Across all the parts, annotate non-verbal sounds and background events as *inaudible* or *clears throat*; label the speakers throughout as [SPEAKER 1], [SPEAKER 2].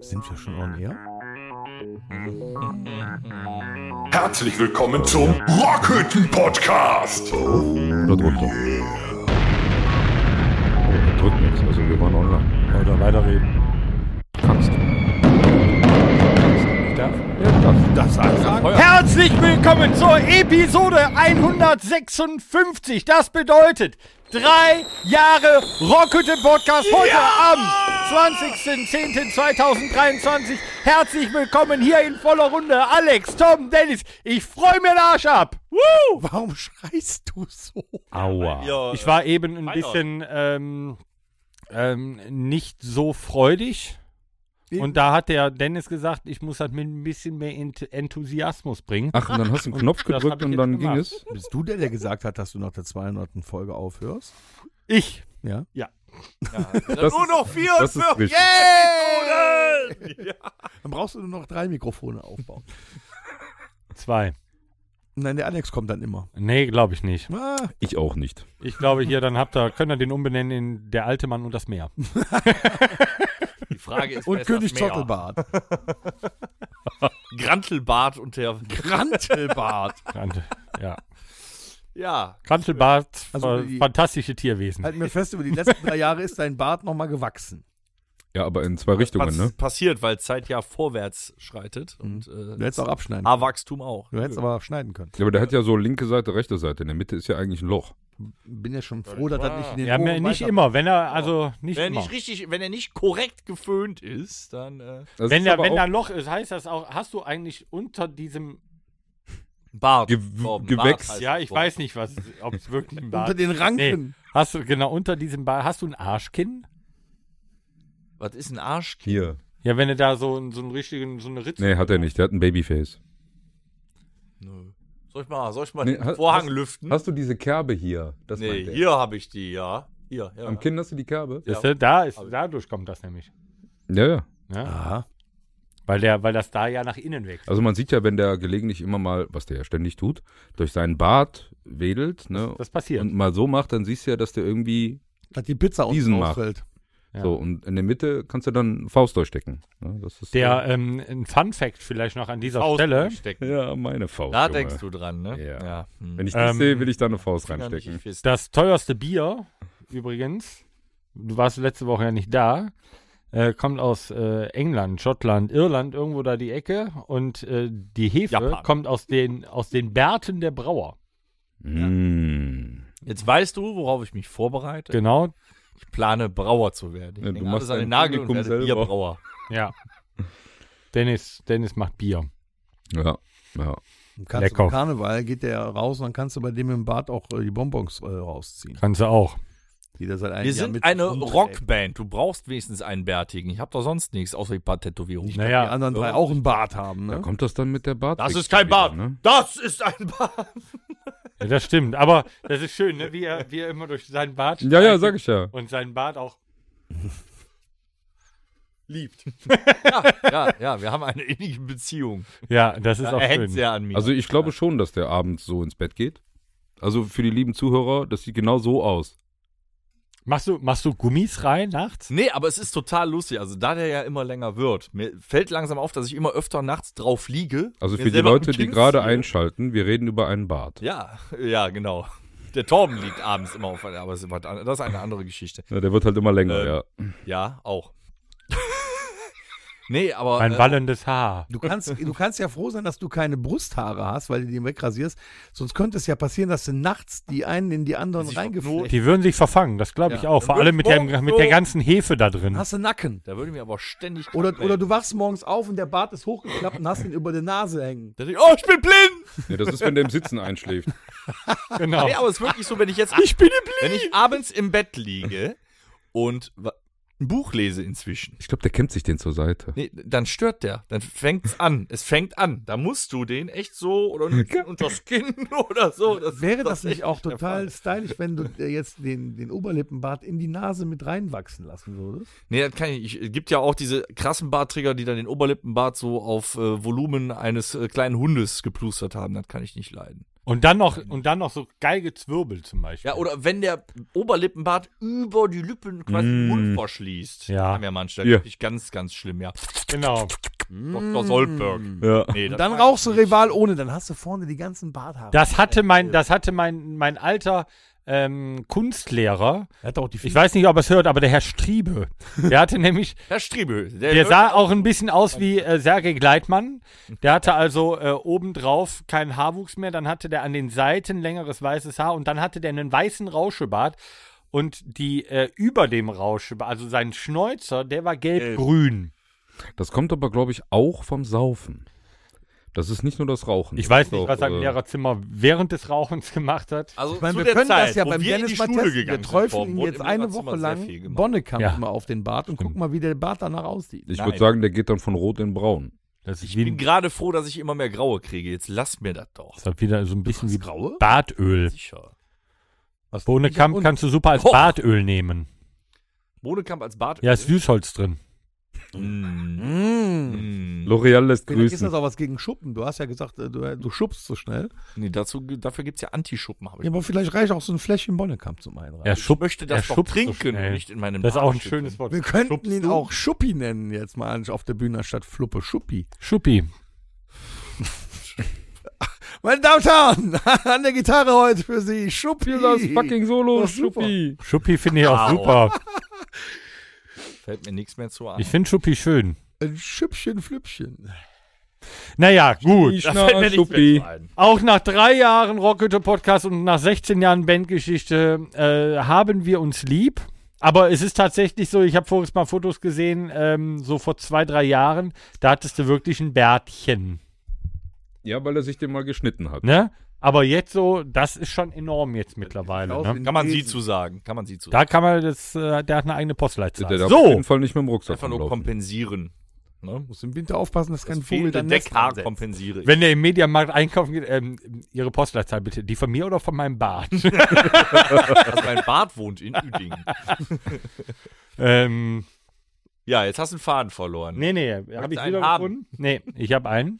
[SPEAKER 1] Sind wir schon on air?
[SPEAKER 2] Herzlich willkommen zum Rockhütten Podcast.
[SPEAKER 3] Da drückt er. Oh, drückt nichts, also wir waren online.
[SPEAKER 1] Oder weiterreden.
[SPEAKER 3] Kannst.
[SPEAKER 1] Ich darf.
[SPEAKER 3] Das alles sagen.
[SPEAKER 4] Herzlich willkommen zur Episode 156. Das bedeutet drei Jahre Rockhütte Podcast heute am 20.10.2023. Herzlich willkommen hier in voller Runde. Alex, Tom, Dennis, ich freue mir den Arsch ab. Woo!
[SPEAKER 1] *laughs* Warum schreist du so?
[SPEAKER 3] Aua.
[SPEAKER 4] Ich war eben ein bisschen ähm, ähm, nicht so freudig. Und da hat der Dennis gesagt, ich muss das mit ein bisschen mehr Ent- Enthusiasmus bringen.
[SPEAKER 3] Ach, und dann hast du einen Knopf
[SPEAKER 4] Das hab
[SPEAKER 3] gedrückt
[SPEAKER 4] ich
[SPEAKER 3] und
[SPEAKER 4] jetzt
[SPEAKER 3] dann ging
[SPEAKER 4] gemacht.
[SPEAKER 3] es.
[SPEAKER 1] Bist du der, der gesagt hat, dass du nach der 200. Folge aufhörst?
[SPEAKER 4] Ich
[SPEAKER 1] Ja.
[SPEAKER 3] Das ist,
[SPEAKER 5] noch vier
[SPEAKER 3] das ist richtig.
[SPEAKER 1] Dann brauchst du nur noch drei Mikrofone aufbauen.
[SPEAKER 4] zwei.
[SPEAKER 1] *laughs* Nein, der Alex kommt dann immer.
[SPEAKER 4] Nee, glaube ich nicht.
[SPEAKER 1] Ah,
[SPEAKER 3] Ich auch nicht.
[SPEAKER 4] Ich glaube hier, dann habt ihr, könnt ihr den umbenennen in Der alte Mann und das Meer.
[SPEAKER 5] Die Frage *laughs* ist, wer
[SPEAKER 1] und
[SPEAKER 5] ist das
[SPEAKER 1] König
[SPEAKER 5] Meer?
[SPEAKER 1] *laughs* Zottelbart.
[SPEAKER 5] Grantelbart
[SPEAKER 3] *laughs*
[SPEAKER 5] und der.
[SPEAKER 1] Grantelbart.
[SPEAKER 4] Krant- ja.
[SPEAKER 5] Ja.
[SPEAKER 4] Krantelbart,
[SPEAKER 1] Also
[SPEAKER 4] fa-
[SPEAKER 1] die-
[SPEAKER 4] fantastische Tierwesen.
[SPEAKER 1] halt mir fest, über die letzten drei Jahre ist dein Bart nochmal gewachsen.
[SPEAKER 3] Ja, aber in zwei
[SPEAKER 5] Was
[SPEAKER 3] Richtungen, ne? Mhm.
[SPEAKER 5] passiert, weil Zeit ja vorwärts schreitet und äh,
[SPEAKER 1] Du hättest auch abschneiden können.
[SPEAKER 5] Haarwachstum auch.
[SPEAKER 1] Du hättest aber schneiden können.
[SPEAKER 3] Ja, aber der hat ja so linke Seite, rechte Seite. In der Mitte ist ja eigentlich ein Loch.
[SPEAKER 1] Bin ja schon froh, dass das nicht in den
[SPEAKER 4] Ja, mir
[SPEAKER 1] Ohren
[SPEAKER 4] nicht
[SPEAKER 1] weiter-
[SPEAKER 4] immer, wenn er, also nicht
[SPEAKER 5] Wenn er
[SPEAKER 4] immer.
[SPEAKER 5] nicht richtig, wenn er nicht korrekt geföhnt ist, dann äh,
[SPEAKER 3] Das
[SPEAKER 4] wenn
[SPEAKER 3] ist
[SPEAKER 4] da,
[SPEAKER 3] aber
[SPEAKER 4] wenn
[SPEAKER 3] auch
[SPEAKER 4] da ein Loch ist, heißt das auch, hast du eigentlich unter diesem,
[SPEAKER 5] Bart.
[SPEAKER 3] Ge-
[SPEAKER 5] Torben,
[SPEAKER 3] gewächst.
[SPEAKER 5] Bart heißt
[SPEAKER 4] ja, ich
[SPEAKER 5] Torben.
[SPEAKER 4] weiß nicht, was, ob es wirklich ein
[SPEAKER 1] Unter
[SPEAKER 4] Bart
[SPEAKER 1] den Ranken.
[SPEAKER 4] Nee. Hast du, genau, unter diesem Bart, hast du ein Arschkinn?
[SPEAKER 5] Was ist ein Arschkind?
[SPEAKER 3] hier.
[SPEAKER 4] Ja, wenn du da so, einen- so einen richtigen, so eine Ritze.
[SPEAKER 3] Nee, hat er nicht. Der hat ein Babyface.
[SPEAKER 5] Nö. Soll ich mal, soll ich mal
[SPEAKER 3] Nee,
[SPEAKER 5] den
[SPEAKER 3] hast-
[SPEAKER 5] Vorhang
[SPEAKER 3] hast-
[SPEAKER 4] Hm?
[SPEAKER 5] lüften?
[SPEAKER 3] Hast du diese Kerbe hier? Das
[SPEAKER 5] nee,
[SPEAKER 3] meint er.
[SPEAKER 5] hier habe ich die, ja. Hier, ja.
[SPEAKER 3] Am Kinn hast du die Kerbe?
[SPEAKER 4] Siehst du, Da ist, dadurch kommt das nämlich.
[SPEAKER 3] Ja, ja.
[SPEAKER 4] Ne?
[SPEAKER 1] Aha.
[SPEAKER 4] Weil, der, weil das da ja nach innen wächst.
[SPEAKER 3] Ah. Also man sieht ja, wenn der gelegentlich immer mal, was der ja ständig tut, durch seinen Bart wedelt, ne?
[SPEAKER 4] Das passiert.
[SPEAKER 3] und mal so macht, dann siehst du ja, dass der irgendwie
[SPEAKER 1] Dass die Pizza
[SPEAKER 3] Diesen
[SPEAKER 1] unten
[SPEAKER 3] macht.
[SPEAKER 1] ausfällt.
[SPEAKER 4] Ja.
[SPEAKER 3] so und in der Mitte kannst du dann einen Faust durchstecken. Ne? Das ist
[SPEAKER 4] Der ähm, ein Fun Fact vielleicht noch an dieser Stelle.
[SPEAKER 5] Stecken.
[SPEAKER 3] ja meine Faust.
[SPEAKER 5] Da
[SPEAKER 3] Junge.
[SPEAKER 5] denkst du dran, ne?
[SPEAKER 3] Ja.
[SPEAKER 5] Hm.
[SPEAKER 3] Wenn ich das
[SPEAKER 4] Ähm,
[SPEAKER 3] sehe, will ich da eine Faust
[SPEAKER 5] Finger nicht in
[SPEAKER 3] reinstecken.
[SPEAKER 5] Fist.
[SPEAKER 4] Das teuerste Bier übrigens, du warst letzte Woche ja nicht da, äh, kommt aus äh, England, Schottland, Irland, irgendwo da die Ecke und äh, die Hefe
[SPEAKER 5] Japan.
[SPEAKER 4] kommt aus den aus den Bärten der Brauer.
[SPEAKER 3] Mm.
[SPEAKER 5] Jetzt weißt du, worauf ich mich vorbereite.
[SPEAKER 4] Genau,
[SPEAKER 5] plane, Brauer zu werden. Ich
[SPEAKER 3] Ja, du
[SPEAKER 5] denke
[SPEAKER 3] machst
[SPEAKER 5] alles an den
[SPEAKER 3] dein
[SPEAKER 5] Nagel und
[SPEAKER 3] Publikum
[SPEAKER 5] werde
[SPEAKER 3] selber.
[SPEAKER 5] Bierbrauer.
[SPEAKER 4] ja. Dennis, Dennis macht Bier.
[SPEAKER 3] Ja, ja.
[SPEAKER 1] Und kannst
[SPEAKER 4] Lecker.
[SPEAKER 1] Lecker. Karneval geht der raus und dann kannst du bei dem im Bad auch äh, die Bonbons äh, rausziehen.
[SPEAKER 4] Kannst du auch.
[SPEAKER 1] Die der seit einem
[SPEAKER 5] Wir
[SPEAKER 1] Jahr
[SPEAKER 5] sind
[SPEAKER 1] mit
[SPEAKER 5] eine
[SPEAKER 1] rumträgt.
[SPEAKER 5] Rockband. Du brauchst wenigstens einen bärtigen. Ich habe doch sonst nichts, außer die paar Tätowierungen.
[SPEAKER 1] Die
[SPEAKER 4] Naja,
[SPEAKER 1] anderen drei auch einen Bart haben.
[SPEAKER 3] Da
[SPEAKER 1] Ne?
[SPEAKER 3] kommt das dann mit der Bart.
[SPEAKER 5] Das ist kein Bart.
[SPEAKER 3] Ne?
[SPEAKER 5] Das ist ein
[SPEAKER 3] *laughs*
[SPEAKER 5] Bart.
[SPEAKER 4] ja, das stimmt. Aber das ist schön, ne? wie, er, wie er immer durch seinen Bart
[SPEAKER 3] Ja, ja,
[SPEAKER 4] streichelt
[SPEAKER 3] sag ich ja.
[SPEAKER 4] und seinen Bart auch.
[SPEAKER 5] Liebt. ja, ja, ja, wir haben eine innige Beziehung.
[SPEAKER 4] Ja, das ist auch
[SPEAKER 5] er hängt
[SPEAKER 4] schön.
[SPEAKER 5] sehr an mir.
[SPEAKER 3] Also ich glaube schon, dass der abends so ins Bett geht. Also für die lieben Zuhörer, das sieht genau so aus.
[SPEAKER 4] Machst du, machst du Gummis rein nachts?
[SPEAKER 5] Nee, aber es ist total lustig. Also da der ja immer länger wird, mir fällt langsam auf, dass ich immer öfter nachts drauf liege.
[SPEAKER 3] Also
[SPEAKER 5] Mir
[SPEAKER 3] für die
[SPEAKER 5] selber
[SPEAKER 3] Leute,
[SPEAKER 5] auf den
[SPEAKER 3] die
[SPEAKER 5] Kinn
[SPEAKER 3] gerade
[SPEAKER 5] ziehe.
[SPEAKER 3] einschalten, wir reden über einen Bart.
[SPEAKER 5] Ja, ja, genau. Der Torben liegt abends immer auf, aber es ist was an- das ist eine andere Geschichte.
[SPEAKER 3] Ja, der wird halt immer länger,
[SPEAKER 5] Ähm,
[SPEAKER 3] ja.
[SPEAKER 5] Ja, auch. nee, aber.
[SPEAKER 1] Äh,
[SPEAKER 5] äh,
[SPEAKER 4] Ein wallendes Haar.
[SPEAKER 1] Du kannst, du kannst ja froh sein, dass du keine Brusthaare hast, weil du die wegrasierst. Sonst könnte es ja passieren, dass du nachts die einen in die anderen
[SPEAKER 5] Sich
[SPEAKER 1] reingeflogen
[SPEAKER 4] Die würden sich verfangen, das glaube ich
[SPEAKER 1] Ja.
[SPEAKER 4] auch. Vor allem mit, dem, mit der ganzen Hefe
[SPEAKER 1] *laughs*
[SPEAKER 4] da drin.
[SPEAKER 1] Hast du Nacken.
[SPEAKER 5] Da würde mir aber ständig.
[SPEAKER 1] Oder, oder du wachst morgens auf und der Bart ist hochgeklappt und hast ihn über der Nase hängen.
[SPEAKER 5] Da denk ich, oh, ich bin blind!
[SPEAKER 3] ja. Das ist, wenn der im Sitzen einschläft.
[SPEAKER 4] Genau.
[SPEAKER 5] Nee, aber es ist wirklich so, wenn ich jetzt. Ich bin blind! Wenn ich abends im Bett liege und wa- ein Buch lese inzwischen.
[SPEAKER 3] Ich glaube, der kämmt sich den zur Seite.
[SPEAKER 5] Nee, dann stört der. Dann fängt's an. Es fängt an. Da musst du den echt so oder unters Kinn *laughs* oder so.
[SPEAKER 1] Wäre das nicht auch
[SPEAKER 5] der
[SPEAKER 1] total
[SPEAKER 5] Fall.
[SPEAKER 1] stylisch, wenn du dir jetzt den, den Oberlippenbart in die Nase mit reinwachsen lassen würdest?
[SPEAKER 5] Nee, das kann ich nicht. Es gibt ja auch diese krassen Bartträger, die dann den Oberlippenbart so auf äh, Volumen eines äh, kleinen Hundes geplustert haben. Das kann ich nicht leiden.
[SPEAKER 4] Und dann noch, und dann noch so geige Zwirbel zum Beispiel.
[SPEAKER 5] Ja, oder wenn der Oberlippenbart über die Lippen quasi den Mund verschließt.
[SPEAKER 4] Mm. Ja.
[SPEAKER 5] Haben ja manche.
[SPEAKER 3] Ja.
[SPEAKER 5] Wirklich ganz, ganz schlimm, ja.
[SPEAKER 4] Genau.
[SPEAKER 5] Dr.
[SPEAKER 1] Mm.
[SPEAKER 5] Soldberg.
[SPEAKER 3] Ja.
[SPEAKER 5] Nee, das
[SPEAKER 1] Dann rauchst du Rival ohne, dann hast du vorne die ganzen Barthaare.
[SPEAKER 4] Das hatte mein, das hatte mein, mein alter ähm, Kunstlehrer.
[SPEAKER 1] Er hat auch die
[SPEAKER 4] Ich weiß nicht, ob er es hört, aber der Herr Striebe. Der hatte *laughs* nämlich,
[SPEAKER 5] Herr Striebel.
[SPEAKER 4] der sah auch ein bisschen aus wie äh, Sergei Gleitmann. Der hatte also äh, obendrauf keinen Haarwuchs mehr, dann hatte der an den Seiten längeres weißes Haar und dann hatte der einen weißen Rauschebart. Und die äh, über dem Rauschebart, also sein Schnäuzer, der war gelb-grün.
[SPEAKER 3] Das kommt aber, glaube ich, auch vom Saufen. Das ist nicht nur das Rauchen.
[SPEAKER 4] Ich weiß
[SPEAKER 3] Das ist
[SPEAKER 4] nicht,
[SPEAKER 3] auch,
[SPEAKER 4] was sein
[SPEAKER 3] äh,
[SPEAKER 4] Lehrer Zimmer während des Rauchens gemacht hat.
[SPEAKER 5] also
[SPEAKER 1] Ich meine,
[SPEAKER 5] zu
[SPEAKER 1] wir
[SPEAKER 5] der
[SPEAKER 1] können
[SPEAKER 5] Zeit,
[SPEAKER 1] das ja
[SPEAKER 5] wo
[SPEAKER 1] beim
[SPEAKER 5] wir in
[SPEAKER 1] Dennis
[SPEAKER 5] die
[SPEAKER 1] mal
[SPEAKER 5] Schule
[SPEAKER 1] testen. Wir
[SPEAKER 5] gegangen
[SPEAKER 1] träufeln ihn
[SPEAKER 5] wurde im
[SPEAKER 1] jetzt eine
[SPEAKER 5] Lehrerzimmer
[SPEAKER 1] Woche
[SPEAKER 5] sehr viel
[SPEAKER 1] lang
[SPEAKER 5] gemacht.
[SPEAKER 1] Bonnekamp
[SPEAKER 4] Ja.
[SPEAKER 1] mal auf den Bart und gucken mal, wie der Bart danach aussieht.
[SPEAKER 3] Ich
[SPEAKER 5] Nein.
[SPEAKER 3] würde sagen, der geht dann von rot in braun.
[SPEAKER 4] Das ist
[SPEAKER 5] Ich bin gerade froh, dass ich immer mehr Graue kriege. Jetzt lass mir das doch.
[SPEAKER 4] Das hat wieder so ein bisschen wie
[SPEAKER 1] Graue?
[SPEAKER 4] Bartöl.
[SPEAKER 5] Sicher.
[SPEAKER 4] Bohnenkamp
[SPEAKER 1] Und-
[SPEAKER 4] kannst du super als
[SPEAKER 5] Oh.
[SPEAKER 4] Bartöl nehmen.
[SPEAKER 5] Bodekamp als Bart.
[SPEAKER 4] Ja, ist Süßholz drin.
[SPEAKER 5] Mm.
[SPEAKER 1] Mmh.
[SPEAKER 5] Mm.
[SPEAKER 3] L'Oreal lässt
[SPEAKER 1] Vielleicht ist das
[SPEAKER 3] grüßen.
[SPEAKER 1] auch was gegen Schuppen. Du hast ja gesagt, äh, du, du schubst so schnell.
[SPEAKER 5] Nee, dazu, dafür gibt es ja Antischuppen, habe ich.
[SPEAKER 1] Ja, aber vielleicht reicht auch so ein Fläschchen Bonnekamp zum Einreiben.
[SPEAKER 4] Er
[SPEAKER 5] ich
[SPEAKER 4] schuppt-
[SPEAKER 5] möchte
[SPEAKER 4] er
[SPEAKER 5] das doch
[SPEAKER 4] schuppt so
[SPEAKER 5] trinken,
[SPEAKER 4] schnell.
[SPEAKER 5] nicht in meinem
[SPEAKER 4] Das ist auch ein
[SPEAKER 5] Bart
[SPEAKER 4] schönes Wort.
[SPEAKER 1] Wir könnten
[SPEAKER 4] Schubst
[SPEAKER 1] ihn
[SPEAKER 4] du?
[SPEAKER 1] auch Schuppi nennen jetzt mal auf der Bühne statt Fluppe. Schuppi.
[SPEAKER 4] Schuppi.
[SPEAKER 1] Meine Damen und Herren, *laughs* an der Gitarre heute für Sie. Schuppi.
[SPEAKER 3] *laughs* Oh, Solo,
[SPEAKER 1] Das ist super.
[SPEAKER 4] Schuppi finde ich auch
[SPEAKER 5] Au.
[SPEAKER 4] super.
[SPEAKER 5] Fällt mir nichts mehr zu an.
[SPEAKER 4] Ich finde Schuppi schön.
[SPEAKER 1] Ein Schüppchen, Flüppchen.
[SPEAKER 4] Naja, gut.
[SPEAKER 5] Da fällt mir nichts mehr
[SPEAKER 3] Schuppi.
[SPEAKER 5] zu ein.
[SPEAKER 4] Auch nach drei Jahren Rockhütte Podcast und nach 16 Jahren Bandgeschichte äh, haben wir uns lieb. Aber es ist tatsächlich so, ich habe voriges Mal Fotos gesehen, ähm, so vor zwei, drei Jahren, da hattest du wirklich ein Bärtchen.
[SPEAKER 3] Ja, weil er sich den mal geschnitten hat.
[SPEAKER 4] Ne? Aber jetzt so, das ist schon enorm jetzt mittlerweile. Ne?
[SPEAKER 5] Kann man sie zu sagen. Kann man sie zu sagen.
[SPEAKER 4] Da kann man das, äh, der hat eine eigene
[SPEAKER 3] Der
[SPEAKER 4] Postleitzahl.
[SPEAKER 3] darf auf
[SPEAKER 4] so,
[SPEAKER 3] jeden Fall nicht mit dem Rucksack
[SPEAKER 5] Einfach nur
[SPEAKER 3] rumlaufen.
[SPEAKER 5] kompensieren. Ne?
[SPEAKER 1] Muss im Winter aufpassen, dass kein
[SPEAKER 5] Das
[SPEAKER 1] Vogel
[SPEAKER 5] fehlende
[SPEAKER 1] dann Nest
[SPEAKER 5] Deckhaar
[SPEAKER 1] ansetzt.
[SPEAKER 5] kompensiere ich.
[SPEAKER 4] wenn ihr im Mediamarkt einkaufen geht, ähm, Ihre Postleitzahl bitte. Die von mir oder von meinem Bart? *laughs*
[SPEAKER 5] Also mein Bart wohnt in
[SPEAKER 1] *laughs*
[SPEAKER 5] Üdingen.
[SPEAKER 4] ähm,
[SPEAKER 5] Ja, jetzt hast du einen Faden verloren.
[SPEAKER 4] nee, nee, habe ich
[SPEAKER 5] einen
[SPEAKER 4] wieder
[SPEAKER 5] haben?
[SPEAKER 4] gefunden? Nee, ich habe einen.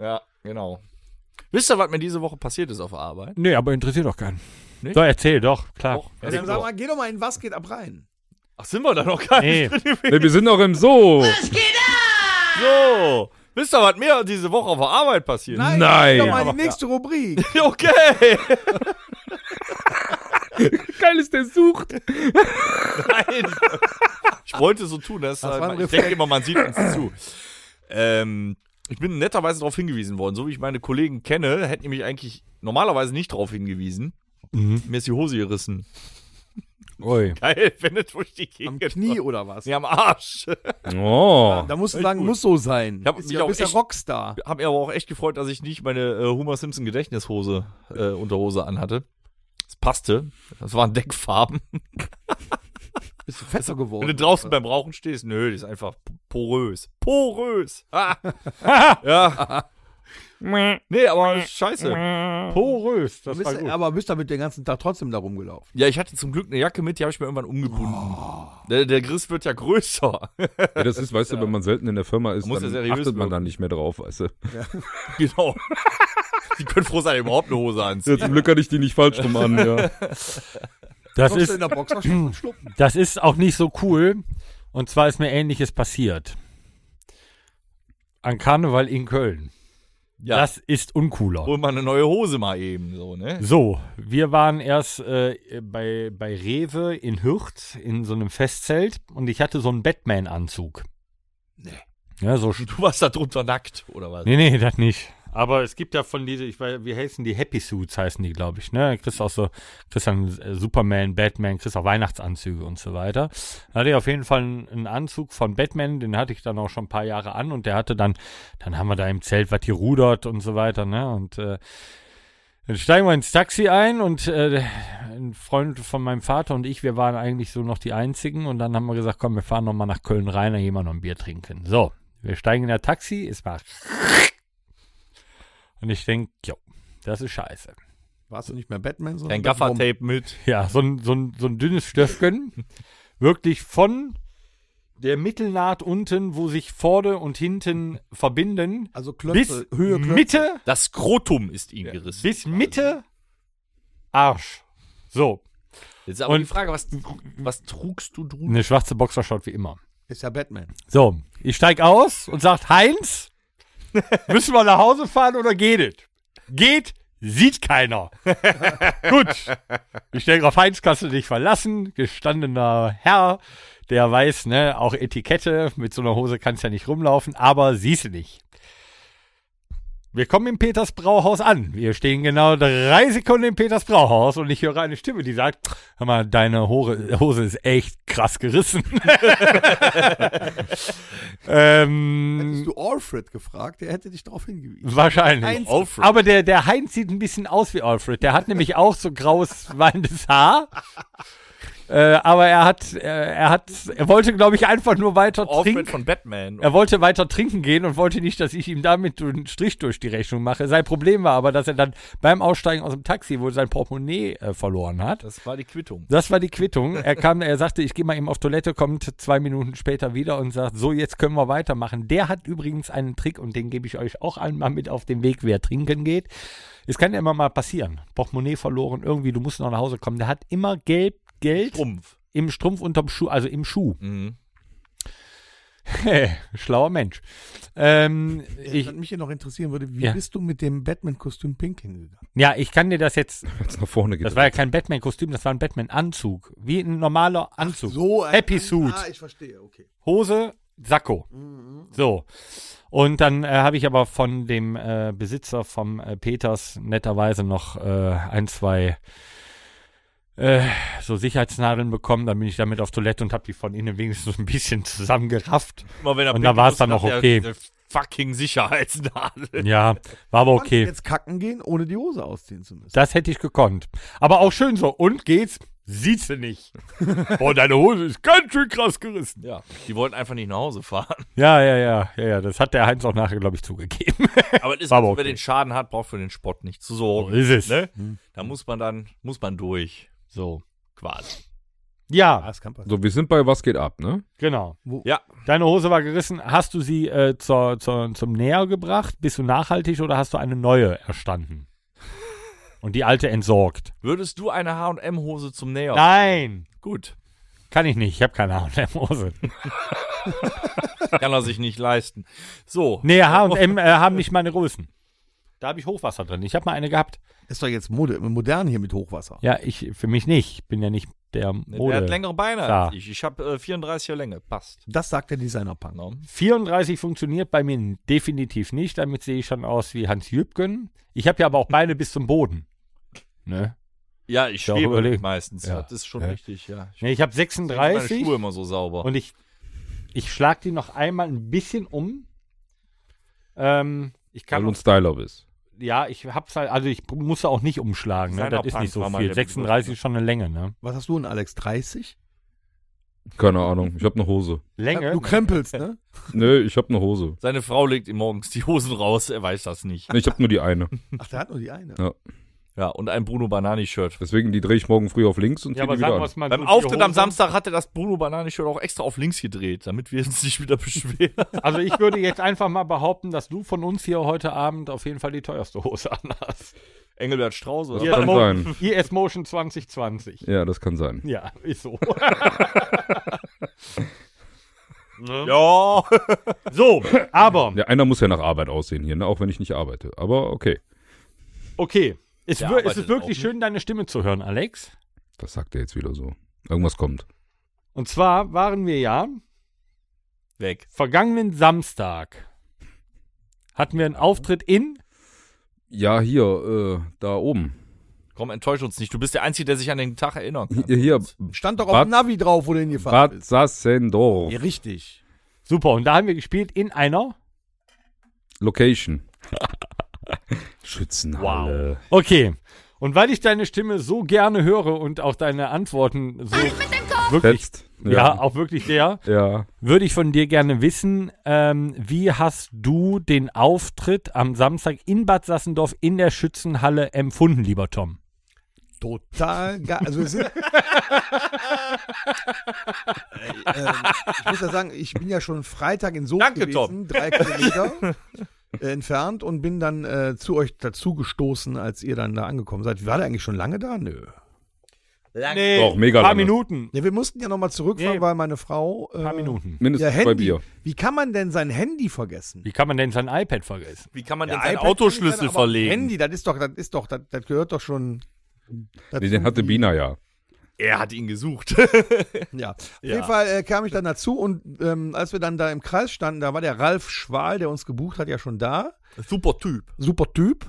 [SPEAKER 5] Ja, genau. Wisst ihr, was mir diese Woche passiert ist auf der Arbeit?
[SPEAKER 4] Nee, aber interessiert doch keinen.
[SPEAKER 5] Nicht?
[SPEAKER 4] So, erzähl doch, klar.
[SPEAKER 5] Doch.
[SPEAKER 1] Ja, dann Also sag mal, geh doch mal in was geht ab rein.
[SPEAKER 5] Ach, sind wir da noch
[SPEAKER 4] *laughs*
[SPEAKER 5] gar
[SPEAKER 4] Nee,
[SPEAKER 3] Nee, wir sind noch im So.
[SPEAKER 5] So. Wisst ihr, was mir diese Woche auf der Arbeit passiert? ist?
[SPEAKER 1] Geh
[SPEAKER 3] Nein.
[SPEAKER 1] doch mal in die nächste Rubrik.
[SPEAKER 5] *laughs* Okay.
[SPEAKER 3] Geil ist der sucht.
[SPEAKER 5] Nein. Ich wollte so tun, dass
[SPEAKER 1] Das war ein
[SPEAKER 5] ich
[SPEAKER 1] Reflex.
[SPEAKER 5] denke immer, man sieht uns zu. Ähm, ich bin netterweise darauf hingewiesen worden. So wie ich meine Kollegen kenne, hätten die mich eigentlich normalerweise nicht darauf hingewiesen.
[SPEAKER 1] Mhm.
[SPEAKER 5] Mir ist die Hose gerissen.
[SPEAKER 4] Ui.
[SPEAKER 5] Geil, *laughs* wenn du durch die
[SPEAKER 1] *laughs*
[SPEAKER 5] Gegend
[SPEAKER 1] Am Knie oder was?
[SPEAKER 5] Nee, am Arsch. *laughs*
[SPEAKER 3] Oh.
[SPEAKER 1] Da musst du sagen, muss so sein.
[SPEAKER 5] Ich hab
[SPEAKER 1] Ist
[SPEAKER 5] mich
[SPEAKER 1] ja,
[SPEAKER 5] auch
[SPEAKER 1] bist ja
[SPEAKER 5] echt-
[SPEAKER 1] Rockstar.
[SPEAKER 5] Hab mir aber auch echt gefreut, dass ich nicht meine äh, Homer Simpson Gedächtnishose äh, Unterhose anhatte. Es passte. Das waren Deckfarben.
[SPEAKER 1] Bist du fetter geworden.
[SPEAKER 5] Wenn du draußen beim Rauchen stehst, nö, die ist einfach p- porös. Porös! *laughs* Ah. ja. *laughs* Nee, aber scheiße.
[SPEAKER 4] Porös, das
[SPEAKER 1] bist,
[SPEAKER 4] war gut.
[SPEAKER 1] aber bist damit den ganzen Tag trotzdem da rumgelaufen.
[SPEAKER 5] Ja, ich hatte zum Glück eine Jacke mit, die habe ich mir irgendwann umgebunden.
[SPEAKER 4] Oh.
[SPEAKER 5] Der, der Griss wird ja größer. *laughs*
[SPEAKER 3] Ja, das ist, weißt du, wenn man selten in der Firma ist,
[SPEAKER 5] Muss
[SPEAKER 3] dann
[SPEAKER 5] ja seriös
[SPEAKER 3] achtet man
[SPEAKER 5] wirken.
[SPEAKER 3] da nicht mehr drauf, weißt du.
[SPEAKER 5] genau. Die können froh sein, überhaupt eine Hose
[SPEAKER 3] *laughs*
[SPEAKER 5] anziehen.
[SPEAKER 3] Ja, zum Glück hatte ich die nicht falsch rum an, ja.
[SPEAKER 4] Das
[SPEAKER 1] Kommst du
[SPEAKER 4] ist,
[SPEAKER 1] in der Box was sch- schlucken.
[SPEAKER 4] das ist auch nicht so cool. Und zwar ist mir Ähnliches passiert. An Karneval in Köln.
[SPEAKER 5] Ja,
[SPEAKER 4] Das ist uncooler.
[SPEAKER 5] hol mal eine neue Hose mal eben, so, ne?
[SPEAKER 4] So, wir waren erst äh, bei, bei Rewe in Hürth in so einem Festzelt und ich hatte so einen Batman-Anzug. Nee. Ja, so. sch-
[SPEAKER 5] Du warst da drunter nackt, oder was?
[SPEAKER 4] Nee, nee, das nicht. Aber es gibt ja von diese, ich weiß, wie heißen die? Happy Suits heißen die, glaube ich, ne? Kriegst auch so, kriegst dann äh, Superman, Batman, kriegst auch Weihnachtsanzüge und so weiter. Da hatte ich auf jeden Fall einen, einen Anzug von Batman, den hatte ich dann auch schon ein paar Jahre an und der hatte dann, dann haben wir da im Zelt was gerudert und so weiter, ne? Und, äh, dann steigen wir ins Taxi ein und äh, ein Freund von meinem Vater und ich, wir waren eigentlich so noch die Einzigen und dann haben wir gesagt, komm, wir fahren nochmal nach Köln rein, dann gehen wir noch ein Bier trinken. So, wir steigen in der Taxi, es war und ich denke, jo, das ist scheiße.
[SPEAKER 1] Warst du nicht mehr Batman? sondern
[SPEAKER 5] Dein
[SPEAKER 1] Batman-
[SPEAKER 5] Gaffertape mit.
[SPEAKER 4] Ja, so ein, so ein, so ein dünnes Stöffchen, wirklich von der Mittelnaht unten, wo sich vorne und hinten verbinden,
[SPEAKER 1] Also Klötze,
[SPEAKER 4] bis
[SPEAKER 1] Höhe, Klötze.
[SPEAKER 4] Mitte,
[SPEAKER 5] Das Skrotum ist ihm gerissen.
[SPEAKER 4] bis Mitte Arsch. So,
[SPEAKER 5] Jetzt ist aber
[SPEAKER 4] Und-
[SPEAKER 5] die Frage, was, was trugst du drüber?
[SPEAKER 4] eine schwarze Boxershort wie immer.
[SPEAKER 1] Ist ja Batman.
[SPEAKER 4] So, ich steig aus und sagt Heinz, müssen wir nach Hause fahren oder geht es? Geht, sieht keiner. Gut. Ich denke, auf Heinz kannst du dich verlassen. Gestandener Herr, der weiß, ne, auch Etikette. Mit so einer Hose kannst du ja nicht rumlaufen, aber siehst du nicht. Wir kommen im Peters Brauhaus an. Wir stehen genau drei Sekunden im Peters Brauhaus und ich höre eine Stimme, die sagt, hör mal, deine Hore, Hose ist echt krass gerissen. *laughs* ähm,
[SPEAKER 1] Hättest du Alfred gefragt, der hätte dich darauf hingewiesen.
[SPEAKER 4] wahrscheinlich.
[SPEAKER 1] Heinz-
[SPEAKER 5] Alfred.
[SPEAKER 4] Aber der, der Heinz sieht ein bisschen aus wie Alfred. Der hat nämlich auch so graues, wallendes
[SPEAKER 5] *laughs*
[SPEAKER 4] Haar. Äh, aber er hat, äh, er hat, er wollte, glaube ich, einfach nur weiter
[SPEAKER 5] Alfred
[SPEAKER 4] trinken.
[SPEAKER 5] von Batman.
[SPEAKER 4] Er wollte weiter trinken gehen und wollte nicht, dass ich ihm damit einen Strich durch die Rechnung mache. Sein Problem war aber, dass er dann beim Aussteigen aus dem Taxi wohl sein Portemonnaie äh, verloren hat.
[SPEAKER 5] Das war die Quittung.
[SPEAKER 4] Das war die Quittung. Er kam, er sagte, ich gehe mal eben auf Toilette, kommt zwei Minuten später wieder und sagt, so, jetzt können wir weitermachen. Der hat übrigens einen Trick und den gebe ich euch auch einmal mit auf den Weg, wer trinken geht. Es kann ja immer mal passieren. Portemonnaie verloren, irgendwie, du musst noch nach Hause kommen. Der hat immer gelb Geld
[SPEAKER 5] Trumpf.
[SPEAKER 4] im Strumpf unterm Schuh, also im Schuh.
[SPEAKER 5] Mhm.
[SPEAKER 4] Schlauer Mensch. Ähm, ich,
[SPEAKER 1] Was mich hier noch interessieren würde, wie
[SPEAKER 4] Ja.
[SPEAKER 1] bist du mit dem Batman-Kostüm pink hingegangen?
[SPEAKER 4] Ja, ich kann dir das jetzt.
[SPEAKER 3] Jetzt nach vorne geht.
[SPEAKER 4] Das war ja kein Batman-Kostüm, das war ein Batman-Anzug. Wie ein normaler Anzug. Happy Suit.
[SPEAKER 1] Ah, ich verstehe, okay.
[SPEAKER 4] Hose, Sakko. So. Und dann äh, habe ich aber von dem äh, Besitzer vom äh, Peters netterweise noch äh, ein, zwei äh, so Sicherheitsnadeln bekommen. Dann bin ich damit auf Toilette und habe die von innen wenigstens *laughs* ein bisschen zusammengerafft.
[SPEAKER 5] Immer wenn er
[SPEAKER 4] Und da
[SPEAKER 5] pinkeln
[SPEAKER 4] war's
[SPEAKER 5] muss,
[SPEAKER 4] dann noch
[SPEAKER 5] sagt er,
[SPEAKER 4] okay.
[SPEAKER 5] "Der Fucking *laughs* Sicherheitsnadel.
[SPEAKER 4] Ja, war aber
[SPEAKER 1] Kannst du
[SPEAKER 4] okay.
[SPEAKER 1] jetzt kacken gehen, ohne die Hose ausziehen zu müssen.
[SPEAKER 4] Das hätte ich gekonnt. Aber auch schön so. Und geht's? Sieht sie nicht. Boah, deine Hose ist ganz schön krass gerissen.
[SPEAKER 5] Ja. Die wollten einfach nicht nach Hause fahren.
[SPEAKER 4] Ja, ja, ja, ja, ja. Das hat der Heinz auch nachher, glaube ich, zugegeben.
[SPEAKER 5] Aber das ist,
[SPEAKER 4] War aber
[SPEAKER 5] wer
[SPEAKER 4] okay.
[SPEAKER 5] den Schaden hat, braucht für den Spott nicht zu sorgen.
[SPEAKER 4] So ist es. Hm.
[SPEAKER 5] Ne? Da muss man dann, muss man durch.
[SPEAKER 4] So.
[SPEAKER 5] Quasi.
[SPEAKER 1] Ah,
[SPEAKER 4] Ja,
[SPEAKER 1] das kann passieren.
[SPEAKER 3] So, wir sind bei Was geht ab, ne?
[SPEAKER 4] genau.
[SPEAKER 5] Ja.
[SPEAKER 4] Deine Hose war gerissen. Hast du sie äh, zur, zur, zum Näher gebracht? Bist du nachhaltig oder hast du eine neue erstanden? Und die alte entsorgt?
[SPEAKER 5] Würdest du eine H&M-Hose zum Näher?
[SPEAKER 4] Nein,
[SPEAKER 5] Gut.
[SPEAKER 4] kann ich nicht. Ich habe keine H&M-Hose.
[SPEAKER 5] Kann er sich nicht leisten. So.
[SPEAKER 4] Nee, H&M äh, haben nicht meine Größen. Da habe ich Hochwasser drin. Ich habe mal eine gehabt.
[SPEAKER 1] Ist doch jetzt Mode, modern hier mit Hochwasser.
[SPEAKER 4] Ja, ich für mich nicht. Ich bin ja nicht der
[SPEAKER 5] Er Ne, hat
[SPEAKER 4] Mode.
[SPEAKER 5] längere Beine
[SPEAKER 4] Klar.
[SPEAKER 5] als ich. Ich habe äh, 34er Länge. Passt. Ne?
[SPEAKER 1] Das sagt der Designer-Punk.
[SPEAKER 5] No.
[SPEAKER 4] 34 funktioniert bei mir definitiv nicht. Damit sehe ich schon aus wie Hans Jübgen. Ich habe ja aber auch Beine bis zum Boden. Ne?
[SPEAKER 5] Ja, ich
[SPEAKER 4] Ja,
[SPEAKER 5] schwebe
[SPEAKER 4] überlegen.
[SPEAKER 5] meistens.
[SPEAKER 4] Ja.
[SPEAKER 5] Das ist schon
[SPEAKER 4] Ja.
[SPEAKER 5] richtig, ja. Ich
[SPEAKER 4] Ne, ich habe
[SPEAKER 5] krieg meine
[SPEAKER 4] 36
[SPEAKER 5] Schuhe immer so sauber.
[SPEAKER 4] und ich, ich schlag die noch einmal ein bisschen um. Ähm, ich
[SPEAKER 3] Weil
[SPEAKER 4] kann
[SPEAKER 3] du ein Styler bist.
[SPEAKER 4] ja, ich hab's halt, also ich musste auch nicht umschlagen, ne?
[SPEAKER 5] Designer
[SPEAKER 4] Das ist
[SPEAKER 5] Punk
[SPEAKER 4] nicht so
[SPEAKER 5] war mal
[SPEAKER 4] viel.
[SPEAKER 5] der
[SPEAKER 4] 36 ist schon eine Länge, ne?
[SPEAKER 1] Was hast du denn, Alex? 30?
[SPEAKER 3] Keine Ahnung. Ich habe eine Hose.
[SPEAKER 4] Länge?
[SPEAKER 1] Du krempelst, ne?
[SPEAKER 3] Nee, ich habe eine Hose.
[SPEAKER 5] Seine Frau legt ihm morgens die Hosen raus. Er weiß das nicht.
[SPEAKER 3] Nee, ich habe nur die eine.
[SPEAKER 1] Ach, der hat nur die eine.
[SPEAKER 5] Ja, und ein Bruno Banani-Shirt.
[SPEAKER 3] Deswegen, die drehe ich morgen früh auf links
[SPEAKER 4] ja,
[SPEAKER 3] und zieh
[SPEAKER 4] aber
[SPEAKER 3] die wieder
[SPEAKER 4] sagen
[SPEAKER 3] an.
[SPEAKER 4] wir's mal so,
[SPEAKER 5] Beim
[SPEAKER 4] die
[SPEAKER 5] Auftritt am
[SPEAKER 4] Hosen-
[SPEAKER 5] Samstag hatte das Bruno Banani-Shirt auch extra auf links gedreht, damit wir uns nicht wieder beschweren.
[SPEAKER 4] Also ich würde jetzt einfach mal behaupten, dass du von uns hier heute Abend auf jeden Fall die teuerste Hose anhast.
[SPEAKER 5] Engelbert Strauß oder?
[SPEAKER 3] Ja. kann
[SPEAKER 4] Mo-
[SPEAKER 3] sein.
[SPEAKER 4] IS Motion 2020.
[SPEAKER 3] Ja, das kann sein.
[SPEAKER 4] Ja, ist
[SPEAKER 5] *laughs*
[SPEAKER 4] so.
[SPEAKER 5] Ja.
[SPEAKER 4] so, aber,
[SPEAKER 3] Ja, einer muss ja nach Arbeit aussehen hier, ne? auch wenn ich nicht arbeite. Aber okay,
[SPEAKER 4] okay. Es,
[SPEAKER 5] Der
[SPEAKER 4] wir- es ist
[SPEAKER 5] arbeitet auch ne?
[SPEAKER 4] wirklich
[SPEAKER 5] nicht.
[SPEAKER 4] schön, deine Stimme zu hören, Alex.
[SPEAKER 3] das sagt er jetzt wieder so. Irgendwas kommt.
[SPEAKER 4] Und zwar waren wir ja
[SPEAKER 5] Weg.
[SPEAKER 4] vergangenen Samstag. Hatten wir einen Auftritt in.
[SPEAKER 3] Ja, hier, äh, da oben.
[SPEAKER 5] Komm, enttäusch uns nicht. Du bist der Einzige, der sich an den Tag erinnern kann.
[SPEAKER 3] Hier, hier
[SPEAKER 1] Stand doch auf
[SPEAKER 3] Bad-
[SPEAKER 1] dem Navi drauf, wo du hingefahren
[SPEAKER 3] Bad
[SPEAKER 1] bist.
[SPEAKER 3] Sassendorf.
[SPEAKER 1] Ja, richtig.
[SPEAKER 4] Super, und da haben wir gespielt in einer.
[SPEAKER 3] Location. Schützenhalle.
[SPEAKER 4] Okay. Und weil ich deine Stimme so gerne höre und auch deine Antworten so wirklich,
[SPEAKER 3] Fetzt.
[SPEAKER 4] ja. auch wirklich sehr,
[SPEAKER 3] ja.
[SPEAKER 4] würde ich von dir gerne wissen, ähm, wie hast du den Auftritt am Samstag in Bad Sassendorf in der Schützenhalle empfunden, lieber Tom?
[SPEAKER 1] total geil. Also es sind, äh, ich muss ja sagen, ich bin ja schon Freitag in Soest
[SPEAKER 5] Danke,
[SPEAKER 1] gewesen, drei Kilometer äh, entfernt und bin dann äh, zu euch dazu gestoßen, als ihr dann da angekommen seid. War der eigentlich schon lange da? Nö.
[SPEAKER 4] Nee,
[SPEAKER 3] Doch, mega
[SPEAKER 4] paar
[SPEAKER 3] lange.
[SPEAKER 4] Minuten.
[SPEAKER 1] Ja, wir mussten ja nochmal zurückfahren,
[SPEAKER 4] Nee.
[SPEAKER 1] weil meine Frau. Äh,
[SPEAKER 4] Paar Minuten.
[SPEAKER 1] Ja,
[SPEAKER 3] Mindestens zwei
[SPEAKER 1] Handy.
[SPEAKER 3] Bier.
[SPEAKER 1] Wie kann man denn sein Handy vergessen?
[SPEAKER 4] Wie kann man denn sein iPad vergessen?
[SPEAKER 5] Wie kann man
[SPEAKER 1] Ja,
[SPEAKER 5] denn seinen
[SPEAKER 1] iPad kann ich
[SPEAKER 5] Autoschlüssel
[SPEAKER 1] leider, aber
[SPEAKER 5] verlegen?
[SPEAKER 1] Handy, das ist doch, das ist doch, das, das gehört doch schon.
[SPEAKER 3] Nee, den
[SPEAKER 1] dazu. *laughs*
[SPEAKER 3] hatte Bina ja.
[SPEAKER 5] Er hat ihn gesucht.
[SPEAKER 1] Ja, auf
[SPEAKER 5] Ja.
[SPEAKER 1] jeden Fall äh, kam ich dann dazu und ähm, als wir dann da im Kreis standen, da war der Ralf Schwal, der uns gebucht hat, ja schon da.
[SPEAKER 5] Super Typ.
[SPEAKER 1] Super Typ.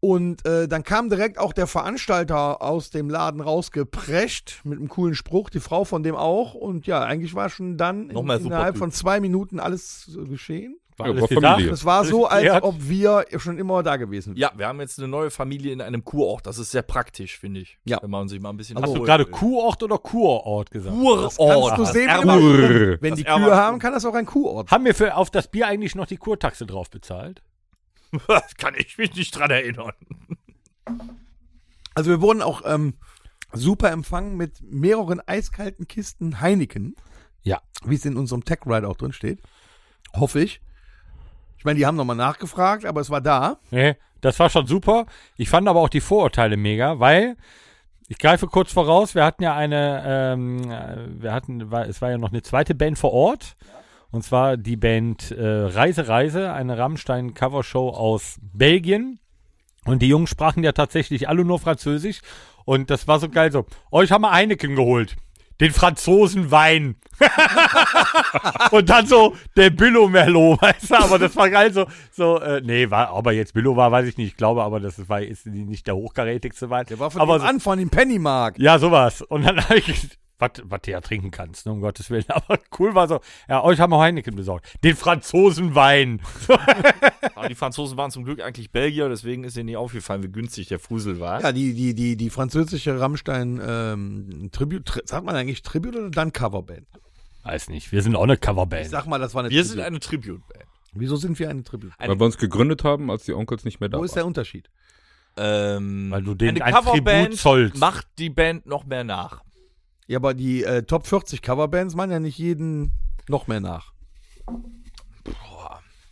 [SPEAKER 1] Und äh, dann kam direkt auch der Veranstalter aus dem Laden rausgeprescht mit einem coolen Spruch, die Frau von dem auch. Und ja, eigentlich war schon dann in,
[SPEAKER 5] Nochmal super
[SPEAKER 1] innerhalb
[SPEAKER 5] Typ.
[SPEAKER 1] von zwei Minuten alles äh, geschehen.
[SPEAKER 4] War
[SPEAKER 3] Ja,
[SPEAKER 4] alles
[SPEAKER 3] war
[SPEAKER 4] gedacht?
[SPEAKER 3] Familie.
[SPEAKER 1] Es war so, als
[SPEAKER 4] Ja.
[SPEAKER 1] ob wir schon immer da gewesen wären.
[SPEAKER 5] Ja, wir haben jetzt eine neue Familie in einem Kurort. Das ist sehr praktisch, finde ich.
[SPEAKER 1] Ja.
[SPEAKER 5] Wenn man sich mal ein bisschen.
[SPEAKER 4] Hast du
[SPEAKER 5] abholen
[SPEAKER 4] gerade
[SPEAKER 5] will.
[SPEAKER 4] Kurort oder Kurort gesagt?
[SPEAKER 5] Kurort?
[SPEAKER 1] Kannst du sehen,
[SPEAKER 5] Oh, Das
[SPEAKER 1] wie immer-
[SPEAKER 5] Erbe-
[SPEAKER 3] Brrr.
[SPEAKER 1] wenn
[SPEAKER 5] Das
[SPEAKER 1] die
[SPEAKER 5] Erbe-
[SPEAKER 1] Kühe haben, kann das auch ein Kuhort
[SPEAKER 4] Haben wir für auf das Bier eigentlich noch die Kurtaxe drauf bezahlt?
[SPEAKER 5] Das kann ich mich nicht dran erinnern.
[SPEAKER 1] Also wir wurden auch ähm, super empfangen mit mehreren eiskalten Kisten Heineken.
[SPEAKER 4] Ja.
[SPEAKER 1] Wie es in unserem Tech Ride auch drin steht. Hoffe ich. Ich meine, die haben nochmal nachgefragt, aber es war da.
[SPEAKER 4] Nee, das war schon super. Ich fand aber auch die Vorurteile mega, weil ich greife kurz voraus, wir hatten ja eine, ähm, äh, wir hatten, war, es war ja noch eine zweite Band vor Ort. Und zwar die Band äh, Reise Reise, eine Rammstein-Covershow aus Belgien. Und die Jungs sprachen ja tatsächlich alle nur Französisch. Und das war so geil so. Euch haben wir Heineken geholt. Den Franzosen Wein. *laughs* und dann so der Billo Merlot, *laughs* weißt du, aber das war geil so, so äh, nee, war, ob er jetzt Billo war, weiß ich nicht, ich glaube aber, das war, ist nicht der hochkarätigste Wein.
[SPEAKER 1] Der war von
[SPEAKER 4] aber
[SPEAKER 1] dem
[SPEAKER 4] so,
[SPEAKER 1] an, von dem Pennymark.
[SPEAKER 4] ja, sowas. Und dann *laughs* habe ich gesagt, was, was du ja trinken kannst, ne, um Gottes Willen. *laughs* Aber cool war so, ja, euch haben wir Heineken besorgt. Den Franzosenwein. *laughs*
[SPEAKER 5] Aber die Franzosen waren zum Glück eigentlich Belgier, deswegen ist ihnen nicht aufgefallen, wie günstig der Fusel war.
[SPEAKER 1] Ja, die, die, die, die französische Rammstein ähm, Tribute, tri sagt man eigentlich Tribute oder dann Coverband?
[SPEAKER 4] Weiß nicht, wir sind auch eine Coverband.
[SPEAKER 1] Ich sag mal, das war eine
[SPEAKER 5] Wir
[SPEAKER 1] Tribute.
[SPEAKER 5] sind eine Tribute-Band.
[SPEAKER 1] Wieso sind wir eine Tribute?
[SPEAKER 5] Eine-
[SPEAKER 3] Weil wir uns gegründet haben, als die Onkels nicht mehr da
[SPEAKER 1] Wo
[SPEAKER 3] waren.
[SPEAKER 1] ist der Unterschied?
[SPEAKER 5] Ähm,
[SPEAKER 4] Weil du denen
[SPEAKER 5] eine
[SPEAKER 4] ein Tribut
[SPEAKER 5] Coverband
[SPEAKER 4] zollst.
[SPEAKER 5] macht die Band noch mehr nach.
[SPEAKER 1] Ja, aber die äh, Top 40 Coverbands machen ja nicht jeden noch mehr nach.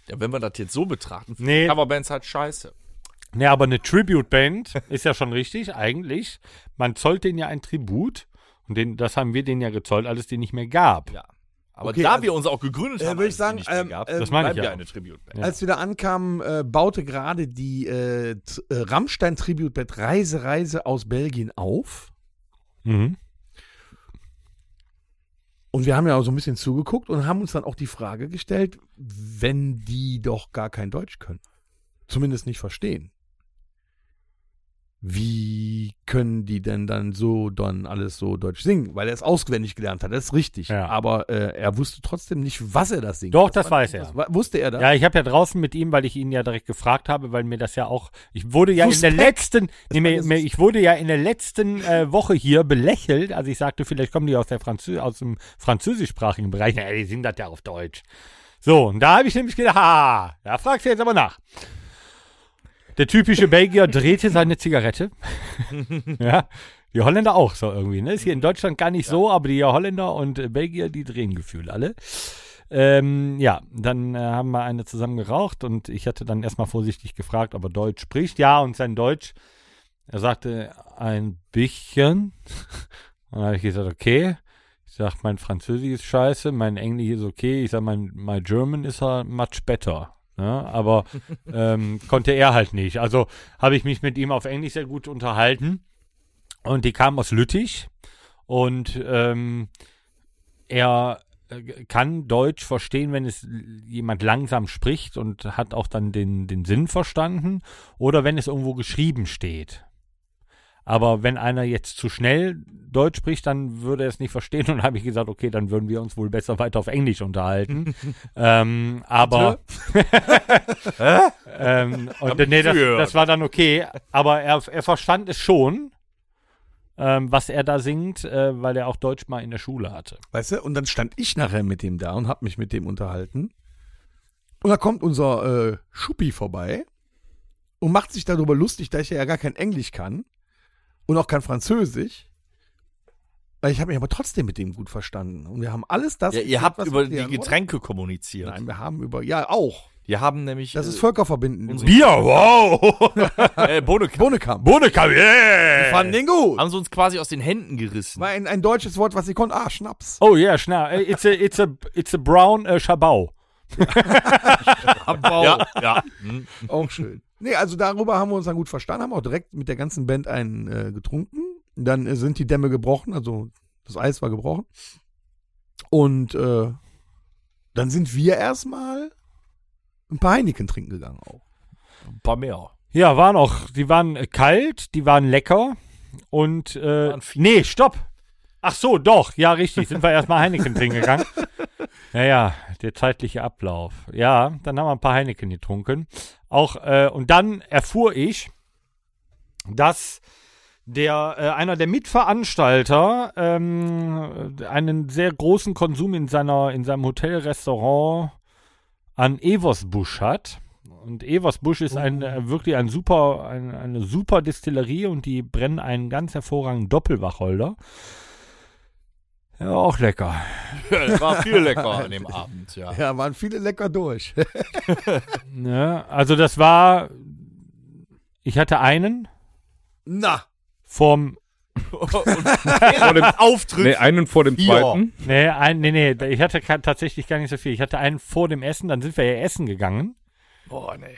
[SPEAKER 5] Ja, wenn wir das jetzt so betrachten, finden
[SPEAKER 4] Nee.
[SPEAKER 5] Coverbands halt scheiße.
[SPEAKER 4] Nee, aber eine Tribute-Band *laughs* ist ja schon richtig, eigentlich. Man zollt denen ja ein Tribut. Und den, das haben wir denen ja gezollt, alles die nicht mehr gab.
[SPEAKER 5] Ja. Aber
[SPEAKER 1] Okay,
[SPEAKER 5] da
[SPEAKER 1] also-
[SPEAKER 5] wir uns auch gegründet
[SPEAKER 1] Äh,
[SPEAKER 5] haben,
[SPEAKER 1] würde
[SPEAKER 5] als
[SPEAKER 1] ich
[SPEAKER 5] es die
[SPEAKER 1] sagen,
[SPEAKER 5] nicht mehr
[SPEAKER 1] ähm,
[SPEAKER 5] gab,
[SPEAKER 1] ähm,
[SPEAKER 4] Das meine ich
[SPEAKER 5] bleiben wir
[SPEAKER 4] ja.
[SPEAKER 5] eine Tribute-Band.
[SPEAKER 4] Ja.
[SPEAKER 1] Als wir da ankamen, äh, baute gerade die äh, T- äh, Rammstein Tributeband Reise Reise aus Belgien auf.
[SPEAKER 4] Mhm.
[SPEAKER 1] Und wir haben ja auch so ein bisschen zugeguckt und haben uns dann auch die Frage gestellt, wenn die doch gar kein Deutsch können. Zumindest nicht verstehen. Wie können die denn dann so dann alles so deutsch singen? Weil er es auswendig gelernt hat, das ist richtig.
[SPEAKER 4] Ja.
[SPEAKER 1] Aber äh, er wusste trotzdem nicht, was er das singt.
[SPEAKER 4] Doch, das weiß er.
[SPEAKER 1] Das wa- wusste er das?
[SPEAKER 4] Ja, ich habe ja draußen mit ihm, weil ich ihn ja direkt gefragt habe, weil mir das ja auch, ich wurde ja in der
[SPEAKER 1] Suspekt.
[SPEAKER 4] letzten, nee,
[SPEAKER 1] war
[SPEAKER 4] mir,
[SPEAKER 1] ja
[SPEAKER 4] mir,
[SPEAKER 1] sus-
[SPEAKER 4] ich wurde ja in der letzten äh, Woche hier belächelt, als ich sagte, vielleicht kommen die aus, der Franzö aus dem französischsprachigen Bereich. Naja, die singen das ja auf Deutsch. So, und da habe ich nämlich gedacht, ha, da fragst du jetzt aber nach. Der typische Belgier drehte seine Zigarette. *laughs* ja. Die Holländer auch so irgendwie, ne? Ist hier in Deutschland gar nicht so, aber die Holländer und äh, Belgier, die drehen gefühlt alle. Ähm, ja, dann äh, haben wir eine zusammen geraucht und ich hatte dann erstmal vorsichtig gefragt, ob er Deutsch spricht. Ja, und sein Deutsch, er sagte ein bisschen. *laughs* Und dann habe ich gesagt, okay. Ich sage, mein Französisch ist scheiße, mein Englisch ist okay. Ich sage, mein my German ist halt much better. Ne? Aber ähm, konnte er halt nicht. Also habe ich mich mit ihm auf Englisch sehr gut unterhalten. Und die kamen aus Lüttich. Und ähm, er äh, kann Deutsch verstehen, wenn es l- jemand langsam spricht und hat auch dann den, den Sinn verstanden oder wenn es irgendwo geschrieben steht. Aber wenn einer jetzt zu schnell Deutsch spricht, dann würde er es nicht verstehen *laughs* und habe ich gesagt, okay, dann würden wir uns wohl besser weiter auf Englisch unterhalten. ähm, aber *laughs* ähm, und, nee, das,
[SPEAKER 5] gehört.
[SPEAKER 4] das war dann okay, aber er, er verstand es schon, ähm, was er da singt, äh, weil er auch Deutsch mal in der Schule hatte.
[SPEAKER 1] Weißt du? Und dann stand ich nachher mit dem da und hab mich mit dem unterhalten. Und da kommt unser äh, Schuppi vorbei und macht sich darüber lustig, dass ich ja gar kein Englisch kann. und auch kein Französisch. Weil Ich habe mich aber trotzdem mit dem gut verstanden. Und wir haben alles das.
[SPEAKER 5] Ja, ihr
[SPEAKER 1] gekriegt,
[SPEAKER 5] habt
[SPEAKER 1] was
[SPEAKER 5] über
[SPEAKER 1] wir
[SPEAKER 5] die
[SPEAKER 1] klären wollten.
[SPEAKER 5] Getränke kommuniziert.
[SPEAKER 1] Nein, wir haben über. Ja, auch.
[SPEAKER 5] Wir haben nämlich.
[SPEAKER 1] Das ist
[SPEAKER 5] äh,
[SPEAKER 1] völkerverbindend. übrigens.
[SPEAKER 5] Bier, wow! *laughs* äh, Bonekamp.
[SPEAKER 1] Bohnekamp.
[SPEAKER 5] Bonekamp, yeah!
[SPEAKER 1] Fanden den gut.
[SPEAKER 5] Haben sie uns quasi aus den Händen gerissen.
[SPEAKER 1] War ein, ein deutsches Wort, was ich konnte. Ah, Schnaps.
[SPEAKER 4] Oh yeah, schna. äh, It's a, it's a, it's a brown äh, Schabau.
[SPEAKER 5] Abbau. Ja, ja. Hm.
[SPEAKER 1] Auch schön. Nee, also darüber haben wir uns dann gut verstanden, haben auch direkt mit der ganzen Band einen äh, getrunken. Dann äh, sind die Dämme gebrochen, also das Eis war gebrochen. Und äh, dann sind wir erstmal ein paar Heineken trinken gegangen auch.
[SPEAKER 5] Ein paar mehr.
[SPEAKER 4] Ja, waren auch. Die waren äh, kalt, die waren lecker. Und, äh,
[SPEAKER 5] Waren viel.
[SPEAKER 4] nee, stopp. Ach so, doch. Ja, richtig. Sind wir erstmal Heineken trinken gegangen. Ja, ja, der zeitliche Ablauf. Ja, dann haben wir ein paar Heineken getrunken. Auch, äh, und dann erfuhr ich, dass der, äh, einer der Mitveranstalter ähm, einen sehr großen Konsum in, seiner, in seinem Hotelrestaurant an Eversbusch hat. Und Eversbusch ist ein, äh, wirklich ein super, ein, eine super Distillerie und die brennen einen ganz hervorragenden Doppelwacholder. Ja, auch lecker.
[SPEAKER 5] Ja, das war viel lecker an dem Abend,
[SPEAKER 4] Ah.
[SPEAKER 5] ja.
[SPEAKER 1] Ja, waren viele lecker durch. *laughs*
[SPEAKER 4] Ne? Also das war, ich hatte einen
[SPEAKER 1] Na,
[SPEAKER 4] vom,
[SPEAKER 5] *laughs* Und vor dem Auftritt.
[SPEAKER 3] Nee, einen vor dem
[SPEAKER 5] Vier.
[SPEAKER 3] zweiten.
[SPEAKER 4] nee, ein, nee, nee, ich hatte ka- tatsächlich gar nicht so viel. Ich hatte einen vor dem Essen, dann sind wir ja essen gegangen.
[SPEAKER 5] Boah, nee.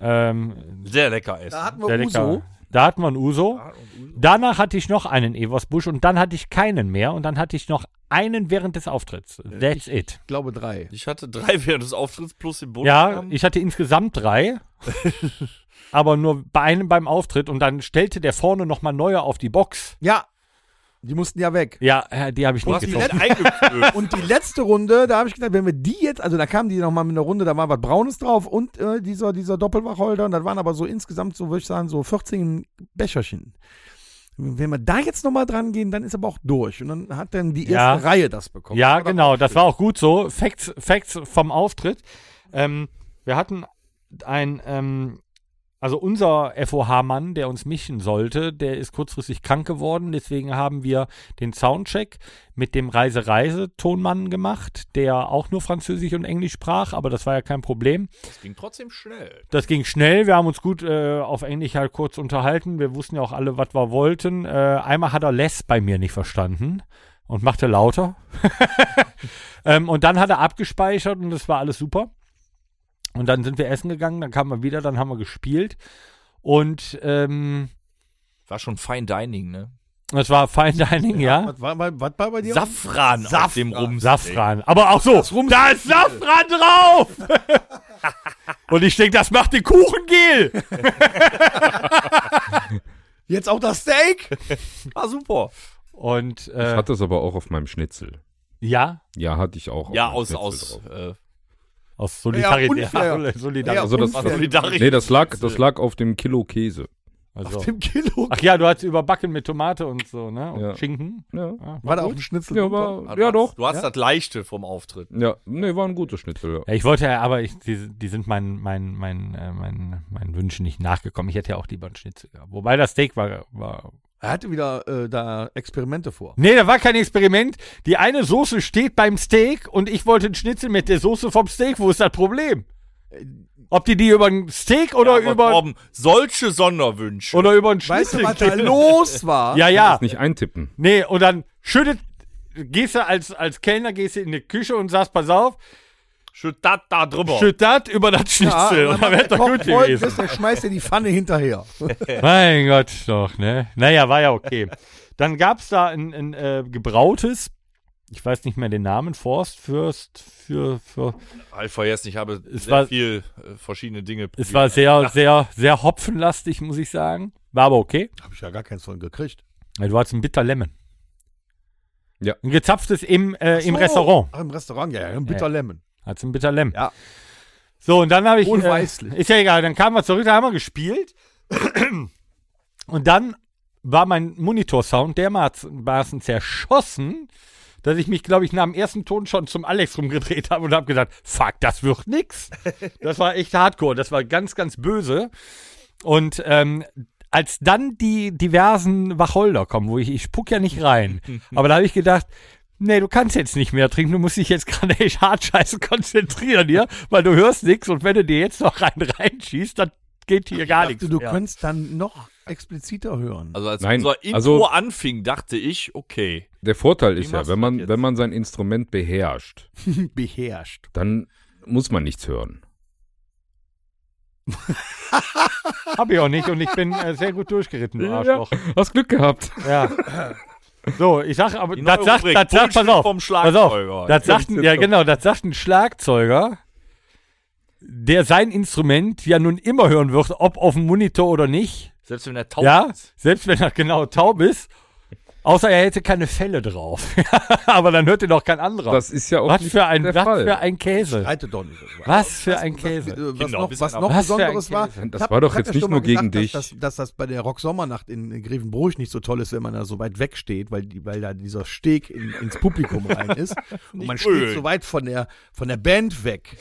[SPEAKER 4] Ähm,
[SPEAKER 5] Sehr lecker essen.
[SPEAKER 1] da hatten
[SPEAKER 4] sehr
[SPEAKER 1] wir
[SPEAKER 4] lecker.
[SPEAKER 1] Oh, Uso.
[SPEAKER 4] Da hat man Uso. Danach hatte ich noch einen Eversbusch und dann hatte ich keinen mehr und dann hatte ich noch einen während des Auftritts. That's it.
[SPEAKER 1] Ich glaube drei.
[SPEAKER 5] Ich hatte drei während des Auftritts plus den Boden.
[SPEAKER 4] Ja, ich hatte insgesamt
[SPEAKER 5] *laughs*
[SPEAKER 4] drei, aber nur bei einem beim Auftritt und dann stellte der vorne nochmal neue auf die Box.
[SPEAKER 1] Ja, die mussten ja weg.
[SPEAKER 4] Ja, äh, die habe ich
[SPEAKER 5] du
[SPEAKER 4] nicht
[SPEAKER 5] hast die
[SPEAKER 4] getroffen.
[SPEAKER 5] nicht *laughs* eingekühlt.
[SPEAKER 1] Und die letzte Runde, da habe ich gedacht, wenn wir die jetzt, also da kamen die nochmal mit einer Runde, da war was Braunes drauf und äh, dieser, dieser Doppelwacholder, und das waren aber so insgesamt, so würde ich sagen, so 14 Becherchen. Wenn wir da jetzt nochmal dran gehen, dann ist aber auch durch. Und dann hat dann die
[SPEAKER 4] Ja.
[SPEAKER 1] erste Reihe das bekommen.
[SPEAKER 4] Ja,
[SPEAKER 1] Oder?
[SPEAKER 4] genau, das war auch gut so. Facts, Facts vom Auftritt. Ähm, wir hatten ein, ähm, also unser FOH-Mann, der uns mischen sollte, der ist kurzfristig krank geworden. Deswegen haben wir den Soundcheck mit dem Reise-Reise-Tonmann gemacht, der auch nur Französisch und Englisch sprach, aber das war ja kein Problem.
[SPEAKER 5] Das ging trotzdem schnell.
[SPEAKER 4] Das ging schnell. Wir haben uns gut äh, auf Englisch halt kurz unterhalten. Wir wussten ja auch alle, was wir wollten. Äh, einmal hat er Les bei mir nicht verstanden und machte lauter. *laughs* ähm, und dann hat er abgespeichert und das war alles super. Und dann sind wir essen gegangen, dann kamen wir wieder, dann haben wir gespielt. Und ähm,
[SPEAKER 5] War schon Fine Dining, ne?
[SPEAKER 4] das war Fine Dining, ja.
[SPEAKER 1] Was war, bei- was war bei dir?
[SPEAKER 5] Safran, Safran. auf dem Rum.
[SPEAKER 4] Safran. Aber auch so, da ist Safran drauf! und ich denke, das macht den Kuchen gel.
[SPEAKER 1] Jetzt auch das Steak?
[SPEAKER 5] War super.
[SPEAKER 4] Und
[SPEAKER 3] Ich
[SPEAKER 4] äh,
[SPEAKER 3] hatte es aber auch auf meinem Schnitzel.
[SPEAKER 4] ja,
[SPEAKER 3] Ja, hatte ich auch. auf
[SPEAKER 5] Ja,
[SPEAKER 3] meinem
[SPEAKER 5] aus,
[SPEAKER 3] Schnitzel
[SPEAKER 5] aus,
[SPEAKER 3] drauf.
[SPEAKER 5] äh,
[SPEAKER 4] Aus
[SPEAKER 1] Ja,
[SPEAKER 4] Solidarität.
[SPEAKER 1] unfair.
[SPEAKER 4] *laughs* Ja, Solidarität.
[SPEAKER 1] Ja,
[SPEAKER 3] Also das,
[SPEAKER 1] unfair.
[SPEAKER 3] das,
[SPEAKER 5] solidarisch.
[SPEAKER 3] nee, das lag, das lag auf dem Kilo Käse.
[SPEAKER 4] Also.
[SPEAKER 1] Auf dem Kilo.
[SPEAKER 4] Ach ja, du hast überbacken mit Tomate und so, ne? Und
[SPEAKER 3] Ja.
[SPEAKER 4] Schinken.
[SPEAKER 3] Ja,
[SPEAKER 1] War da auch ein Schnitzel?
[SPEAKER 3] ja,
[SPEAKER 1] drunter?
[SPEAKER 3] war, ja doch.
[SPEAKER 5] Du hast das Leichte vom Auftritt.
[SPEAKER 3] Ja, nee, war ein guter Schnitzel. Ja.
[SPEAKER 4] Ja, ich wollte ja, aber ich, die, die sind meinen mein, mein, äh, mein, mein Wünschen nicht nachgekommen. Ich hätte ja auch lieber einen Schnitzel gehabt. Wobei das Steak war, war.
[SPEAKER 1] Er hatte wieder äh, da Experimente vor.
[SPEAKER 4] Nee, da war kein Experiment. Die eine Soße steht beim Steak und ich wollte einen Schnitzel mit der Soße vom Steak. Wo ist das Problem?
[SPEAKER 1] Äh,
[SPEAKER 4] Ob die die über ein Steak oder
[SPEAKER 5] Aber
[SPEAKER 4] über
[SPEAKER 5] Torben, solche Sonderwünsche.
[SPEAKER 4] oder über einen
[SPEAKER 1] Weißt du,
[SPEAKER 4] *laughs* Schnitzel?
[SPEAKER 1] was da los war?
[SPEAKER 4] ja, ja.
[SPEAKER 3] Nicht eintippen.
[SPEAKER 4] Nee, und dann schüttet, gehst du als, als Kellner, gehst du in die Küche und sagst, pass auf,
[SPEAKER 5] Schütt das da drüber.
[SPEAKER 4] schütt das über *laughs* das
[SPEAKER 1] Ja,
[SPEAKER 4] Schnitzel. und dann
[SPEAKER 1] wenn
[SPEAKER 4] wäre doch
[SPEAKER 1] der
[SPEAKER 4] gut
[SPEAKER 1] Koch voll
[SPEAKER 4] gewesen.
[SPEAKER 1] ist, Dann schmeißt er die Pfanne hinterher.
[SPEAKER 4] Mein Gott, doch, ne? Naja, war ja okay. Dann gab's da ein, ein äh, gebrautes, ich weiß nicht mehr den Namen, Forst, Fürst, für, für.
[SPEAKER 5] Ich vergesse nicht, ich habe
[SPEAKER 4] Es
[SPEAKER 5] sehr
[SPEAKER 4] war-
[SPEAKER 5] viel äh, verschiedene Dinge
[SPEAKER 4] Es war sehr, sehr, sehr hopfenlastig, muss ich sagen. War aber okay.
[SPEAKER 1] Habe ich ja gar keins von gekriegt.
[SPEAKER 4] Ja, Du hattest ein Bitter Lemon.
[SPEAKER 3] Ja.
[SPEAKER 4] Ein gezapftes im, äh, im
[SPEAKER 1] So.
[SPEAKER 4] Restaurant.
[SPEAKER 1] Ach, im Restaurant, ja, ja. Im Bitter Lemon.
[SPEAKER 4] Hat's ein Bitter Lemon.
[SPEAKER 1] Ja.
[SPEAKER 4] So, und dann habe ich.
[SPEAKER 1] Wohlweislich.
[SPEAKER 4] Äh, ist ja egal, dann kamen wir zurück, da haben wir gespielt. Und dann war mein Monitorsound dermaßen zerschossen, dass ich mich, glaube ich, nach dem ersten Ton schon zum Alex rumgedreht habe und habe gedacht, fuck, das
[SPEAKER 1] *laughs*
[SPEAKER 4] wird nix. Das war echt hardcore, das war ganz, ganz böse. Und ähm, als dann die diversen Wacholder kommen, wo ich, ich spuck ja
[SPEAKER 1] *laughs*
[SPEAKER 4] nicht rein, aber da habe ich gedacht, nee, du kannst jetzt nicht mehr trinken, du musst dich jetzt *laughs* gerade echt hart scheiße konzentrieren hier, weil du hörst nichts und wenn du dir jetzt noch einen reinschießt, dann geht hier gar nichts
[SPEAKER 1] Du, du
[SPEAKER 4] mehr.
[SPEAKER 1] könntest dann noch expliziter hören.
[SPEAKER 5] Also als
[SPEAKER 3] Nein,
[SPEAKER 5] unser Intro
[SPEAKER 3] also-
[SPEAKER 5] anfing, dachte ich, okay.
[SPEAKER 3] Der Vorteil
[SPEAKER 5] Wie
[SPEAKER 3] ist ja,
[SPEAKER 5] machst
[SPEAKER 3] wenn
[SPEAKER 5] du das
[SPEAKER 3] man,
[SPEAKER 5] jetzt?
[SPEAKER 3] wenn man sein Instrument beherrscht,
[SPEAKER 1] Also- Beherrscht.
[SPEAKER 3] dann muss man nichts hören.
[SPEAKER 4] Hab ich auch nicht und ich bin äh, sehr gut
[SPEAKER 1] *laughs*
[SPEAKER 4] durchgeritten, du Arschloch.
[SPEAKER 3] hast Glück gehabt.
[SPEAKER 4] Ja. So, ich sag aber,
[SPEAKER 5] Die
[SPEAKER 4] das
[SPEAKER 5] neue
[SPEAKER 4] sagt,
[SPEAKER 5] Rubrik,
[SPEAKER 4] das sagt, pass
[SPEAKER 5] Bullshit
[SPEAKER 4] auf,
[SPEAKER 5] vom
[SPEAKER 4] pass auf,
[SPEAKER 5] Schlagzeuger.
[SPEAKER 4] das sagt, ein- ja genau, das sagt ein Schlagzeuger, der sein Instrument ja nun immer hören wird, ob auf dem Monitor oder nicht,
[SPEAKER 5] Selbst wenn er taub
[SPEAKER 4] ja,
[SPEAKER 5] ist.
[SPEAKER 4] selbst wenn er genau taub ist, außer er hätte keine Felle drauf, *laughs* aber dann hört ihn doch kein anderer.
[SPEAKER 3] Das ist ja auch
[SPEAKER 4] was
[SPEAKER 3] nicht
[SPEAKER 4] für ein,
[SPEAKER 3] der
[SPEAKER 4] was
[SPEAKER 3] Fall.
[SPEAKER 4] für ein Käse,
[SPEAKER 1] Reitet doch nicht.
[SPEAKER 4] was für ein Käse.
[SPEAKER 1] Was
[SPEAKER 5] Kinder,
[SPEAKER 1] noch,
[SPEAKER 5] bisschen
[SPEAKER 1] was noch
[SPEAKER 4] was für Genau, ein
[SPEAKER 1] Besonderes war,
[SPEAKER 4] Käse.
[SPEAKER 3] Das
[SPEAKER 1] ich hab-
[SPEAKER 3] war
[SPEAKER 1] ich
[SPEAKER 3] doch
[SPEAKER 1] hab
[SPEAKER 3] jetzt
[SPEAKER 1] ja
[SPEAKER 3] nicht
[SPEAKER 1] schon
[SPEAKER 3] nur
[SPEAKER 1] mal gesagt,
[SPEAKER 3] gegen dich.
[SPEAKER 1] Dass, dass, dass das bei der Rocksommernacht in Grevenbruch nicht so toll ist, wenn man da so weit weg steht, weil, die, weil da dieser Steg in, ins Publikum rein
[SPEAKER 4] *laughs*
[SPEAKER 1] ist. Und man steht
[SPEAKER 5] ölen.
[SPEAKER 1] so weit von der, von der Band weg.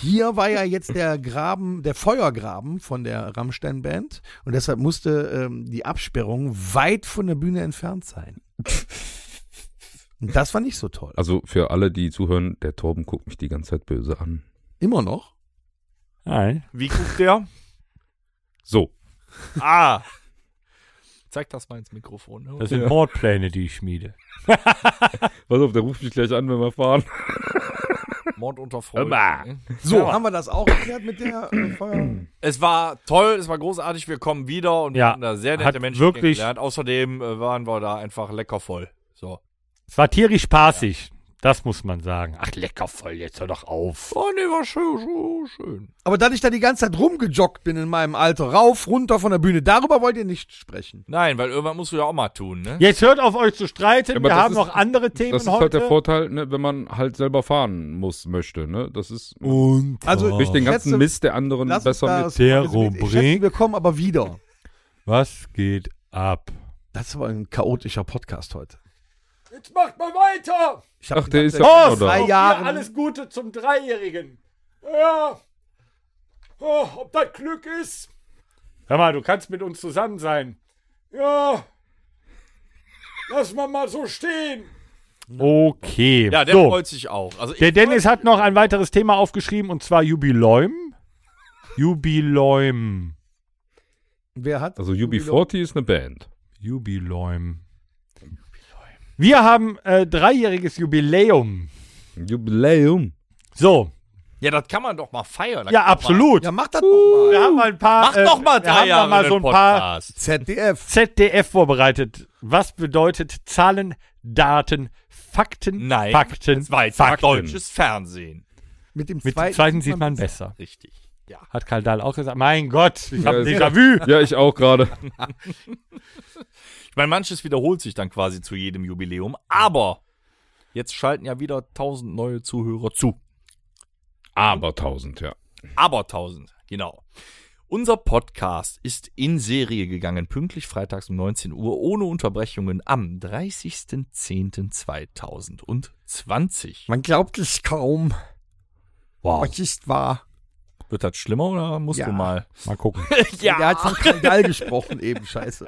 [SPEAKER 1] Hier war ja jetzt der Graben, der Feuergraben von der Rammstein-Band und deshalb musste ähm, die Absperrung weit von der Bühne entfernt
[SPEAKER 4] *laughs*
[SPEAKER 1] sein. Und das war nicht so toll.
[SPEAKER 3] Also für alle, die zuhören, der Torben guckt mich die ganze Zeit böse an.
[SPEAKER 1] Immer noch.
[SPEAKER 4] Nein.
[SPEAKER 5] Wie guckt der?
[SPEAKER 3] So,
[SPEAKER 5] ah. Zeig das mal ins Mikrofon. ne?
[SPEAKER 4] Das sind Mordpläne, die ich schmiede.
[SPEAKER 3] pass auf, der ruft mich gleich an, wenn wir fahren.
[SPEAKER 5] Mord unter Freude.
[SPEAKER 3] Immer.
[SPEAKER 5] ne?
[SPEAKER 1] So,
[SPEAKER 4] Ja.
[SPEAKER 1] haben wir das auch erklärt mit der äh, Feuer.
[SPEAKER 5] Es war toll, es war großartig, wir kommen wieder und wir
[SPEAKER 4] Ja,
[SPEAKER 5] haben da sehr
[SPEAKER 4] hat
[SPEAKER 5] nette Menschen
[SPEAKER 4] wirklich-
[SPEAKER 5] kennengelernt. Außerdem äh, waren wir da einfach lecker voll. So.
[SPEAKER 4] Es war tierisch spaßig, das muss man sagen. Ach lecker voll, jetzt hör doch auf.
[SPEAKER 5] Oh, nee, war schön, so schön.
[SPEAKER 1] Aber da ich da die ganze Zeit rumgejoggt bin in meinem Alter, rauf, runter von der Bühne, darüber wollt ihr nicht sprechen.
[SPEAKER 5] Nein, weil irgendwann musst du ja auch mal tun, ne?
[SPEAKER 4] Jetzt hört auf euch zu streiten,
[SPEAKER 3] aber
[SPEAKER 4] wir
[SPEAKER 3] das
[SPEAKER 4] haben
[SPEAKER 3] ist-
[SPEAKER 4] noch andere Themen
[SPEAKER 3] Das ist halt
[SPEAKER 4] heute.
[SPEAKER 3] der Vorteil, ne, wenn man halt selber fahren muss, möchte. Ne? Das ist
[SPEAKER 4] Und
[SPEAKER 1] Also,
[SPEAKER 3] Oh. durch den ganzen
[SPEAKER 1] Schätze,
[SPEAKER 3] Mist der anderen
[SPEAKER 1] Lass uns
[SPEAKER 3] besser
[SPEAKER 1] das-
[SPEAKER 3] mit.
[SPEAKER 4] Der
[SPEAKER 1] also, ich schätze,
[SPEAKER 4] Rubrik.
[SPEAKER 1] Wir kommen aber wieder.
[SPEAKER 4] was geht ab?
[SPEAKER 1] Das war ein chaotischer Podcast heute.
[SPEAKER 4] Jetzt macht mal weiter!
[SPEAKER 1] Ich hab
[SPEAKER 3] Ach, der
[SPEAKER 1] gedacht,
[SPEAKER 3] ist ja
[SPEAKER 1] seit
[SPEAKER 3] immer
[SPEAKER 1] drei ne?
[SPEAKER 3] da.
[SPEAKER 1] Jahren.
[SPEAKER 4] Gute zum Dreijährigen. Ja. Oh, ob das Glück ist? Hör mal, du kannst mit uns zusammen sein. Ja. Lass mal mal so stehen. Okay.
[SPEAKER 5] Ja, der
[SPEAKER 4] so.
[SPEAKER 5] freut sich auch. Also ich
[SPEAKER 4] Der Dennis hat noch ein weiteres Thema aufgeschrieben und zwar Jubiläum. Jubiläum.
[SPEAKER 1] Wer hat?
[SPEAKER 3] Also UB40 ist eine Band.
[SPEAKER 4] Jubiläum. Wir haben äh, dreijähriges Jubiläum.
[SPEAKER 3] Jubiläum.
[SPEAKER 4] So,
[SPEAKER 5] ja, das kann man doch mal feiern. Da
[SPEAKER 4] ja,
[SPEAKER 5] kann man
[SPEAKER 4] absolut.
[SPEAKER 1] Ja, mach das doch
[SPEAKER 4] wir
[SPEAKER 1] mal.
[SPEAKER 4] haben mal ein paar. äh,
[SPEAKER 5] Mal, mach doch mal
[SPEAKER 4] wir
[SPEAKER 5] drei
[SPEAKER 4] haben da
[SPEAKER 5] Jahre
[SPEAKER 4] mal so ein
[SPEAKER 5] einen
[SPEAKER 4] paar
[SPEAKER 5] Podcast.
[SPEAKER 1] ZDF.
[SPEAKER 4] ZDF vorbereitet. Was bedeutet Zahlen, Daten, Fakten,
[SPEAKER 5] Nein,
[SPEAKER 4] Fakten,
[SPEAKER 5] das war jetzt
[SPEAKER 4] Fakten?
[SPEAKER 5] deutsches Fernsehen.
[SPEAKER 1] Mit dem
[SPEAKER 4] Mit
[SPEAKER 1] zweiten,
[SPEAKER 4] dem zweiten sieht man besser.
[SPEAKER 5] Richtig. Ja.
[SPEAKER 4] Hat Karl Dahl auch gesagt. Mein Gott, ich habe
[SPEAKER 3] Ja,
[SPEAKER 4] Déjà-vu.
[SPEAKER 3] Ja, ich auch gerade.
[SPEAKER 5] Ich meine, manches wiederholt sich dann quasi zu jedem Jubiläum, aber jetzt schalten ja wieder tausend neue Zuhörer zu.
[SPEAKER 3] Aber 1000, ja.
[SPEAKER 5] Aber 1000, genau. Unser Podcast ist in Serie gegangen, pünktlich freitags um 19 Uhr, ohne Unterbrechungen am 30.10.2020.
[SPEAKER 1] Man glaubt es kaum.
[SPEAKER 5] Wow.
[SPEAKER 1] Was ist wahr?
[SPEAKER 5] Wird das schlimmer oder musst
[SPEAKER 1] Ja.
[SPEAKER 5] du mal?
[SPEAKER 4] Mal gucken.
[SPEAKER 1] Der hat von Kandal gesprochen eben, scheiße.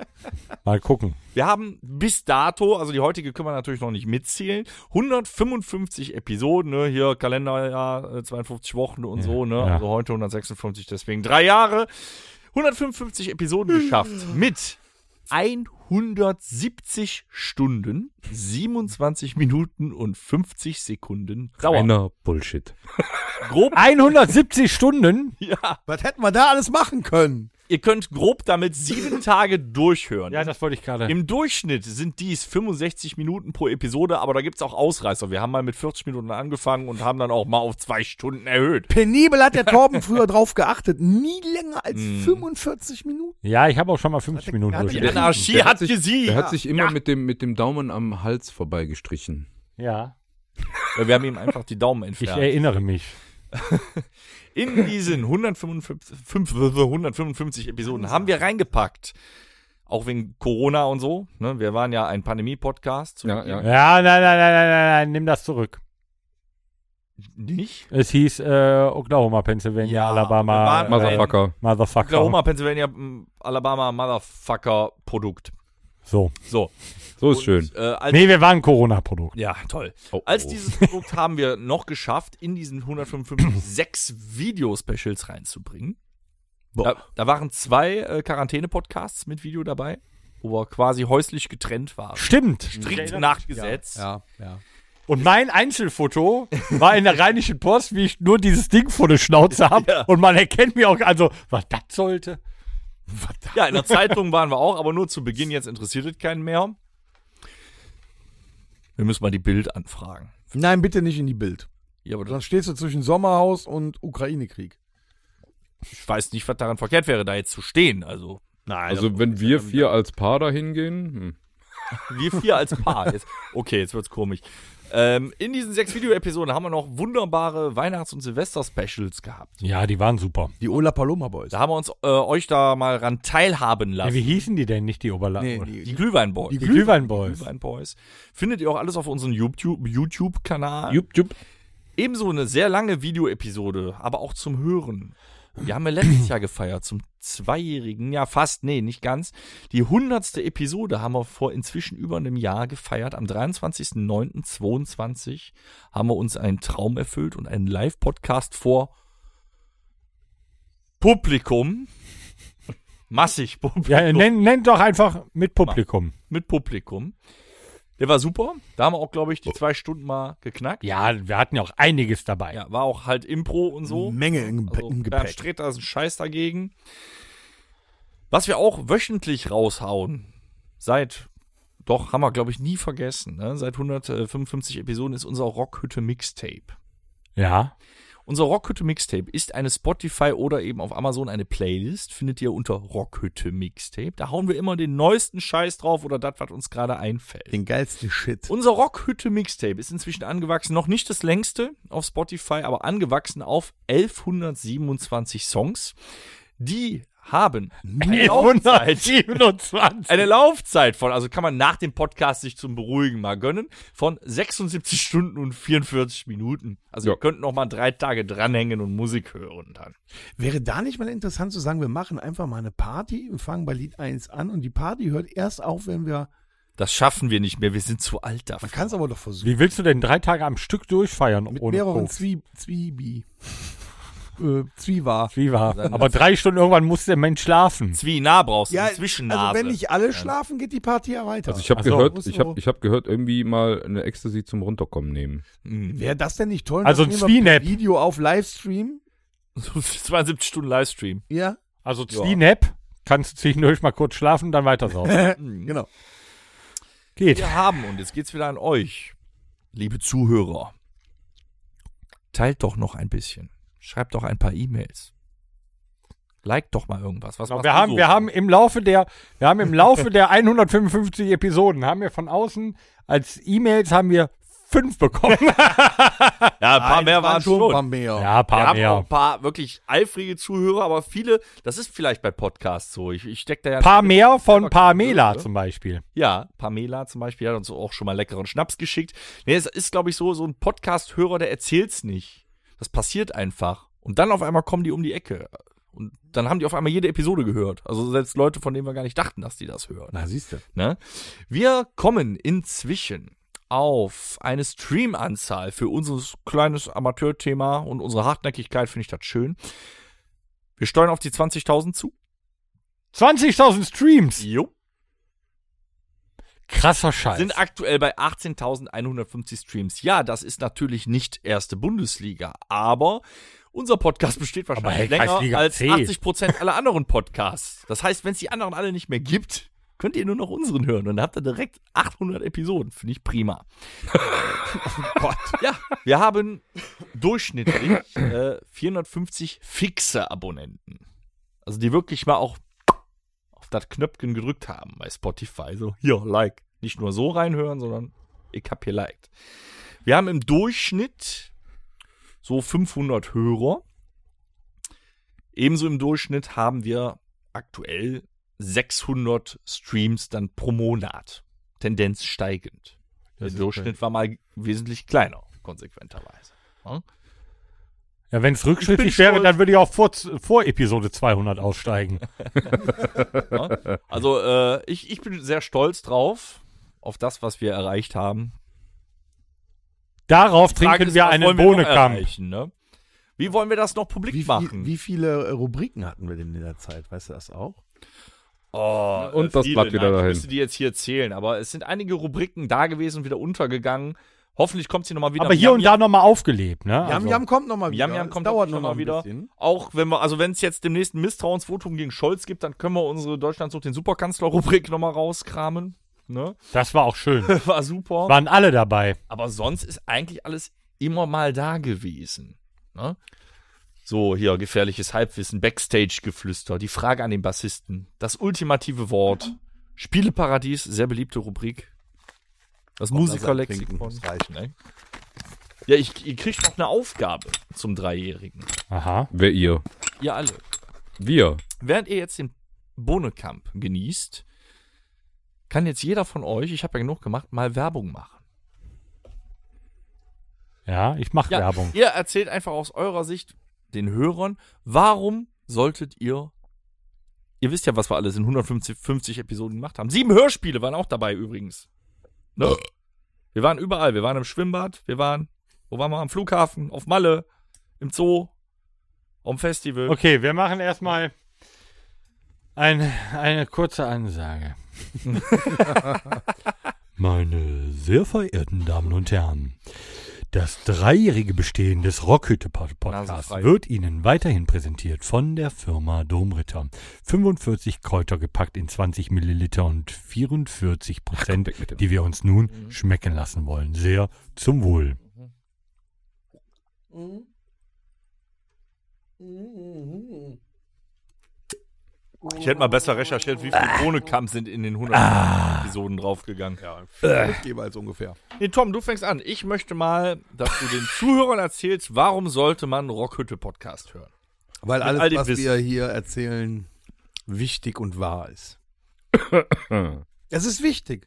[SPEAKER 4] Mal gucken.
[SPEAKER 5] Wir haben bis dato, also die heutige können wir natürlich noch nicht mitzählen, 155 Episoden, ne, hier Kalenderjahr, äh, 52 Wochen und so, ne,
[SPEAKER 4] ja.
[SPEAKER 5] also heute 156, deswegen drei Jahre. 155 Episoden geschafft mit 170 Stunden, 27 Minuten und 50 Sekunden Dauer.
[SPEAKER 3] Einer Bullshit.
[SPEAKER 5] Grob, *laughs*
[SPEAKER 4] 170 Stunden.
[SPEAKER 5] ja,
[SPEAKER 1] Was hätten wir da alles machen können?
[SPEAKER 5] ihr könnt grob damit sieben Tage durchhören.
[SPEAKER 4] Ja, das wollte ich gerade.
[SPEAKER 5] Im Durchschnitt sind dies 65 Minuten pro Episode, aber da gibt es auch Ausreißer. Wir haben mal mit 40 Minuten angefangen und haben dann auch mal auf zwei Stunden erhöht.
[SPEAKER 1] Penibel hat *laughs* der Torben früher drauf geachtet. Nie länger als 45 Minuten.
[SPEAKER 4] Ja, ich habe auch schon mal 50 Minuten
[SPEAKER 1] hat die
[SPEAKER 5] Die
[SPEAKER 4] durchgeführt.
[SPEAKER 5] Anarchie
[SPEAKER 3] Der
[SPEAKER 5] hat
[SPEAKER 3] hat sich-
[SPEAKER 5] gesiegt.
[SPEAKER 3] Der hat sich immer mit, dem, mit dem Daumen am Hals vorbeigestrichen.
[SPEAKER 4] Ja,
[SPEAKER 5] Ja, Wir haben ihm einfach die Daumen
[SPEAKER 4] ich
[SPEAKER 5] entfernt.
[SPEAKER 4] erinnere mich.
[SPEAKER 5] In diesen 155, fünf- 155 Episoden haben wir reingepackt. Auch wegen Corona und so. Ne? Wir waren ja ein Pandemie-Podcast.
[SPEAKER 3] Ja, ja.
[SPEAKER 4] Ja, nein, nein, nein, nein, nein, nein, nimm das zurück.
[SPEAKER 5] Nicht?
[SPEAKER 4] Es hieß äh, Oklahoma, Pennsylvania,
[SPEAKER 5] Ja, wir
[SPEAKER 4] Alabama, äh,
[SPEAKER 5] waren-
[SPEAKER 3] Motherfucker.
[SPEAKER 4] Motherfucker.
[SPEAKER 5] Oklahoma, Pennsylvania, m, Alabama, Motherfucker Produkt.
[SPEAKER 4] So.
[SPEAKER 5] So.
[SPEAKER 3] So ist schön.
[SPEAKER 5] Äh, als,
[SPEAKER 4] Nee, wir waren Corona-Produkt.
[SPEAKER 5] Ja, toll.
[SPEAKER 3] Oh,
[SPEAKER 5] Als
[SPEAKER 3] oh.
[SPEAKER 5] dieses Produkt haben wir noch geschafft, in diesen 155 sechs Video-Specials reinzubringen. Da, da waren zwei äh, Quarantäne-Podcasts mit Video dabei, wo wir quasi häuslich getrennt waren.
[SPEAKER 4] Stimmt.
[SPEAKER 5] Strikt nachgesetzt.
[SPEAKER 1] Ja, ja.
[SPEAKER 4] Und mein Einzelfoto war in der Rheinischen Post, wie ich nur dieses Ding vor der Schnauze habe.
[SPEAKER 5] Ja.
[SPEAKER 4] Und man erkennt mir auch, also, was das sollte.
[SPEAKER 5] Ja, in der Zeitung waren wir auch, aber nur zu Beginn, jetzt interessiert es keinen mehr. Wir müssen mal die Bild anfragen.
[SPEAKER 1] Nein, bitte nicht in die Bild.
[SPEAKER 5] Ja, aber das,
[SPEAKER 1] Sonst stehst du zwischen Sommerhaus und Ukraine-Krieg.
[SPEAKER 5] ich weiß nicht, was daran verkehrt wäre, da jetzt zu stehen. Also, nein.
[SPEAKER 3] Also wenn wir vier als Paar da hingehen, hm.
[SPEAKER 5] Wir vier als Paar. Jetzt, okay, jetzt wird's komisch. Ähm, in diesen sechs Video-Episoden haben wir noch wunderbare Weihnachts- und Silvester-Specials gehabt.
[SPEAKER 4] Ja, die waren super.
[SPEAKER 1] Die Ola Paloma Boys.
[SPEAKER 5] Da haben wir uns äh, euch da mal ran teilhaben
[SPEAKER 4] Ja, wie
[SPEAKER 5] lassen.
[SPEAKER 4] hießen die denn nicht, die Oberlappen?
[SPEAKER 1] Nee,
[SPEAKER 4] oder?
[SPEAKER 1] die,
[SPEAKER 5] die Glühwein-Boys.
[SPEAKER 4] die Glühweinboys.
[SPEAKER 5] Glühwein-Boys. Findet ihr auch alles auf unserem YouTube- YouTube-Kanal.
[SPEAKER 3] jup, jup.
[SPEAKER 5] Ebenso eine sehr lange Video-Episode, aber auch zum Hören. Wir haben ja letztes Jahr gefeiert, zum zweijährigen, ja fast, nee, nicht ganz. Die hundertste Episode haben wir vor inzwischen über einem Jahr gefeiert. Am 23.09.22 haben wir uns einen Traum erfüllt und einen Live-Podcast vor Publikum. Massig Publikum
[SPEAKER 4] Ja, nenn, nenn doch einfach mit Publikum.
[SPEAKER 5] mit Publikum. Der war super. Da haben wir auch, glaube ich, die zwei Stunden mal geknackt.
[SPEAKER 4] Oh. Ja, wir hatten ja auch einiges dabei.
[SPEAKER 5] Ja, war auch halt Impro und so.
[SPEAKER 1] Menge im,
[SPEAKER 5] Also,
[SPEAKER 1] im
[SPEAKER 5] Bernd
[SPEAKER 1] Gepäck.
[SPEAKER 5] Sträter ist ein Scheiß dagegen. Was wir auch wöchentlich raushauen, seit, doch, haben wir, glaube ich, nie vergessen, ne? seit 155 Episoden ist unser Rockhütte Mixtape.
[SPEAKER 4] Ja.
[SPEAKER 5] Unser Rockhütte Mixtape ist eine Spotify oder eben auf Amazon eine Playlist, findet ihr unter Rockhütte Mixtape. Da hauen wir immer den neuesten Scheiß drauf oder das, was uns gerade einfällt.
[SPEAKER 1] Den geilsten Shit.
[SPEAKER 5] Unser Rockhütte Mixtape ist inzwischen angewachsen, noch nicht das längste auf Spotify, aber angewachsen auf 1127 Songs. Die haben eine Laufzeit,
[SPEAKER 4] 127.
[SPEAKER 5] eine Laufzeit von, also kann man nach dem Podcast sich zum Beruhigen mal gönnen, von 76 Stunden und 44 Minuten. Also
[SPEAKER 3] Ja.
[SPEAKER 5] ihr könnt noch mal drei Tage dranhängen und Musik hören dann.
[SPEAKER 1] Wäre da nicht mal interessant zu sagen, wir machen einfach mal eine Party und fangen bei Lied 1 an und die Party hört erst auf, wenn wir.
[SPEAKER 5] Das schaffen wir nicht mehr, wir sind zu alt dafür.
[SPEAKER 1] Man kann es aber doch versuchen.
[SPEAKER 4] Wie willst du denn drei Tage am Stück durchfeiern
[SPEAKER 1] Mit
[SPEAKER 4] ohne
[SPEAKER 1] mehreren
[SPEAKER 4] Koks?
[SPEAKER 1] Zwie Zwiebi. äh, Zwiewa.
[SPEAKER 4] Wie war? Aber drei Stunden irgendwann muss der Mensch schlafen.
[SPEAKER 5] Zwienar brauchst du, eine Zwischennase.
[SPEAKER 1] also wenn nicht alle schlafen, geht die Party ja weiter.
[SPEAKER 3] Also ich habe
[SPEAKER 4] Ach so,
[SPEAKER 3] gehört,
[SPEAKER 1] muss
[SPEAKER 3] ich
[SPEAKER 1] so-
[SPEAKER 3] habe ich hab gehört, irgendwie mal eine Ecstasy zum Runterkommen nehmen.
[SPEAKER 5] Mhm. *laughs*
[SPEAKER 1] Wäre das denn nicht toll?
[SPEAKER 4] Also
[SPEAKER 1] Das
[SPEAKER 4] ein
[SPEAKER 1] nehmen wir per
[SPEAKER 4] Zwienapp.
[SPEAKER 1] Video auf Livestream.
[SPEAKER 5] 72 Stunden Livestream.
[SPEAKER 1] Ja,
[SPEAKER 4] Also Zwienap, kannst du zwischendurch mal kurz schlafen, dann weiter
[SPEAKER 5] *laughs*
[SPEAKER 4] saufen.
[SPEAKER 1] genau.
[SPEAKER 4] Geht.
[SPEAKER 5] wir haben, und jetzt geht's wieder an euch, liebe Zuhörer. Teilt doch noch ein bisschen. Schreibt doch ein paar E-Mails. Liked doch mal irgendwas. Was
[SPEAKER 4] Genau,
[SPEAKER 5] machst
[SPEAKER 4] Wir
[SPEAKER 5] du
[SPEAKER 4] haben,
[SPEAKER 5] so?
[SPEAKER 4] wir haben im Laufe der, wir haben im Laufe der 155 Episoden, haben wir von außen als E-Mails haben wir fünf bekommen.
[SPEAKER 5] ja, ein paar mehr waren schon.
[SPEAKER 1] Ein paar mehr.
[SPEAKER 4] *laughs* ja, ein
[SPEAKER 5] wir
[SPEAKER 4] paar
[SPEAKER 5] haben auch ein
[SPEAKER 4] mehr.
[SPEAKER 5] paar wirklich eifrige Zuhörer, aber viele, das ist vielleicht bei Podcasts so. Ich, ich steck da ja.
[SPEAKER 4] Paar mehr von
[SPEAKER 5] Ja,
[SPEAKER 4] Pamela
[SPEAKER 5] ne?
[SPEAKER 4] zum Beispiel.
[SPEAKER 5] Ja, Pamela zum Beispiel hat uns auch schon mal leckeren Schnaps geschickt. Nee, es ist, glaube ich, so, so ein Podcast-Hörer, der erzählt's nicht. Das passiert einfach. Und dann auf einmal kommen die um die Ecke. Und dann haben die auf einmal jede Episode gehört. Also selbst Leute, von denen wir gar nicht dachten, dass die das hören.
[SPEAKER 1] Na, siehst du.
[SPEAKER 5] Ne? Wir kommen inzwischen auf eine Stream-Anzahl für unser kleines Amateurthema und unsere Hartnäckigkeit finde ich das schön. Wir steuern auf die 20.000 zu.
[SPEAKER 4] 20.000 Streams.
[SPEAKER 5] Jo.
[SPEAKER 4] Krasser Scheiß.
[SPEAKER 5] sind aktuell bei 18.150 Streams. Ja, das ist natürlich nicht erste Bundesliga, aber unser Podcast besteht wahrscheinlich
[SPEAKER 4] hey,
[SPEAKER 5] länger
[SPEAKER 4] Kreisliga
[SPEAKER 5] als
[SPEAKER 4] C.
[SPEAKER 5] 80 Prozent aller anderen Podcasts. Das heißt, wenn es die anderen alle nicht mehr gibt, könnt ihr nur noch unseren hören und dann habt ihr direkt 800 Episoden. Finde ich prima. Oh Gott. Ja, wir haben durchschnittlich äh, 450 fixe Abonnenten. Also die wirklich mal auch auf das Knöpfchen gedrückt haben bei Spotify. So, hier, like. Nicht nur so reinhören, sondern ich hab hier liked. Wir haben im Durchschnitt so 500 Hörer. Ebenso im Durchschnitt haben wir aktuell 600 Streams dann pro Monat. Tendenz steigend. Der
[SPEAKER 4] ist
[SPEAKER 5] Durchschnitt war mal wesentlich kleiner, konsequenterweise.
[SPEAKER 4] Ja, wenn es rückschrittlich
[SPEAKER 5] Ich bin
[SPEAKER 4] wäre,
[SPEAKER 5] stolz.
[SPEAKER 4] dann würde ich auch vor, vor Episode 200 aussteigen.
[SPEAKER 5] Ja? Also äh, ich, ich bin sehr stolz drauf, auf das, was wir erreicht haben.
[SPEAKER 4] Darauf
[SPEAKER 5] Frage
[SPEAKER 4] trinken
[SPEAKER 5] ist,
[SPEAKER 4] wir
[SPEAKER 5] was
[SPEAKER 4] einen
[SPEAKER 5] wollen wir noch
[SPEAKER 4] Bohnenkamp.
[SPEAKER 5] erreichen, Ne? Wie wollen wir das noch publik
[SPEAKER 1] Wie,
[SPEAKER 5] machen?
[SPEAKER 1] viel, wie viele äh, Rubriken hatten wir denn in der Zeit? Weißt du das auch?
[SPEAKER 5] Oh,
[SPEAKER 3] Und
[SPEAKER 5] äh,
[SPEAKER 3] das
[SPEAKER 5] viele.
[SPEAKER 3] bleibt wieder
[SPEAKER 5] Nein,
[SPEAKER 3] dahin.
[SPEAKER 5] Ich müsste die jetzt hier zählen, aber es sind einige Rubriken da gewesen und wieder untergegangen. Hoffentlich kommt sie nochmal wieder.
[SPEAKER 4] Aber hier und da nochmal aufgelebt, ne?
[SPEAKER 1] Yam
[SPEAKER 4] Also,
[SPEAKER 1] Yam kommt nochmal wieder.
[SPEAKER 5] Jam Jam
[SPEAKER 1] Es
[SPEAKER 5] kommt
[SPEAKER 1] dauert
[SPEAKER 5] noch
[SPEAKER 1] noch
[SPEAKER 5] mal
[SPEAKER 1] ein
[SPEAKER 5] wieder.
[SPEAKER 1] bisschen.
[SPEAKER 5] Auch wenn wir, also wenn es jetzt demnächst ein Misstrauensvotum gegen Scholz gibt, dann können wir unsere Deutschland sucht den Superkanzler-Rubrik nochmal rauskramen. Ne? *laughs*
[SPEAKER 4] das war auch schön.
[SPEAKER 5] War super.
[SPEAKER 4] Waren alle dabei.
[SPEAKER 5] Aber sonst ist eigentlich alles immer mal da gewesen. Ne? So, hier, gefährliches Halbwissen, Backstage-Geflüster, die Frage an den Bassisten, das ultimative Wort, Spieleparadies, sehr beliebte Rubrik, das Musikerlexikon.
[SPEAKER 1] trinken,
[SPEAKER 5] Das reichen, ey. Ja, ich, ihr kriegt noch eine Aufgabe zum Dreijährigen.
[SPEAKER 4] Aha.
[SPEAKER 3] Wer ihr?
[SPEAKER 5] Ihr alle.
[SPEAKER 3] Wir.
[SPEAKER 5] Während ihr jetzt den Bohnekamp genießt, kann jetzt jeder von euch, ich habe ja genug gemacht, mal Werbung machen.
[SPEAKER 4] Ja, ich mache
[SPEAKER 5] Ja,
[SPEAKER 4] Werbung.
[SPEAKER 5] Ihr erzählt einfach aus eurer Sicht den Hörern, warum solltet ihr. Ihr wisst ja, was wir alles in 150 50 Episoden gemacht haben. Sieben Hörspiele waren auch dabei übrigens. Ne? Wir waren überall. Wir waren im Schwimmbad, wir waren, wo waren wir? Am Flughafen, auf Malle, im Zoo, am Festival.
[SPEAKER 4] Okay, wir machen erstmal ein, eine kurze Ansage. *laughs* Meine sehr verehrten Damen und Herren, das dreijährige Bestehen des Rockhütte-Podcasts
[SPEAKER 5] Nasenfrei.
[SPEAKER 4] wird Ihnen weiterhin präsentiert von der Firma Domritter. 45 Kräuter gepackt in 20 Milliliter und 44 Prozent,
[SPEAKER 3] weg mit dem.
[SPEAKER 4] die wir uns nun schmecken lassen wollen. Sehr zum Wohl.
[SPEAKER 5] Ich hätte mal besser recherchiert, wie viele Bohnenkamp sind in den 100 Episoden draufgegangen. Äh.
[SPEAKER 1] Jeweils ungefähr.
[SPEAKER 5] Nee, Tom, du fängst an. Ich möchte mal, dass du den Zuhörern erzählst, warum sollte man Rockhütte-Podcast hören?
[SPEAKER 1] Weil
[SPEAKER 5] Mit
[SPEAKER 1] alles,
[SPEAKER 5] all dem
[SPEAKER 1] was
[SPEAKER 5] Wissen.
[SPEAKER 1] wir hier erzählen, wichtig und wahr ist. Es ist wichtig.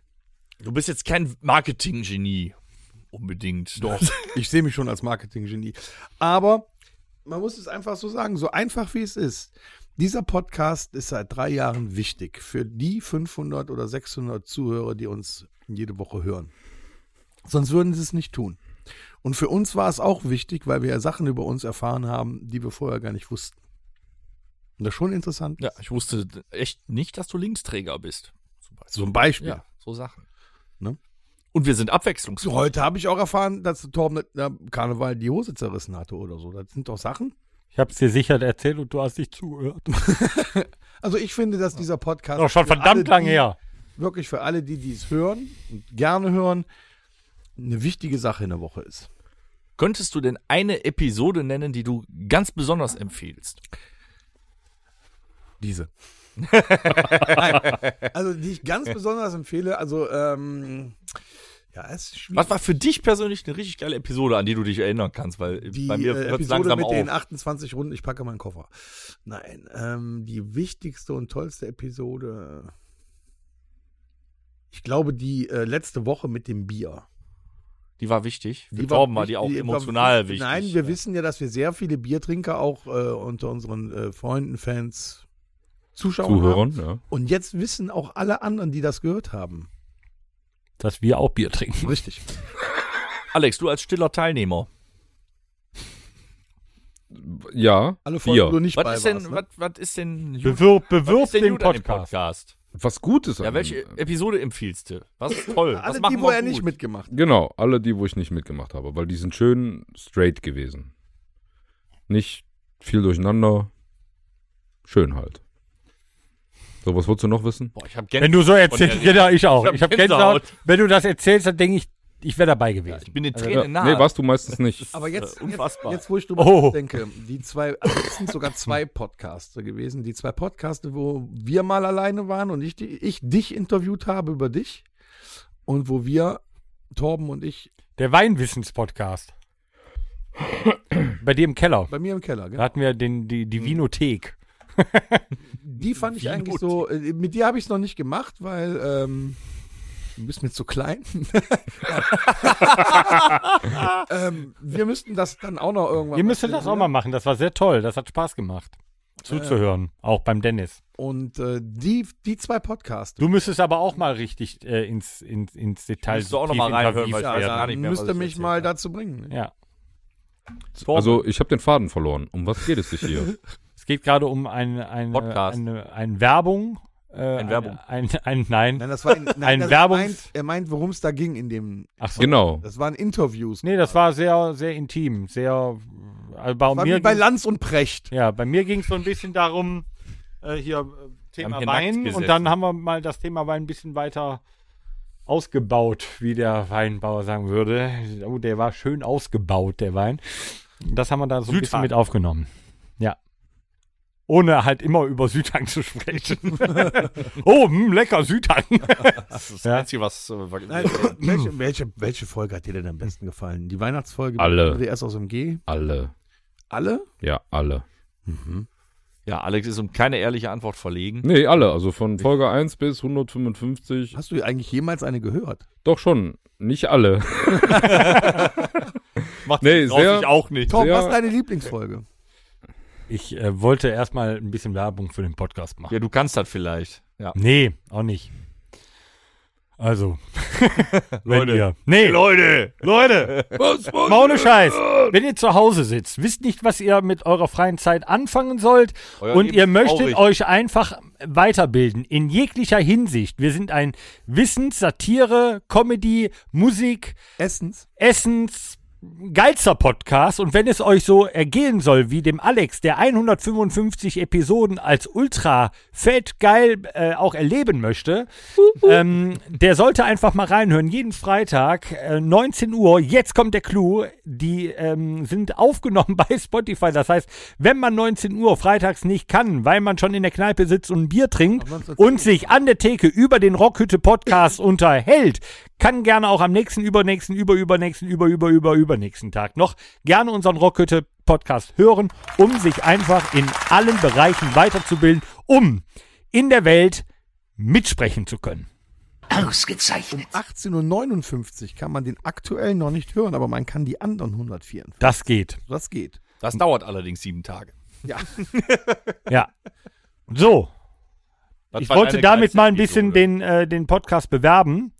[SPEAKER 5] Du bist jetzt kein Marketing-Genie. Unbedingt. Doch.
[SPEAKER 1] Ich sehe mich schon als Marketinggenie. Aber man muss es einfach so sagen, so einfach wie es ist. Dieser Podcast ist seit drei Jahren wichtig für die 500 oder 600 Zuhörer, die uns jede Woche hören. Sonst würden sie es nicht tun. Und für uns war es auch wichtig, weil wir ja Sachen über uns erfahren haben, die wir vorher gar nicht wussten. Und das ist schon interessant.
[SPEAKER 5] *laughs* Ja, ich wusste echt nicht, dass du Linksträger bist. Zum Beispiel.
[SPEAKER 1] Zum Beispiel.
[SPEAKER 5] Ja, so Sachen.
[SPEAKER 1] Ne?
[SPEAKER 5] Und wir sind abwechslungsreich.
[SPEAKER 1] So, heute habe ich auch erfahren, dass Torben na, Karneval die Hose zerrissen hatte oder so. Das sind doch Sachen.
[SPEAKER 4] Ich habe es dir sicher erzählt und du hast nicht zugehört.
[SPEAKER 1] Also ich finde, dass dieser Podcast
[SPEAKER 4] Doch schon
[SPEAKER 1] für alle,
[SPEAKER 4] verdammt lang
[SPEAKER 1] die-
[SPEAKER 4] her.
[SPEAKER 1] wirklich für alle, die dies hören und gerne hören, eine wichtige Sache in der Woche ist.
[SPEAKER 5] Könntest du denn eine Episode nennen, die du ganz besonders empfiehlst?
[SPEAKER 4] *laughs*
[SPEAKER 1] Diese. Nein. Also die ich ganz besonders empfehle, also ähm, ja, es ist schwierig.
[SPEAKER 5] Was war für dich persönlich eine richtig geile Episode, an die du dich erinnern kannst? Weil
[SPEAKER 1] die
[SPEAKER 5] bei mir
[SPEAKER 1] äh,
[SPEAKER 5] wird es
[SPEAKER 1] Episode
[SPEAKER 5] langsam
[SPEAKER 1] mit
[SPEAKER 5] auf.
[SPEAKER 1] den 28 Runden, ich packe meinen Koffer. Nein, ähm, die wichtigste und tollste Episode, ich glaube, die äh, letzte Woche mit dem Bier.
[SPEAKER 5] die war wichtig. Für
[SPEAKER 1] Die
[SPEAKER 5] Torben war
[SPEAKER 1] wichtig-
[SPEAKER 5] die auch
[SPEAKER 1] war
[SPEAKER 5] emotional
[SPEAKER 1] wichtig.
[SPEAKER 5] wichtig.
[SPEAKER 1] Nein, wir wissen ja, dass wir sehr viele Biertrinker auch äh, unter unseren äh, Freunden, Fans, Zuschauern haben.
[SPEAKER 3] Zuhörern, ja.
[SPEAKER 1] Und jetzt wissen auch alle anderen, die das gehört haben.
[SPEAKER 4] Dass wir auch Bier trinken.
[SPEAKER 1] Richtig.
[SPEAKER 5] Alex, du als stiller Teilnehmer.
[SPEAKER 3] Ja,
[SPEAKER 1] Alle Folgen, wo du
[SPEAKER 3] wir.
[SPEAKER 1] nicht bei
[SPEAKER 5] Was ist, denn,
[SPEAKER 1] warst, ne?
[SPEAKER 5] was, was ist denn gut-
[SPEAKER 4] Bewirb,
[SPEAKER 5] was
[SPEAKER 4] bewirb
[SPEAKER 5] ist denn
[SPEAKER 4] den
[SPEAKER 5] gut an dem
[SPEAKER 4] Podcast.
[SPEAKER 3] Was Gutes.
[SPEAKER 5] Ja,
[SPEAKER 3] an-
[SPEAKER 5] welche Episode empfiehlst du? Was ist toll? Was
[SPEAKER 1] *laughs* Alle,
[SPEAKER 5] machen
[SPEAKER 1] die, wo
[SPEAKER 5] wir
[SPEAKER 1] er
[SPEAKER 5] gut?
[SPEAKER 1] nicht mitgemacht
[SPEAKER 3] Genau, alle die, wo ich nicht mitgemacht habe, weil die sind schön straight gewesen. Nicht viel durcheinander. Schön halt. So, was wolltest du noch wissen?
[SPEAKER 5] Boah, ich hab
[SPEAKER 4] Wenn du so erzählst,
[SPEAKER 5] erzählst,
[SPEAKER 4] genau, ich auch.
[SPEAKER 5] Ich hab
[SPEAKER 4] Ich habe
[SPEAKER 5] Gänsehaut.
[SPEAKER 4] Gänsehaut. Wenn du das erzählst, dann denke ich, ich wäre dabei gewesen.
[SPEAKER 5] ich bin
[SPEAKER 1] Also,
[SPEAKER 5] den
[SPEAKER 3] Ja,
[SPEAKER 5] Tränen nahe.
[SPEAKER 3] nee, warst du meistens nicht.
[SPEAKER 1] *laughs* Aber jetzt,
[SPEAKER 5] äh, unfassbar.
[SPEAKER 1] jetzt, jetzt wo ich drüber
[SPEAKER 4] Oh.
[SPEAKER 1] denke, die zwei, also es sind sogar
[SPEAKER 5] *laughs*
[SPEAKER 1] zwei Podcaster gewesen, die zwei Podcaste, wo wir mal alleine waren und ich, die- ich dich interviewt habe über dich und wo wir, Torben und ich,
[SPEAKER 4] Der Weinwissens-Podcast. Bei dir im Keller.
[SPEAKER 1] bei mir im Keller, gell?
[SPEAKER 4] Da hatten wir den, die,
[SPEAKER 5] Hm.
[SPEAKER 4] die Vinothek.
[SPEAKER 1] Die fand ich
[SPEAKER 5] Wie
[SPEAKER 1] eigentlich
[SPEAKER 5] mutig.
[SPEAKER 1] so, äh, mit dir habe ich es noch nicht gemacht, weil ähm, Du bist mir zu klein. *laughs* ähm, wir müssten das dann auch noch irgendwann.
[SPEAKER 4] Ihr müsstet das auch mal machen. Das war sehr toll. Das hat Spaß gemacht. Zuzuhören. Auch beim Dennis.
[SPEAKER 1] Und äh, die, die zwei Podcasts.
[SPEAKER 4] Du müsstest aber auch mal richtig äh, ins, ins, ins Detail
[SPEAKER 5] Müsst du auch noch
[SPEAKER 4] tief
[SPEAKER 5] mal reinhören,
[SPEAKER 4] interviewt
[SPEAKER 5] weil ich weiß
[SPEAKER 4] werden.
[SPEAKER 5] gar nicht mehr, was
[SPEAKER 1] müsste
[SPEAKER 5] ich
[SPEAKER 1] mich
[SPEAKER 5] erzählt
[SPEAKER 1] mal
[SPEAKER 5] habe.
[SPEAKER 1] dazu bringen. ne?
[SPEAKER 4] Ja.
[SPEAKER 3] Also, ich habe den Faden verloren. Um was geht es sich hier?
[SPEAKER 4] Es geht gerade um ein, ein,
[SPEAKER 5] Podcast.
[SPEAKER 4] eine, ein Werbung. Äh, ein
[SPEAKER 5] Werbung.
[SPEAKER 4] Ein, ein, nein.
[SPEAKER 1] Nein, das
[SPEAKER 4] *laughs*
[SPEAKER 1] war in, nein,
[SPEAKER 4] Ein
[SPEAKER 1] das
[SPEAKER 4] Werbungs-
[SPEAKER 1] meint, er meint, worum es da ging in dem.
[SPEAKER 4] Ach so.
[SPEAKER 3] genau.
[SPEAKER 1] Das waren Interviews.
[SPEAKER 4] Nee, das war sehr, sehr intim. Sehr. Also bei,
[SPEAKER 1] war
[SPEAKER 4] mir
[SPEAKER 1] wie bei
[SPEAKER 4] ging's-
[SPEAKER 1] Lanz und Precht.
[SPEAKER 4] Ja, bei mir ging es so ein bisschen darum, äh, hier äh, Thema
[SPEAKER 5] haben hier nackt
[SPEAKER 4] Wein.
[SPEAKER 5] gesessen.
[SPEAKER 4] Und dann haben wir mal das Thema Wein ein bisschen weiter ausgebaut, wie der Weinbauer sagen würde. Oh, der war schön ausgebaut, der Wein. Das haben wir da so ein bisschen
[SPEAKER 5] Südhang.
[SPEAKER 4] mit aufgenommen. Ja. Ohne halt immer über Südhang zu
[SPEAKER 5] *laughs*
[SPEAKER 4] sprechen. oh, mh, lecker Südhang.
[SPEAKER 5] Das ist
[SPEAKER 4] Ja.
[SPEAKER 5] das Einzige, was. Äh, war-
[SPEAKER 1] also, Nein, welche, welche, welche Folge hat dir denn am besten gefallen? Die Weihnachtsfolge
[SPEAKER 3] Alle.
[SPEAKER 1] mit DDS aus dem G?
[SPEAKER 3] Alle.
[SPEAKER 1] Alle?
[SPEAKER 3] Ja, alle.
[SPEAKER 5] ja, Alex ist um keine ehrliche Antwort verlegen.
[SPEAKER 3] Nee, alle. Also von Folge 1 bis 155.
[SPEAKER 1] Hast du eigentlich jemals eine gehört?
[SPEAKER 3] Doch schon. Nicht alle.
[SPEAKER 5] *laughs*
[SPEAKER 4] *laughs*
[SPEAKER 5] Macht
[SPEAKER 3] Nee,
[SPEAKER 5] sich draus,
[SPEAKER 3] sehr-
[SPEAKER 5] ich auch nicht.
[SPEAKER 1] Tom,
[SPEAKER 3] Ja.
[SPEAKER 1] was ist deine Lieblingsfolge?
[SPEAKER 4] Ich äh, wollte erstmal ein bisschen Werbung für den Podcast machen.
[SPEAKER 5] Ja, du kannst das vielleicht. Ja.
[SPEAKER 4] Nee, auch nicht.
[SPEAKER 5] *laughs*
[SPEAKER 4] Also, wenn
[SPEAKER 5] Leute.
[SPEAKER 4] ihr. Nee,
[SPEAKER 5] Leute! Leute!
[SPEAKER 4] Mal ohne Scheiß. Wenn ihr zu Hause sitzt, wisst nicht, was ihr mit eurer freien Zeit anfangen sollt
[SPEAKER 5] Euer
[SPEAKER 4] und
[SPEAKER 5] Leben
[SPEAKER 4] ihr
[SPEAKER 5] ist
[SPEAKER 4] möchtet
[SPEAKER 5] traurig.
[SPEAKER 4] euch einfach weiterbilden in jeglicher Hinsicht. Wir sind ein Wissens-, Satire-, Comedy-, Musik-,
[SPEAKER 1] Essens?
[SPEAKER 4] Essens-, geilster Podcast. Und wenn es euch so ergehen soll wie dem Alex, der 155 Episoden als ultra fett geil äh, auch erleben möchte, ähm, der sollte einfach mal reinhören. Jeden Freitag, äh, 19 Uhr. Jetzt kommt der Clou. Die ähm, sind aufgenommen *laughs* bei Spotify. Das heißt, wenn man 19 Uhr freitags nicht kann, weil man schon in der Kneipe sitzt und ein Bier trinkt und sich an der Theke über den Rockhütte Podcast unterhält, kann gerne auch am nächsten, übernächsten, überübernächsten, über, über, über, übernächsten Tag noch gerne unseren Rockhütte Podcast hören, um sich einfach in allen Bereichen weiterzubilden, um in der Welt mitsprechen zu können.
[SPEAKER 6] Ausgezeichnet.
[SPEAKER 1] 18.59 Uhr kann man den aktuell noch nicht hören, aber man kann die anderen 104.
[SPEAKER 4] Das geht.
[SPEAKER 1] Das geht.
[SPEAKER 5] Das dauert allerdings sieben Tage.
[SPEAKER 1] Ja.
[SPEAKER 4] Ja. So,
[SPEAKER 5] Das
[SPEAKER 4] ich
[SPEAKER 5] war
[SPEAKER 4] wollte
[SPEAKER 5] deine
[SPEAKER 4] damit
[SPEAKER 5] geilste
[SPEAKER 4] mal ein bisschen
[SPEAKER 5] Episode.
[SPEAKER 4] den, äh, den Podcast bewerben,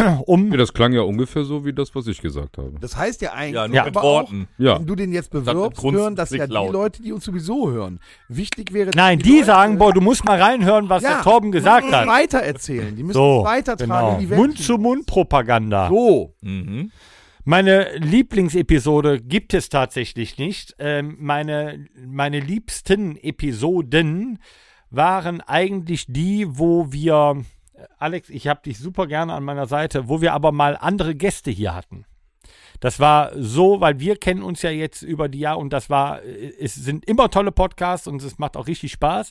[SPEAKER 4] *clears throat* um
[SPEAKER 3] Ja, das klang ja ungefähr so wie das, was ich gesagt habe.
[SPEAKER 1] Das heißt ja eigentlich,
[SPEAKER 5] Ja, nur
[SPEAKER 4] Ja.
[SPEAKER 5] mit
[SPEAKER 1] aber
[SPEAKER 5] Worten.
[SPEAKER 3] Ja.
[SPEAKER 1] wenn du den jetzt
[SPEAKER 5] mit
[SPEAKER 1] bewirbst,
[SPEAKER 5] Grunzen
[SPEAKER 1] hören das ja die
[SPEAKER 5] laut.
[SPEAKER 1] Leute, die uns sowieso hören. Wichtig wäre, dass
[SPEAKER 4] Nein, die
[SPEAKER 1] Leute äh,
[SPEAKER 4] sagen, boah, du musst mal reinhören, was der Torben gesagt
[SPEAKER 1] müssen es
[SPEAKER 4] hat.
[SPEAKER 1] Weitererzählen. Die müssen es
[SPEAKER 4] So,
[SPEAKER 1] weitertragen
[SPEAKER 4] genau.
[SPEAKER 1] in die Welt.
[SPEAKER 4] Mund-zu-Mund-Propaganda.
[SPEAKER 1] So.
[SPEAKER 5] Mhm.
[SPEAKER 4] Meine Lieblingsepisode gibt es tatsächlich nicht. Ähm, meine, meine liebsten Episoden waren eigentlich die, wo wir, Alex, ich habe dich super gerne an meiner Seite, wo wir aber mal andere Gäste hier hatten. Das war so, weil wir kennen uns ja jetzt über die Jahre und das war, äh, es sind immer tolle Podcasts und es macht auch richtig Spaß.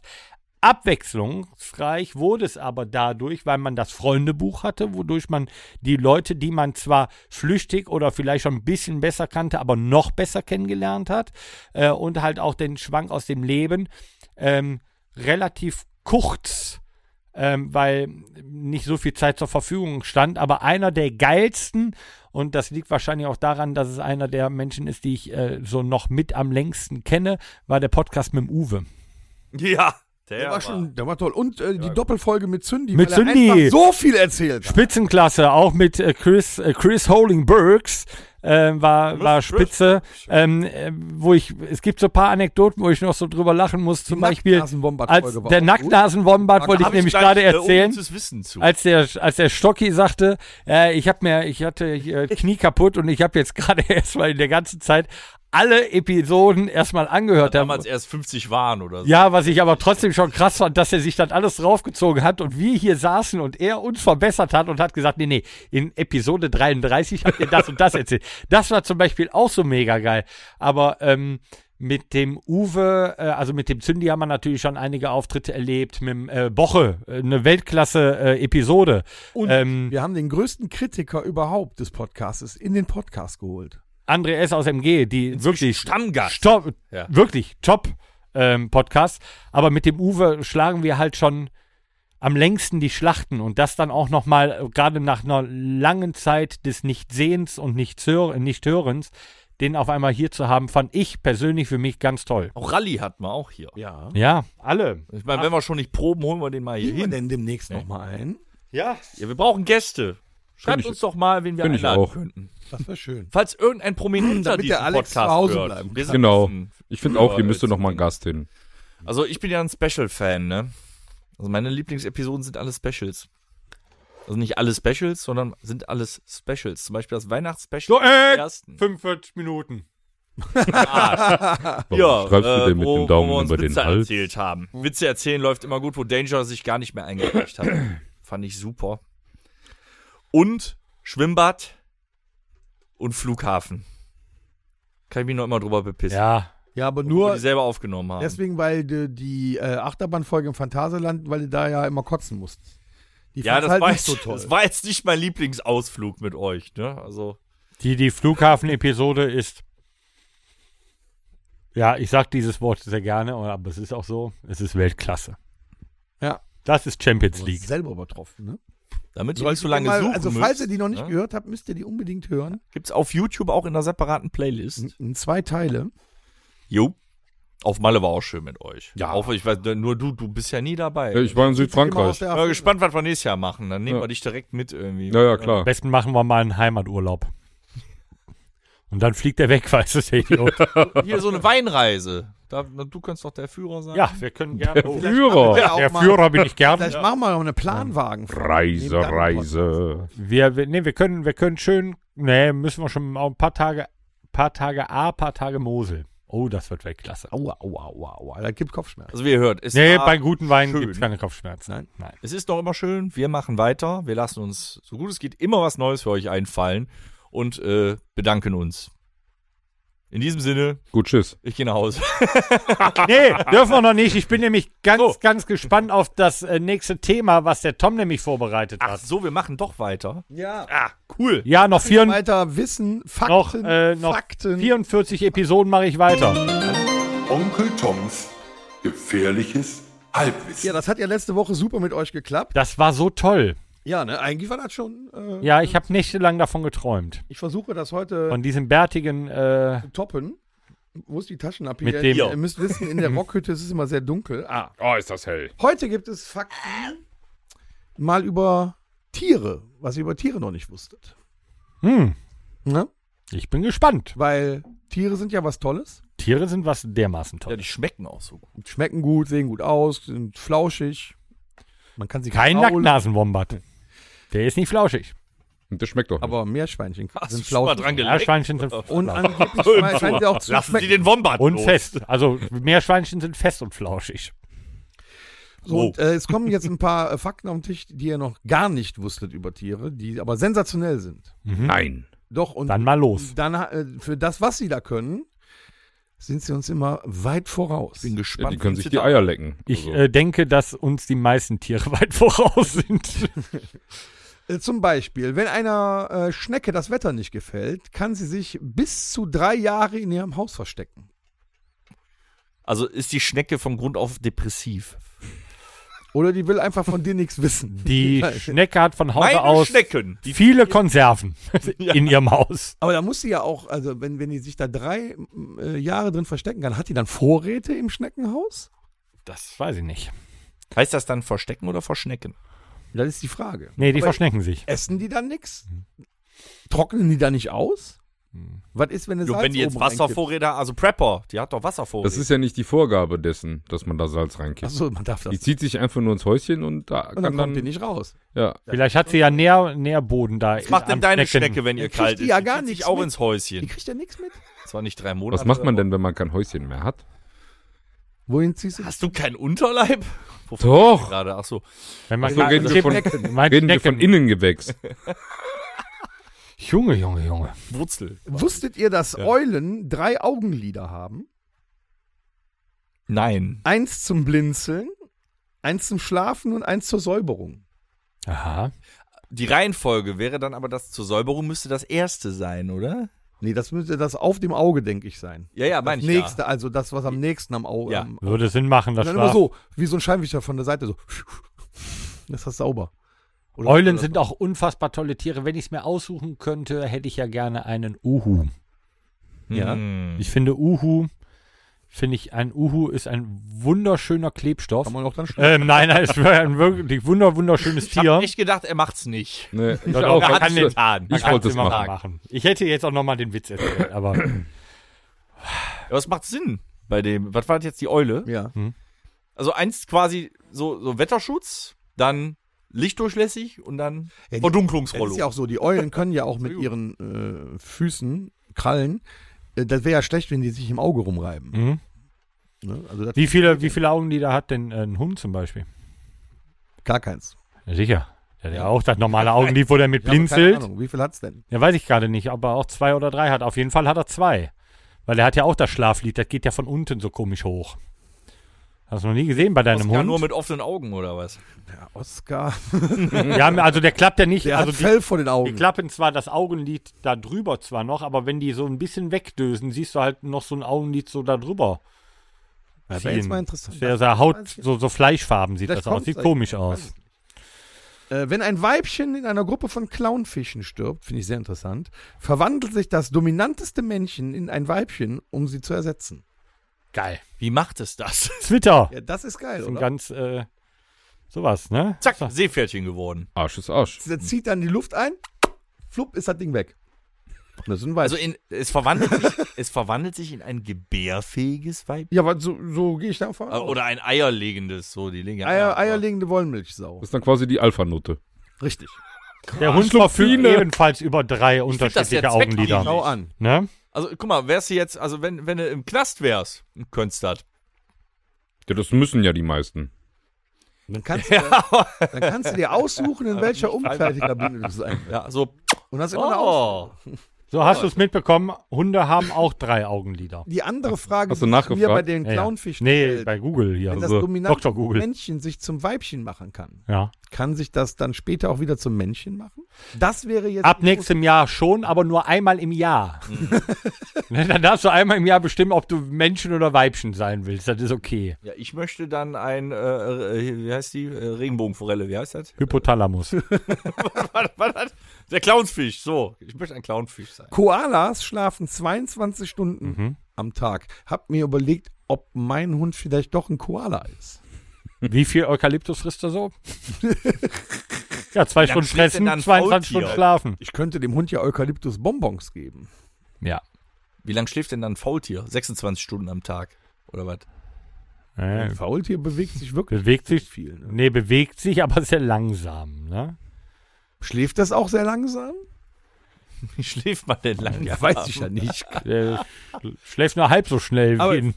[SPEAKER 4] Abwechslungsreich wurde es aber dadurch, weil man das Freundebuch hatte, wodurch man die Leute, die man zwar flüchtig oder vielleicht schon ein bisschen besser kannte, aber noch besser kennengelernt hat äh, und halt auch den Schwank aus dem Leben ähm, relativ kurz ähm, weil nicht so viel Zeit zur Verfügung stand. Aber einer der geilsten, und das liegt wahrscheinlich auch daran, dass es einer der Menschen ist, die ich äh, so noch mit am längsten kenne, war der Podcast mit dem Uwe.
[SPEAKER 5] Ja, der,
[SPEAKER 1] Der war schon, der war toll. Und äh, die Doppelfolge mit Zündi,
[SPEAKER 4] Mit
[SPEAKER 1] weil er
[SPEAKER 4] Zündi.
[SPEAKER 1] einfach so viel erzählt hat.
[SPEAKER 4] Spitzenklasse, auch mit äh, Chris, äh, Chris Holding Burks. Äh, war, war spitze, ähm, äh, wo ich, es gibt so ein paar Anekdoten, wo ich noch so drüber lachen muss, zum Beispiel, als
[SPEAKER 1] Nacktnasenwombat-Folge war
[SPEAKER 4] der
[SPEAKER 1] auch gut.
[SPEAKER 4] Nacktnasenwombat wollte ich
[SPEAKER 5] Hab
[SPEAKER 4] nämlich
[SPEAKER 5] gleich,
[SPEAKER 4] gerade
[SPEAKER 5] äh,
[SPEAKER 4] erzählen.
[SPEAKER 5] unnützes Wissen zu.
[SPEAKER 4] als der als der Stocki sagte, äh, ich habe mir ich hatte äh, Knie kaputt und ich habe jetzt *laughs* gerade erstmal in der ganzen Zeit alle Episoden erstmal angehört.
[SPEAKER 5] damals erst 50 waren oder so.
[SPEAKER 4] ja, was ich aber trotzdem schon krass fand, dass er sich dann alles draufgezogen hat und wir hier saßen und er uns verbessert hat und hat gesagt, nee, nee, in Episode 33 habt ihr das und das erzählt. Das war zum Beispiel auch so mega geil. Aber ähm, mit dem Uwe, äh, also mit dem Zündi haben wir natürlich schon einige Auftritte erlebt, mit dem äh, Boche, äh, eine Weltklasse-Episode.
[SPEAKER 1] Und
[SPEAKER 4] ähm,
[SPEAKER 1] wir haben den größten Kritiker überhaupt des Podcasts in den Podcast geholt.
[SPEAKER 4] André S. aus MG, die wirklich
[SPEAKER 5] Stammgast.
[SPEAKER 4] Stop,
[SPEAKER 5] Ja.
[SPEAKER 4] wirklich top ähm, Podcast. Aber mit dem Uwe schlagen wir halt schon am längsten die Schlachten und das dann auch nochmal, gerade nach einer langen Zeit des Nichtsehens und Nichtshör- Nichthörens, den auf einmal hier zu haben, fand ich persönlich für mich ganz toll.
[SPEAKER 5] Auch Rallye hatten wir auch hier.
[SPEAKER 1] Ja.
[SPEAKER 4] Ja, alle.
[SPEAKER 5] Ich meine, wenn wir schon nicht proben, holen wir den mal hier
[SPEAKER 1] Kriegen wir
[SPEAKER 5] hin.
[SPEAKER 1] denn demnächst nochmal ein?
[SPEAKER 4] Ja.
[SPEAKER 5] Ja, wir brauchen Gäste. Schreibt
[SPEAKER 3] ich-
[SPEAKER 5] uns doch mal, wen wir
[SPEAKER 3] find ich
[SPEAKER 5] einladen
[SPEAKER 3] auch.
[SPEAKER 5] könnten.
[SPEAKER 1] Das wäre schön.
[SPEAKER 5] Falls irgendein Prominenter
[SPEAKER 1] Damit der
[SPEAKER 5] diesen
[SPEAKER 1] Alex
[SPEAKER 5] Podcast
[SPEAKER 1] zu Hause
[SPEAKER 5] hört.
[SPEAKER 1] bleiben
[SPEAKER 5] Wir sind
[SPEAKER 3] Genau.
[SPEAKER 5] offen.
[SPEAKER 3] Ich finde auch,
[SPEAKER 5] Ja,
[SPEAKER 3] hier müsste
[SPEAKER 5] jetzt-
[SPEAKER 3] noch mal ein Gast hin.
[SPEAKER 5] Also ich bin ja ein Special-Fan, ne? Also meine Lieblingsepisoden sind alle Specials. Also nicht alle Specials, sondern sind alles Specials. Zum Beispiel das Weihnachtsspecial
[SPEAKER 4] So, äh,
[SPEAKER 5] am ersten.
[SPEAKER 4] 45 Minuten.
[SPEAKER 3] Warum schreibst du denn mit
[SPEAKER 5] äh,
[SPEAKER 3] dem
[SPEAKER 5] wo, wo wir
[SPEAKER 3] Daumen
[SPEAKER 5] uns
[SPEAKER 3] über
[SPEAKER 5] Witze
[SPEAKER 3] den Hals?
[SPEAKER 5] erzählt haben. Witze erzählen läuft immer gut, wo Danger sich gar nicht mehr
[SPEAKER 3] *clears throat*
[SPEAKER 5] eingekriegt hat. Fand ich super. Und Schwimmbad und Flughafen. Kann ich mich noch immer drüber bepissen.
[SPEAKER 4] Ja.
[SPEAKER 1] Ja, aber
[SPEAKER 5] Wo wir
[SPEAKER 1] nur
[SPEAKER 5] die selber aufgenommen haben.
[SPEAKER 1] deswegen, weil die, die äh, Achterbahnfolge im Phantasialand, weil du da ja immer kotzen musst. Die
[SPEAKER 5] ja,
[SPEAKER 1] fand's
[SPEAKER 5] das,
[SPEAKER 1] halt
[SPEAKER 5] war
[SPEAKER 1] nicht
[SPEAKER 5] jetzt,
[SPEAKER 1] so toll.
[SPEAKER 5] das war jetzt nicht mein Lieblingsausflug mit euch, ne? Also,
[SPEAKER 4] Die, die Flughafen-Episode ist. Ja, ich sag dieses Wort sehr gerne, aber es ist auch so. Es ist Weltklasse.
[SPEAKER 1] Ja.
[SPEAKER 4] Das ist Champions
[SPEAKER 1] Aber
[SPEAKER 4] League.
[SPEAKER 1] selber übertroffen, ne?
[SPEAKER 5] damit ihr
[SPEAKER 1] Sollst
[SPEAKER 5] nicht so lange
[SPEAKER 1] mal,
[SPEAKER 5] suchen
[SPEAKER 1] Also,
[SPEAKER 5] müsst,
[SPEAKER 1] falls ihr die noch nicht
[SPEAKER 5] ne?
[SPEAKER 1] gehört habt, müsst ihr die unbedingt hören.
[SPEAKER 5] Gibt's auf YouTube auch in einer separaten Playlist.
[SPEAKER 1] In, in zwei Teile.
[SPEAKER 5] Jo. Auf Malle war auch schön mit euch. Ja. Auch, ich weiß, nur du, du bist ja nie dabei.
[SPEAKER 3] Ja, Ich war
[SPEAKER 1] Immer
[SPEAKER 3] in
[SPEAKER 1] aus der
[SPEAKER 3] Südfrankreich.
[SPEAKER 5] Ich bin mal
[SPEAKER 1] Erfahrung.
[SPEAKER 5] gespannt, was wir nächstes Jahr machen. Dann nehmen
[SPEAKER 3] Ja.
[SPEAKER 5] wir dich direkt mit irgendwie.
[SPEAKER 3] Ja, ja, klar.
[SPEAKER 4] Am besten machen wir mal einen Heimaturlaub. Und dann fliegt er weg, *laughs* weißt du, der Idiot.
[SPEAKER 5] Hier so eine Weinreise. Da, na, du könntest doch der Führer sein.
[SPEAKER 4] ja, wir können gerne. Oh,
[SPEAKER 3] Führer.
[SPEAKER 1] auch
[SPEAKER 4] der
[SPEAKER 1] mal-
[SPEAKER 4] Führer bin ich gern.
[SPEAKER 1] Vielleicht machen wir noch eine Planwagen.
[SPEAKER 3] Reise, Reise.
[SPEAKER 4] Wir, wir, nee, wir können, wir können schön. Nee, müssen wir schon auch ein paar Tage, paar Tage A, paar Tage Mosel. Oh, das wird Weltklasse.
[SPEAKER 1] Aua, aua, aua, aua. Da gibt Kopfschmerzen.
[SPEAKER 5] Also wie ihr hört, es,
[SPEAKER 4] Nee,
[SPEAKER 5] war,
[SPEAKER 4] bei guten Weinen
[SPEAKER 5] schön.
[SPEAKER 4] gibt es keine Kopfschmerzen.
[SPEAKER 1] Nein.
[SPEAKER 4] Nein.
[SPEAKER 5] es ist noch immer schön. Wir machen weiter. Wir lassen uns, so gut es geht, immer was Neues für euch einfallen und äh, bedanken uns. In diesem Sinne,
[SPEAKER 3] Gut, tschüss.
[SPEAKER 5] ich gehe nach Hause.
[SPEAKER 4] Nee, dürfen wir noch nicht. Ich bin nämlich ganz, ganz gespannt auf das äh, nächste Thema, was der Tom nämlich vorbereitet
[SPEAKER 5] Ach
[SPEAKER 4] hat.
[SPEAKER 5] so, wir machen doch weiter.
[SPEAKER 1] Ja.
[SPEAKER 5] Ah, cool.
[SPEAKER 4] Ja, noch, vier,
[SPEAKER 1] Weiter Wissen, Fakten,
[SPEAKER 4] noch, äh, noch
[SPEAKER 1] Fakten.
[SPEAKER 4] 44 Episoden mache ich weiter.
[SPEAKER 2] Onkel Toms gefährliches Halbwissen.
[SPEAKER 1] Ja, das hat ja letzte Woche super mit euch geklappt.
[SPEAKER 4] Das war so toll.
[SPEAKER 1] Ja, ne, eigentlich war das schon. Äh,
[SPEAKER 4] Ja, ich habe nächtelang davon geträumt.
[SPEAKER 1] Ich versuche das heute
[SPEAKER 4] Von diesem bärtigen, äh,
[SPEAKER 1] zu toppen. Wo ist die Taschenlampe?
[SPEAKER 4] Mit
[SPEAKER 1] Ihr-
[SPEAKER 4] dem-
[SPEAKER 1] Ihr müsst wissen,
[SPEAKER 5] *laughs*
[SPEAKER 1] in der Rockhütte ist es immer sehr dunkel. Ah,
[SPEAKER 3] Oh, ist das hell.
[SPEAKER 1] heute gibt es Fakten mal über Tiere, was ihr über Tiere noch nicht wusstet.
[SPEAKER 4] hm,
[SPEAKER 1] Ne?
[SPEAKER 4] ich bin gespannt.
[SPEAKER 1] Weil Tiere sind ja was Tolles.
[SPEAKER 4] Tiere sind was dermaßen
[SPEAKER 5] Ja,
[SPEAKER 4] toll.
[SPEAKER 5] die schmecken auch so gut.
[SPEAKER 1] Schmecken gut, sehen gut aus, sind flauschig. Man kann sie
[SPEAKER 4] Kein
[SPEAKER 1] kauen,
[SPEAKER 4] Nacktnasenwombat. Der ist nicht flauschig.
[SPEAKER 3] Und das schmeckt doch. nicht.
[SPEAKER 1] Aber Meerschweinchen
[SPEAKER 5] Hast du
[SPEAKER 1] sind
[SPEAKER 5] schon mal
[SPEAKER 1] flauschig.
[SPEAKER 5] dran
[SPEAKER 4] Ja,
[SPEAKER 5] geleckt?
[SPEAKER 4] Schweinchen sind
[SPEAKER 1] Und
[SPEAKER 4] flauschig.
[SPEAKER 5] *laughs*
[SPEAKER 1] angeblich schme- scheinen sie auch zu
[SPEAKER 5] Lassen Sie
[SPEAKER 1] schmecken.
[SPEAKER 5] den Wombat
[SPEAKER 4] Und
[SPEAKER 5] Oh, los.
[SPEAKER 4] fest. Also Meerschweinchen sind fest und flauschig.
[SPEAKER 1] So,
[SPEAKER 4] Oh.
[SPEAKER 1] und, äh, es kommen jetzt ein paar äh, Fakten auf den Tisch, die ihr noch gar nicht wusstet über Tiere, die aber sensationell sind.
[SPEAKER 5] mhm.
[SPEAKER 3] Nein.
[SPEAKER 1] Doch, und
[SPEAKER 4] Dann mal los.
[SPEAKER 1] dann, äh, für das, was sie da können, sind sie uns immer weit voraus.
[SPEAKER 5] Bin
[SPEAKER 3] Ja,
[SPEAKER 5] gespannt.
[SPEAKER 3] die können
[SPEAKER 5] wie
[SPEAKER 3] sich
[SPEAKER 5] sie
[SPEAKER 3] die
[SPEAKER 5] da-
[SPEAKER 3] Eier lecken.
[SPEAKER 4] Ich
[SPEAKER 3] Also,
[SPEAKER 4] äh, denke, dass uns die meisten Tiere *laughs* weit voraus sind.
[SPEAKER 1] Äh, Zum Beispiel, wenn einer äh, Schnecke das Wetter nicht gefällt, kann sie sich bis zu drei Jahre in ihrem Haus verstecken.
[SPEAKER 5] Also ist die Schnecke von Grund auf depressiv.
[SPEAKER 1] Oder die will einfach von dir nichts wissen.
[SPEAKER 4] *laughs*
[SPEAKER 1] *laughs*
[SPEAKER 4] Die Schnecke hat von Hause
[SPEAKER 5] Meine
[SPEAKER 4] aus
[SPEAKER 5] Schnecken. Die
[SPEAKER 4] viele
[SPEAKER 5] *laughs*
[SPEAKER 4] Konserven in ihrem Haus.
[SPEAKER 1] Aber da muss sie ja auch, also wenn, wenn die sich da drei äh, Jahre drin verstecken kann, hat die dann Vorräte im Schneckenhaus?
[SPEAKER 4] Das weiß ich nicht.
[SPEAKER 5] Heißt das dann verstecken oder verschnecken?
[SPEAKER 1] Das ist die Frage.
[SPEAKER 4] Nee, die
[SPEAKER 1] Aber
[SPEAKER 4] verschnecken sich.
[SPEAKER 1] Essen die dann nichts? Trocknen die dann nicht aus? Was ist, wenn es
[SPEAKER 5] Jo,
[SPEAKER 1] Salz
[SPEAKER 5] wenn die jetzt
[SPEAKER 1] oben reinkippt?
[SPEAKER 5] Wasservorräder, also Prepper, die hat doch
[SPEAKER 3] das
[SPEAKER 5] Wasservorräder.
[SPEAKER 3] ist ja nicht die Vorgabe dessen, dass man da Salz
[SPEAKER 1] Ach
[SPEAKER 3] reinkippt.
[SPEAKER 1] so, man darf das.
[SPEAKER 3] Die
[SPEAKER 1] Und
[SPEAKER 3] zieht sich einfach nur ins Häuschen und da
[SPEAKER 1] dann,
[SPEAKER 3] kann
[SPEAKER 1] kommt
[SPEAKER 3] dann.
[SPEAKER 1] die nicht raus.
[SPEAKER 3] Ja.
[SPEAKER 4] Vielleicht hat sie ja Nähr, Nährboden da.
[SPEAKER 5] Was macht denn deine Schnecke, wenn ihr
[SPEAKER 1] Dann kriegt
[SPEAKER 5] kalt
[SPEAKER 1] die
[SPEAKER 5] ist?
[SPEAKER 1] ja gar
[SPEAKER 5] zieht sich
[SPEAKER 1] nichts
[SPEAKER 5] auch
[SPEAKER 1] mit.
[SPEAKER 5] ins
[SPEAKER 1] Die
[SPEAKER 5] Häuschen.
[SPEAKER 1] kriegt ja nichts mit.
[SPEAKER 5] Zwar nicht drei Monate.
[SPEAKER 3] Was
[SPEAKER 1] Also
[SPEAKER 3] macht man
[SPEAKER 5] aber-
[SPEAKER 3] denn, wenn man kein Häuschen mehr hat?
[SPEAKER 1] Wohin ziehst du
[SPEAKER 5] Hast du keinen Unterleib? Wovon
[SPEAKER 3] Doch.
[SPEAKER 5] gerade? Ach so.
[SPEAKER 4] Wenn man
[SPEAKER 3] So reden wir von,
[SPEAKER 4] Mein
[SPEAKER 3] reden wir von
[SPEAKER 4] Schnecken-
[SPEAKER 3] Innengewächs.
[SPEAKER 4] Junge, Junge, Junge.
[SPEAKER 5] Wurzel.
[SPEAKER 1] Wusstet ihr, dass Eulen drei Augenlider haben?
[SPEAKER 5] Nein.
[SPEAKER 1] Eins zum Blinzeln, eins zum Schlafen und eins zur Säuberung.
[SPEAKER 4] Aha.
[SPEAKER 5] Die Reihenfolge wäre dann aber das zur Säuberung müsste das erste sein, oder?
[SPEAKER 1] Nee, das müsste das auf dem Auge, denke ich, sein.
[SPEAKER 5] Ja, ja,
[SPEAKER 1] Das
[SPEAKER 5] meine ich.
[SPEAKER 1] nächste,
[SPEAKER 5] Ja.
[SPEAKER 1] also das, was am nächsten am Auge.
[SPEAKER 5] Ja.
[SPEAKER 1] Am,
[SPEAKER 4] Würde Sinn machen,
[SPEAKER 1] und
[SPEAKER 4] das
[SPEAKER 1] dann immer
[SPEAKER 4] Schlaf.
[SPEAKER 1] so, wie so ein Scheinwichter von der Seite, so. *laughs* Das ist das sauber. Oder-
[SPEAKER 4] Eulen
[SPEAKER 1] oder-
[SPEAKER 4] sind auch unfassbar tolle Tiere. Wenn ich es mir aussuchen könnte, hätte ich ja gerne einen Uhu.
[SPEAKER 1] Ja.
[SPEAKER 5] Hm.
[SPEAKER 4] Ich finde Uhu, finde ich, ein Uhu ist ein wunderschöner Klebstoff.
[SPEAKER 1] Kann man auch dann schneiden.
[SPEAKER 4] Ähm, nein, nein, es wäre ein wirklich wunder, wunderschönes
[SPEAKER 5] Ich habe
[SPEAKER 4] Tier.
[SPEAKER 5] echt gedacht, er macht's nicht.
[SPEAKER 4] *laughs*
[SPEAKER 3] Nee, ich
[SPEAKER 4] doch,
[SPEAKER 3] ne? auch.
[SPEAKER 4] er hat
[SPEAKER 3] Kannst du-
[SPEAKER 4] den-
[SPEAKER 5] Getan.
[SPEAKER 3] Ich wollte es
[SPEAKER 4] immer
[SPEAKER 3] machen.
[SPEAKER 4] Ich hätte jetzt auch nochmal den Witz erzählt, aber
[SPEAKER 5] Aber es macht Sinn bei dem. Was war das jetzt die Eule?
[SPEAKER 1] Ja.
[SPEAKER 5] Also eins quasi so, so Wetterschutz, dann lichtdurchlässig und dann
[SPEAKER 1] Ja, die-
[SPEAKER 5] Verdunklungsrollo.
[SPEAKER 1] Das ist ja auch so, die Eulen können ja auch mit ihren äh, Füßen krallen. Äh, Das wäre ja schlecht, wenn die sich im Auge rumreiben.
[SPEAKER 4] Mhm.
[SPEAKER 1] Ne? Also das
[SPEAKER 4] wie viele, wie viele Augen die da hat denn äh, ein Hund zum Beispiel?
[SPEAKER 1] gar keins.
[SPEAKER 4] Ja, sicher. Der hat ja auch das normale Augenlid, wo der mit
[SPEAKER 1] Ich habe Keine
[SPEAKER 4] blinzelt.
[SPEAKER 1] Ahnung, wie viel hat's denn?
[SPEAKER 4] Ja, weiß ich gerade nicht, ob er auch zwei oder drei hat. Auf jeden Fall hat er zwei. Weil er hat ja auch das Schlaflied, das geht ja von unten so komisch hoch. Hast du noch nie gesehen bei deinem
[SPEAKER 5] Oscar
[SPEAKER 4] Hund?
[SPEAKER 5] nur mit offenen Augen oder was?
[SPEAKER 1] Ja, Oscar.
[SPEAKER 4] ja, also der klappt ja nicht.
[SPEAKER 1] Der
[SPEAKER 4] also
[SPEAKER 1] hat
[SPEAKER 4] die,
[SPEAKER 1] Fell vor den
[SPEAKER 4] die
[SPEAKER 1] Augen.
[SPEAKER 4] klappen zwar das Augenlid da drüber zwar noch, aber wenn die so ein bisschen wegdösen, siehst du halt noch so ein Augenlid so da drüber.
[SPEAKER 1] Das wäre
[SPEAKER 4] ziehen.
[SPEAKER 1] jetzt mal interessant.
[SPEAKER 4] Der, der Haut,
[SPEAKER 1] weiß ich-
[SPEAKER 4] so, so Fleischfarben sieht
[SPEAKER 1] Vielleicht
[SPEAKER 4] das aus.
[SPEAKER 1] kommt's
[SPEAKER 4] Sieht
[SPEAKER 1] eigentlich.
[SPEAKER 4] komisch
[SPEAKER 1] Weiß
[SPEAKER 4] aus.
[SPEAKER 1] Äh, wenn ein Weibchen in einer Gruppe von Clownfischen stirbt, finde ich sehr interessant, verwandelt sich das dominanteste Männchen in ein Weibchen, um sie zu ersetzen.
[SPEAKER 4] Geil.
[SPEAKER 5] Wie macht es das?
[SPEAKER 4] Twitter.
[SPEAKER 1] Ja, das ist geil,
[SPEAKER 4] so ein
[SPEAKER 1] oder?
[SPEAKER 4] ganz, äh, sowas, ne?
[SPEAKER 5] Zack, Seepferdchen geworden.
[SPEAKER 3] Arsch ist Arsch.
[SPEAKER 1] Der zieht dann die Luft ein, flupp, ist das Ding weg. Und das ist ein Weibchen.
[SPEAKER 5] Also in, es, verwandelt sich, *laughs* es verwandelt sich in ein gebärfähiges Weib.
[SPEAKER 1] ja, aber so, so gehe ich davon
[SPEAKER 4] Ah,
[SPEAKER 5] Äh,
[SPEAKER 1] aus.
[SPEAKER 5] Oder ein eierlegendes, so die Ah, oh. Linge.
[SPEAKER 1] Eier, eierlegende Wollmilchsau.
[SPEAKER 3] Das ist dann quasi die Alpha-Note.
[SPEAKER 1] Richtig.
[SPEAKER 4] Der Hund verfügt ebenfalls über drei
[SPEAKER 5] find das ja
[SPEAKER 4] unterschiedliche Augenlider.
[SPEAKER 5] zweckdienlich.
[SPEAKER 1] Schau an.
[SPEAKER 4] Ne?
[SPEAKER 5] Also guck mal, wärst du jetzt, also wenn, wenn du im Knast wärst, könntest das.
[SPEAKER 3] Ja, das müssen ja die meisten.
[SPEAKER 1] Dann kannst,
[SPEAKER 4] *laughs*
[SPEAKER 1] du, dann kannst du dir aussuchen, in welcher Umkleidekabine du sein willst.
[SPEAKER 5] Ja, so.
[SPEAKER 1] Und hast immer eine Auswahl.
[SPEAKER 5] Oh.
[SPEAKER 4] So hast du es mitbekommen, Hunde haben auch drei Augenlider.
[SPEAKER 1] Die andere Frage,
[SPEAKER 3] Hast du
[SPEAKER 1] die sich mir
[SPEAKER 3] nachgefragt?
[SPEAKER 1] bei den
[SPEAKER 4] Ja, ja.
[SPEAKER 1] Clownfischen
[SPEAKER 4] Nee,
[SPEAKER 1] stellt,
[SPEAKER 4] bei Google hier.
[SPEAKER 1] wenn das
[SPEAKER 3] so.
[SPEAKER 1] dominante
[SPEAKER 4] Dr. Google.
[SPEAKER 1] Männchen sich zum Weibchen machen kann,
[SPEAKER 4] Ja.
[SPEAKER 1] kann sich das dann später auch wieder zum Männchen machen? Das wäre jetzt
[SPEAKER 4] Ab nächstem Jahr schon, aber nur einmal im Jahr.
[SPEAKER 5] Mhm.
[SPEAKER 4] *laughs* Ne, Dann darfst du einmal im Jahr bestimmen, ob du Männchen oder Weibchen sein willst. Das ist okay.
[SPEAKER 5] Ja, ich möchte dann ein, äh, äh, wie heißt die? Äh, Regenbogenforelle, wie heißt das?
[SPEAKER 4] Hypothalamus.
[SPEAKER 5] *laughs* Was war das? Der Clownsfisch, so. Ich möchte ein Clownfisch sein.
[SPEAKER 1] Koalas schlafen 22 Stunden
[SPEAKER 4] Mhm.
[SPEAKER 1] am Tag. Hab mir überlegt, ob mein Hund vielleicht doch ein Koala ist.
[SPEAKER 4] Wie viel Eukalyptus frisst er
[SPEAKER 5] *laughs*
[SPEAKER 4] so? ja, zwei Stunden
[SPEAKER 5] schläft
[SPEAKER 4] fressen,
[SPEAKER 5] denn da ein
[SPEAKER 4] 22
[SPEAKER 5] Faultier?
[SPEAKER 4] Stunden schlafen.
[SPEAKER 1] Ich könnte dem Hund ja Eukalyptus-Bonbons geben.
[SPEAKER 4] Ja.
[SPEAKER 5] Wie lange schläft denn dann ein Faultier? 26 Stunden am Tag, oder was?
[SPEAKER 4] Äh,
[SPEAKER 1] Ein Faultier bewegt sich wirklich
[SPEAKER 4] bewegt sich,
[SPEAKER 1] viel. Ne?
[SPEAKER 4] nee, bewegt sich, aber sehr langsam. Ne?
[SPEAKER 1] Schläft das auch sehr langsam?
[SPEAKER 5] Wie schläft man denn lange?
[SPEAKER 1] Ja, weiß ich ja nicht.
[SPEAKER 4] Der schläft nur halb so schnell
[SPEAKER 1] Aber-
[SPEAKER 4] wie ein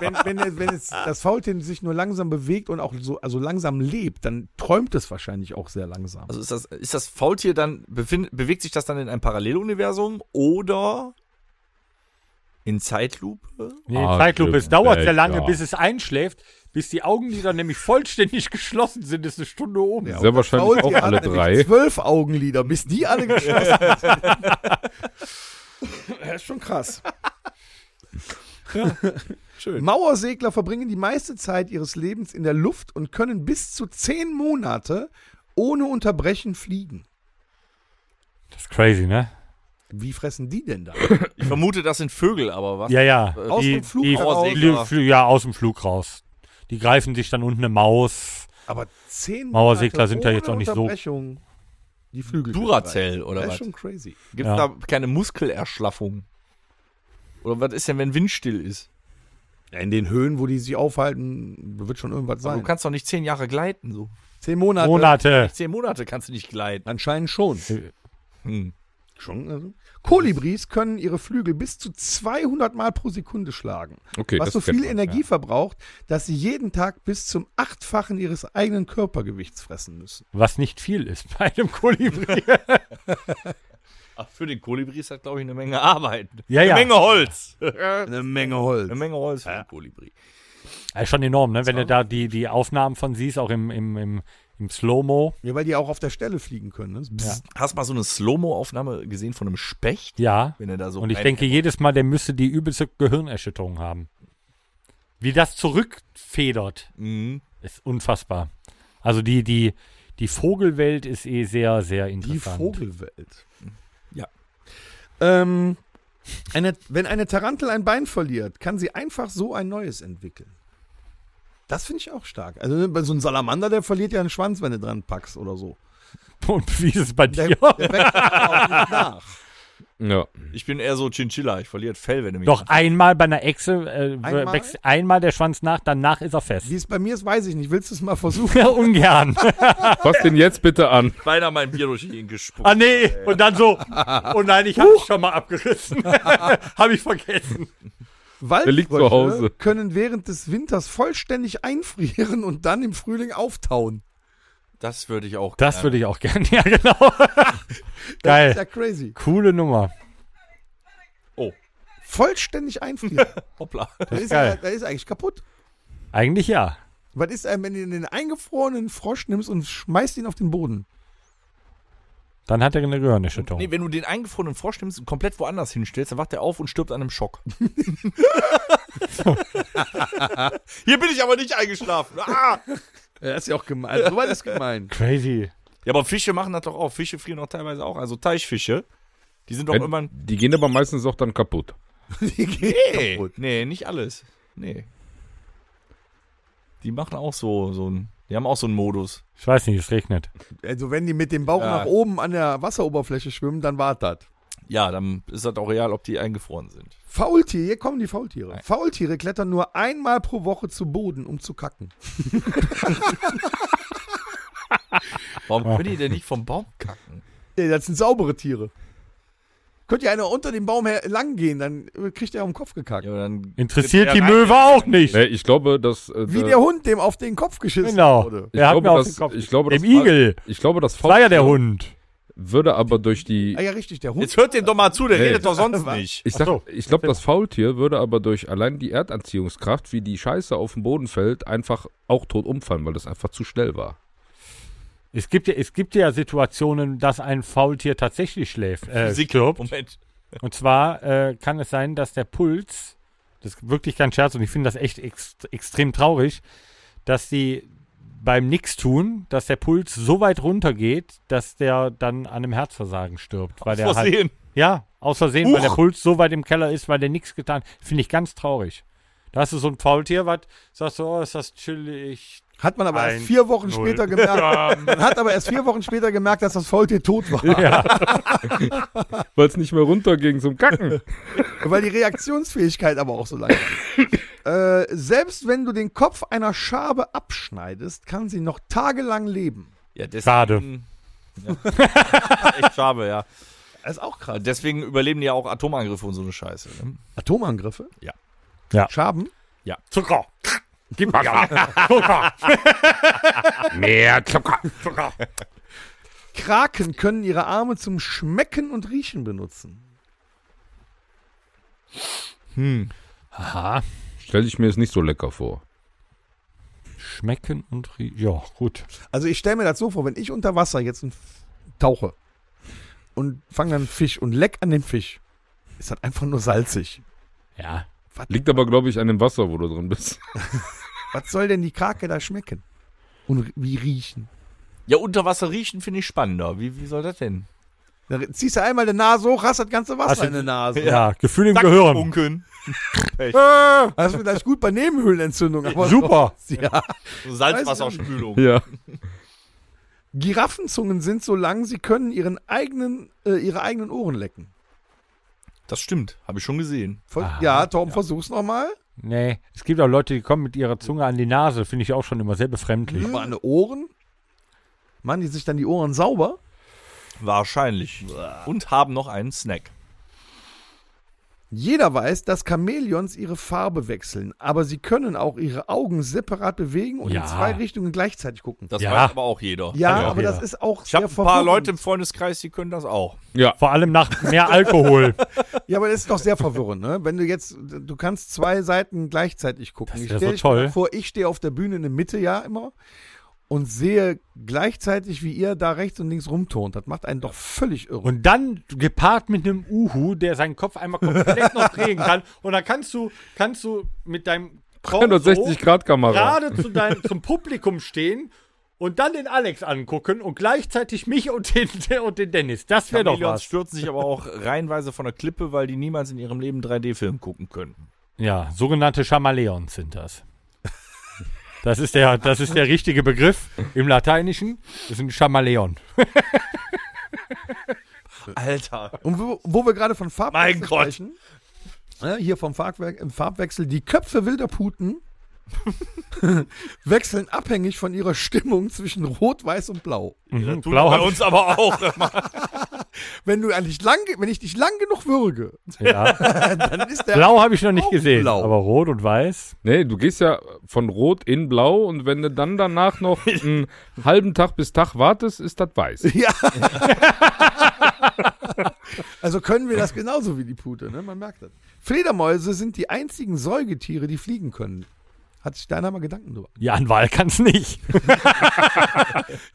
[SPEAKER 1] *laughs* wenn, wenn, wenn, wenn es, das Faultier sich nur langsam bewegt und auch so also langsam lebt, dann träumt es wahrscheinlich auch sehr langsam.
[SPEAKER 5] Also ist das, ist das Faultier dann, befind, bewegt sich das dann in einem Paralleluniversum oder in Zeitlupe?
[SPEAKER 4] *laughs* Nee,
[SPEAKER 3] Ah,
[SPEAKER 4] Zeitlupe. Es
[SPEAKER 3] Glück.
[SPEAKER 4] dauert
[SPEAKER 3] Weg,
[SPEAKER 4] sehr lange,
[SPEAKER 3] ja.
[SPEAKER 4] bis es einschläft, bis die Augenlider nämlich vollständig *laughs* geschlossen sind, ist eine Stunde um oben.
[SPEAKER 1] Ja,
[SPEAKER 3] Sehr
[SPEAKER 1] und das
[SPEAKER 3] wahrscheinlich auch
[SPEAKER 1] Faultier
[SPEAKER 3] alle
[SPEAKER 1] hat nämlich
[SPEAKER 3] drei.
[SPEAKER 1] Zwölf Augenlider, bis die alle geschlossen *laughs* sind. das ist schon *laughs* krass. Schön. Mauersegler verbringen die meiste Zeit ihres Lebens in der Luft und können bis zu zehn Monate ohne Unterbrechen fliegen.
[SPEAKER 4] Das ist crazy, ne?
[SPEAKER 1] Wie fressen die denn da?
[SPEAKER 4] *laughs*
[SPEAKER 5] Ich vermute, das sind Vögel, aber was?
[SPEAKER 4] Ja, ja.
[SPEAKER 1] Aus
[SPEAKER 4] die,
[SPEAKER 1] dem Flug
[SPEAKER 4] die,
[SPEAKER 5] raus.
[SPEAKER 4] Flü- Flü- ja, aus dem Flug raus. Die greifen sich dann unten eine Maus.
[SPEAKER 1] Aber zehn
[SPEAKER 4] Mauersegler
[SPEAKER 1] Monate
[SPEAKER 4] sind ja
[SPEAKER 1] ohne
[SPEAKER 4] jetzt auch nicht so-
[SPEAKER 1] Unterbrechung Die Flügel.
[SPEAKER 5] Duracell oder
[SPEAKER 1] Das ist
[SPEAKER 5] was?
[SPEAKER 1] schon crazy.
[SPEAKER 5] Gibt
[SPEAKER 4] Ja.
[SPEAKER 5] da keine Muskelerschlaffung? Oder was ist denn, wenn windstill ist?
[SPEAKER 1] Ja, in den Höhen, wo die sich aufhalten, wird schon irgendwas
[SPEAKER 5] Aber
[SPEAKER 1] sein.
[SPEAKER 5] Also du kannst doch nicht zehn Jahre gleiten, so.
[SPEAKER 1] zehn Monate.
[SPEAKER 4] Monate.
[SPEAKER 5] Zehn Monate kannst du nicht gleiten.
[SPEAKER 1] Anscheinend schon.
[SPEAKER 4] Äh.
[SPEAKER 5] Hm.
[SPEAKER 1] Schon, also. Kolibris können ihre Flügel bis zu 200 Mal pro Sekunde schlagen,
[SPEAKER 3] Okay,
[SPEAKER 1] was
[SPEAKER 3] das
[SPEAKER 1] so
[SPEAKER 3] kennt
[SPEAKER 1] viel
[SPEAKER 3] man,
[SPEAKER 1] Energie verbraucht, dass sie jeden Tag bis zum Achtfachen ihres eigenen Körpergewichts fressen müssen.
[SPEAKER 4] Was nicht viel ist *laughs* bei einem Kolibri.
[SPEAKER 5] Ach, für den Kolibri ist das, glaube ich, eine Menge Arbeit.
[SPEAKER 4] Ja,
[SPEAKER 5] eine
[SPEAKER 4] ja.
[SPEAKER 5] Menge Holz.
[SPEAKER 1] Eine Menge Holz.
[SPEAKER 5] Eine Menge Holz für den Kolibri.
[SPEAKER 4] Das ist schon enorm, ne? Wenn du da die, die Aufnahmen von siehst, auch im, im, im, im Slow-Mo.
[SPEAKER 1] Ja, weil die auch auf der Stelle fliegen können. Ne? Psst.
[SPEAKER 5] Hast du mal so eine Slow-Mo-Aufnahme gesehen von einem Specht?
[SPEAKER 4] Ja.
[SPEAKER 5] Wenn er da so
[SPEAKER 4] Und ich
[SPEAKER 5] rein-
[SPEAKER 4] denke jedes Mal, der müsste die übelste Gehirnerschütterung haben. Wie das zurückfedert,
[SPEAKER 5] Mhm.
[SPEAKER 4] ist unfassbar. Also die, die, die Vogelwelt ist eh sehr, sehr
[SPEAKER 1] Die
[SPEAKER 4] interessant.
[SPEAKER 1] Vogelwelt.
[SPEAKER 5] Ja.
[SPEAKER 1] Ähm, eine, wenn eine Tarantel ein Bein verliert, kann sie einfach so ein neues entwickeln. Das finde ich auch stark. Also bei so ein Salamander, der verliert ja einen Schwanz, wenn du dran packst oder so.
[SPEAKER 4] *laughs* Und wie ist es bei
[SPEAKER 1] Der,
[SPEAKER 4] dir?
[SPEAKER 1] *laughs* der wächst auch nicht nach. *laughs*
[SPEAKER 3] Ja.
[SPEAKER 5] Ich bin eher so Chinchilla, ich verliere Fell, wenn du mich.
[SPEAKER 4] Doch einmal bei einer Echse äh,
[SPEAKER 1] Einmal?
[SPEAKER 4] wächst einmal der Schwanz nach, danach ist er
[SPEAKER 1] Wie
[SPEAKER 4] fest.
[SPEAKER 1] es bei mir ist, weiß ich nicht. Willst du es mal versuchen?
[SPEAKER 4] *laughs* Ja, ungern.
[SPEAKER 3] Fass den jetzt bitte an.
[SPEAKER 5] beinahe mein Bier durch ihn gespuckt.
[SPEAKER 4] ah nee, und dann so. Oh nein, ich habe schon mal abgerissen. *laughs* habe ich vergessen.
[SPEAKER 3] liegt zu Hause.
[SPEAKER 1] Waldfrösche können während des Winters vollständig einfrieren und dann im Frühling auftauen.
[SPEAKER 5] Das würde ich auch
[SPEAKER 4] Das
[SPEAKER 5] gerne.
[SPEAKER 4] würde ich auch gerne. *laughs* Ja, genau.
[SPEAKER 1] Das ist ja
[SPEAKER 4] Geil.
[SPEAKER 1] crazy.
[SPEAKER 4] Coole Nummer.
[SPEAKER 1] Vollständig einfrieren.
[SPEAKER 5] *laughs* Hoppla.
[SPEAKER 1] Da ist,
[SPEAKER 4] geil.
[SPEAKER 1] er, da ist er eigentlich kaputt.
[SPEAKER 4] Eigentlich ja.
[SPEAKER 1] Was ist, ähm, wenn du den eingefrorenen Frosch nimmst und schmeißt ihn auf den Boden?
[SPEAKER 4] Dann hat er eine Gehirnerschütterung.
[SPEAKER 5] Nee, wenn du den eingefrorenen Frosch nimmst und komplett woanders hinstellst, dann wacht er auf und stirbt an einem Schock. *laughs* Hier bin ich aber nicht eingeschlafen. Ah!
[SPEAKER 1] Ja, Äh, das ist ja auch gemein. So war das gemein.
[SPEAKER 4] Crazy.
[SPEAKER 5] Ja, aber Fische machen das doch auch. Fische frieren doch teilweise auch. Also Teichfische. Die sind doch immer.
[SPEAKER 3] Die gehen aber meistens auch dann kaputt.
[SPEAKER 1] *laughs* Die geht
[SPEAKER 5] Nee,
[SPEAKER 1] kaputt.
[SPEAKER 5] nee, nicht alles. Nee. Die machen auch so, so ein. Die haben auch so einen Modus.
[SPEAKER 4] Ich weiß nicht, es regnet.
[SPEAKER 1] Also wenn die mit dem Bauch
[SPEAKER 5] Ja.
[SPEAKER 1] nach oben an der Wasseroberfläche schwimmen, dann wart das.
[SPEAKER 5] Ja, dann ist das auch real, ob die eingefroren sind.
[SPEAKER 1] Faultiere, hier kommen die Faultiere. Faultiere klettern nur einmal pro Woche zu Boden, um zu kacken.
[SPEAKER 5] Warum können die denn nicht vom Baum kacken?
[SPEAKER 1] Nee, Äh, das sind saubere Tiere. Könnte ja einer unter dem Baum her- lang gehen, dann äh, kriegt er auf den Kopf gekackt.
[SPEAKER 5] Ja, aber dann
[SPEAKER 4] Interessiert
[SPEAKER 5] Ja,
[SPEAKER 4] die
[SPEAKER 5] rein-
[SPEAKER 4] Möwe auch nicht.
[SPEAKER 3] Nee, ich glaube, dass. Äh,
[SPEAKER 1] Wie
[SPEAKER 3] da-
[SPEAKER 1] der Hund, dem auf den Kopf geschissen
[SPEAKER 4] Genau.
[SPEAKER 1] wurde.
[SPEAKER 3] Ich
[SPEAKER 4] Er hat
[SPEAKER 3] glaube,
[SPEAKER 4] mir auf
[SPEAKER 3] dass-
[SPEAKER 4] den Kopf.
[SPEAKER 3] ich glaube,
[SPEAKER 4] Dem
[SPEAKER 3] das-
[SPEAKER 4] Igel.
[SPEAKER 3] Ich glaube, das
[SPEAKER 4] War ja
[SPEAKER 3] Faultier
[SPEAKER 4] der Hund.
[SPEAKER 3] würde aber durch die.
[SPEAKER 1] Ah ja, richtig, der Hund.
[SPEAKER 5] Jetzt hört den doch mal zu, der
[SPEAKER 3] Nee.
[SPEAKER 5] redet
[SPEAKER 4] *laughs*
[SPEAKER 5] doch sonst nicht.
[SPEAKER 3] Ich, sag-
[SPEAKER 4] Ach so.
[SPEAKER 3] ich glaube, das Faultier würde aber durch allein die Erdanziehungskraft, wie die Scheiße auf den Boden fällt, einfach auch tot umfallen, weil das einfach zu schnell war.
[SPEAKER 4] Es gibt, ja, es gibt ja Situationen, dass ein Faultier tatsächlich schläft. Äh, stirbt.
[SPEAKER 5] Moment.
[SPEAKER 4] Und zwar äh, kann es sein, dass der Puls, das ist wirklich kein Scherz und ich finde das echt ex extrem traurig, dass die beim Nichtstun, dass der Puls so weit runtergeht, dass der dann an einem Herzversagen stirbt. Weil der halt,
[SPEAKER 5] Versehen.
[SPEAKER 4] ja, aus Versehen, weil der Puls so weit im Keller ist, weil der nichts getan Finde ich ganz traurig. Da hast du so ein Faultier, was sagst du, oh, ist das chillig.
[SPEAKER 1] Hat man aber
[SPEAKER 4] Eins,
[SPEAKER 1] erst vier Wochen
[SPEAKER 4] null.
[SPEAKER 1] später gemerkt. man hat aber erst vier Wochen später gemerkt, dass das Faultier tot war.
[SPEAKER 3] Weil es nicht mehr runterging zum Kacken.
[SPEAKER 1] Weil die Reaktionsfähigkeit aber auch so lange
[SPEAKER 4] *laughs*
[SPEAKER 1] ist. äh, selbst wenn du den Kopf einer Schabe abschneidest, kann sie noch tagelang leben.
[SPEAKER 5] Ja, deswegen,
[SPEAKER 4] Schade.
[SPEAKER 5] Hm. Ja. *laughs* Echt schade, ja.
[SPEAKER 1] Das ist auch krass.
[SPEAKER 5] Deswegen überleben die ja auch Atomangriffe und so eine Scheiße. Ne?
[SPEAKER 1] Atomangriffe?
[SPEAKER 5] Ja.
[SPEAKER 4] Ja.
[SPEAKER 1] Schaben?
[SPEAKER 4] Zucker! Gib mir *laughs* Zucker!
[SPEAKER 3] Mehr Zucker.
[SPEAKER 4] Zucker!
[SPEAKER 1] Kraken können ihre Arme zum Schmecken und Riechen benutzen.
[SPEAKER 4] Aha.
[SPEAKER 3] *laughs* Stell ich mir es nicht so lecker vor.
[SPEAKER 4] Schmecken und riechen. Ja, gut.
[SPEAKER 1] Also ich stelle mir das so vor, wenn ich unter Wasser jetzt ein F- tauche und fange dann einen Fisch und leck an den Fisch, ist das einfach nur salzig.
[SPEAKER 4] Ja.
[SPEAKER 3] Liegt aber, glaube ich, an dem Wasser, wo du drin bist.
[SPEAKER 1] Was soll denn die Krake da schmecken? Und ri- wie riechen?
[SPEAKER 5] Ja, unter Wasser riechen finde ich spannender. Wie, wie soll das denn?
[SPEAKER 1] Da ri- ziehst du einmal die Nase hoch, hast das ganze Wasser
[SPEAKER 4] Hast du-
[SPEAKER 1] in der Nase.
[SPEAKER 4] Ja, Gefühl im Gehirn. Äh,
[SPEAKER 5] Funken.
[SPEAKER 1] Das ist vielleicht gut bei Nebenhöhlenentzündung. Aber
[SPEAKER 4] Super.
[SPEAKER 1] Ja.
[SPEAKER 5] So
[SPEAKER 3] *laughs*
[SPEAKER 5] Salzwasserspülung.
[SPEAKER 3] ja.
[SPEAKER 1] Giraffenzungen sind so lang, sie können ihren eigenen, äh, ihre eigenen Ohren lecken.
[SPEAKER 5] Das stimmt. Habe ich schon gesehen.
[SPEAKER 1] Voll,
[SPEAKER 4] Aha,
[SPEAKER 1] ja, Tom, versuch's nochmal.
[SPEAKER 4] Nee, es gibt auch Leute, die kommen mit ihrer Zunge an die Nase. Finde ich auch schon immer sehr befremdlich.
[SPEAKER 1] Aber an die Ohren. Machen Hm? die sich dann die Ohren sauber?
[SPEAKER 5] Wahrscheinlich. Und haben noch einen Snack.
[SPEAKER 1] Jeder weiß, dass Chamäleons ihre Farbe wechseln, aber sie können auch ihre Augen separat bewegen und
[SPEAKER 4] Ja.
[SPEAKER 1] in zwei Richtungen gleichzeitig gucken.
[SPEAKER 5] Das
[SPEAKER 4] Ja.
[SPEAKER 5] weiß aber auch jeder.
[SPEAKER 1] ja,
[SPEAKER 4] ja,
[SPEAKER 1] aber
[SPEAKER 4] ja.
[SPEAKER 1] das ist auch
[SPEAKER 5] Ich habe
[SPEAKER 1] sehr
[SPEAKER 5] ein paar
[SPEAKER 1] verwirrend.
[SPEAKER 5] Leute im Freundeskreis, die können das auch.
[SPEAKER 3] Ja.
[SPEAKER 4] Vor allem nach mehr Alkohol.
[SPEAKER 1] Ja, aber das ist doch sehr verwirrend, ne? Wenn du jetzt, du kannst zwei Seiten gleichzeitig gucken.
[SPEAKER 4] Das
[SPEAKER 1] ich
[SPEAKER 4] wär
[SPEAKER 1] stell
[SPEAKER 4] so
[SPEAKER 1] dich mal
[SPEAKER 4] toll.
[SPEAKER 1] vor, ich stehe auf der Bühne in der Mitte ja immer und sehe gleichzeitig, wie ihr da rechts und links rumtont. Das macht einen doch völlig irre.
[SPEAKER 4] Und dann gepaart mit einem Uhu, der seinen Kopf einmal komplett noch drehen kann. Und dann kannst du, kannst du mit deinem Korn so
[SPEAKER 3] 360 Grad Kamera.
[SPEAKER 4] gerade zu deinem, zum Publikum stehen. und dann den Alex angucken und gleichzeitig mich und den, und den Dennis. Das wäre doch
[SPEAKER 5] Chameleons
[SPEAKER 4] was.
[SPEAKER 5] stürzen sich aber auch *laughs* reihenweise von der Klippe, weil die niemals in ihrem Leben 3D-Film gucken können.
[SPEAKER 4] Ja, sogenannte Chamaleons sind das. Das ist der, das ist der richtige Begriff im Lateinischen. Das ist ein Chamaleon.
[SPEAKER 5] Alter.
[SPEAKER 1] Und wo, wo wir gerade von Farbwechsel
[SPEAKER 5] Mein Gott.
[SPEAKER 1] sprechen, ja, hier vom Farbwerk, im Farbwechsel, die Köpfe wilder Puten *laughs* wechseln abhängig von ihrer Stimmung zwischen Rot, Weiß und Blau.
[SPEAKER 4] Mhm,
[SPEAKER 5] Blau
[SPEAKER 4] blau
[SPEAKER 5] bei
[SPEAKER 4] hab-
[SPEAKER 5] uns aber auch.
[SPEAKER 1] Wenn du eigentlich lang, wenn ich dich lang genug würge,
[SPEAKER 4] ja.
[SPEAKER 1] *laughs* dann ist der
[SPEAKER 4] *laughs* Blau habe ich noch nicht
[SPEAKER 1] Auch
[SPEAKER 4] gesehen,
[SPEAKER 1] blau.
[SPEAKER 4] aber rot und weiß.
[SPEAKER 3] Nee, du gehst ja von Rot in Blau und wenn du dann danach *laughs* noch einen halben Tag bis Tag wartest, ist das weiß.
[SPEAKER 1] Ja. *laughs* also können wir das genauso wie die Pute, ne? Man merkt das. Fledermäuse sind die einzigen Säugetiere, die fliegen können. Hat sich da einer mal Gedanken drüber?
[SPEAKER 4] Ja, ein Wal kann es nicht.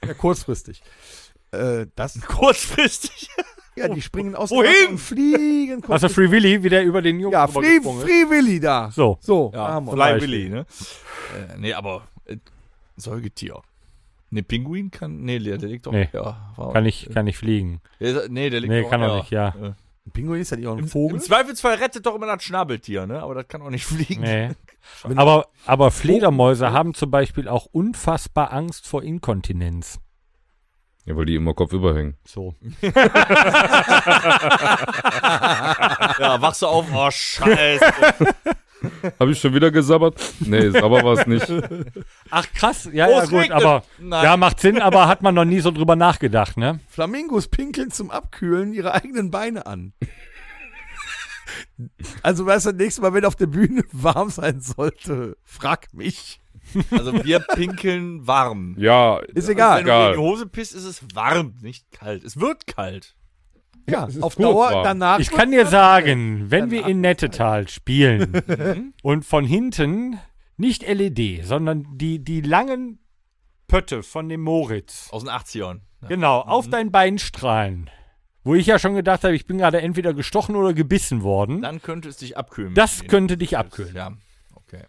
[SPEAKER 1] Ja, kurzfristig. Äh, das,
[SPEAKER 5] Kurzfristig.
[SPEAKER 1] ja, die springen aus
[SPEAKER 5] Wohin?
[SPEAKER 1] dem Wasser und fliegen
[SPEAKER 4] *laughs* Also
[SPEAKER 1] kurzfristig.
[SPEAKER 4] Free Willy wieder über den Jungen
[SPEAKER 1] Ja,
[SPEAKER 4] drüber
[SPEAKER 1] Free,
[SPEAKER 4] gesprungen ist.
[SPEAKER 1] Free Willy da.
[SPEAKER 4] So.
[SPEAKER 1] So, da
[SPEAKER 5] Ja,
[SPEAKER 1] haben wir
[SPEAKER 5] Fly
[SPEAKER 1] uns.
[SPEAKER 5] Willy, ne? Äh, nee, aber äh, Säugetier. Ne, Pinguin kann. Nee, der, der liegt doch.
[SPEAKER 4] Nee.
[SPEAKER 5] Ja,
[SPEAKER 1] Oh,
[SPEAKER 5] war,
[SPEAKER 4] Kann
[SPEAKER 1] äh,
[SPEAKER 4] ich, kann ich fliegen.
[SPEAKER 5] Der, nee, der liegt
[SPEAKER 4] Nee,
[SPEAKER 5] doch.
[SPEAKER 4] kann er nicht, ja.
[SPEAKER 1] Ein Pinguin ist ja nicht auch ein
[SPEAKER 5] Im,
[SPEAKER 1] Vogel.
[SPEAKER 5] Im Zweifelsfall rettet doch immer das Schnabeltier, ne? Aber das kann auch nicht *laughs* fliegen.
[SPEAKER 4] Nee. Aber,
[SPEAKER 1] Oh.
[SPEAKER 4] aber Fledermäuse haben zum Beispiel auch unfassbar Angst vor Inkontinenz.
[SPEAKER 3] Ja, weil die immer Kopf überhängen.
[SPEAKER 4] So.
[SPEAKER 5] Ja, wachst du auf, oh Scheiße.
[SPEAKER 3] Habe ich schon wieder gesabbert? Nee, sabber war es *laughs* nicht.
[SPEAKER 4] Ach krass, ja,
[SPEAKER 5] Oh,
[SPEAKER 4] ja
[SPEAKER 5] es
[SPEAKER 4] gut,
[SPEAKER 5] regnet.
[SPEAKER 4] aber
[SPEAKER 5] Nein.
[SPEAKER 4] ja, macht Sinn, aber hat man noch nie so drüber nachgedacht, ne?
[SPEAKER 1] Flamingos pinkeln zum Abkühlen ihre eigenen Beine an. Also, weißt du, nächstes Mal, wenn auf der Bühne warm sein sollte, frag mich.
[SPEAKER 5] also wir pinkeln warm.
[SPEAKER 3] Ja,
[SPEAKER 1] Ist egal.
[SPEAKER 5] Wenn du in
[SPEAKER 3] egal.
[SPEAKER 5] die Hose pisst, ist es warm, nicht kalt. Es wird kalt.
[SPEAKER 1] Ja,
[SPEAKER 3] Es ist
[SPEAKER 1] auf
[SPEAKER 3] gut
[SPEAKER 1] Dauer
[SPEAKER 3] warm.
[SPEAKER 1] danach.
[SPEAKER 4] Ich kann dir sagen, wenn wir in
[SPEAKER 1] *laughs*
[SPEAKER 4] Nettetal
[SPEAKER 1] Mhm.
[SPEAKER 4] spielen und von hinten nicht LED, sondern die, die langen Pötte von dem Moritz,
[SPEAKER 5] Aus den 80ern. Ja.
[SPEAKER 4] genau, auf dein Bein strahlen, wo ich ja schon gedacht habe, ich bin gerade entweder gestochen oder gebissen worden,
[SPEAKER 5] Dann könnte es dich abkühlen.
[SPEAKER 4] das
[SPEAKER 5] Nee,
[SPEAKER 4] könnte dich
[SPEAKER 5] das-
[SPEAKER 4] abkühlen.
[SPEAKER 5] Ja. Okay.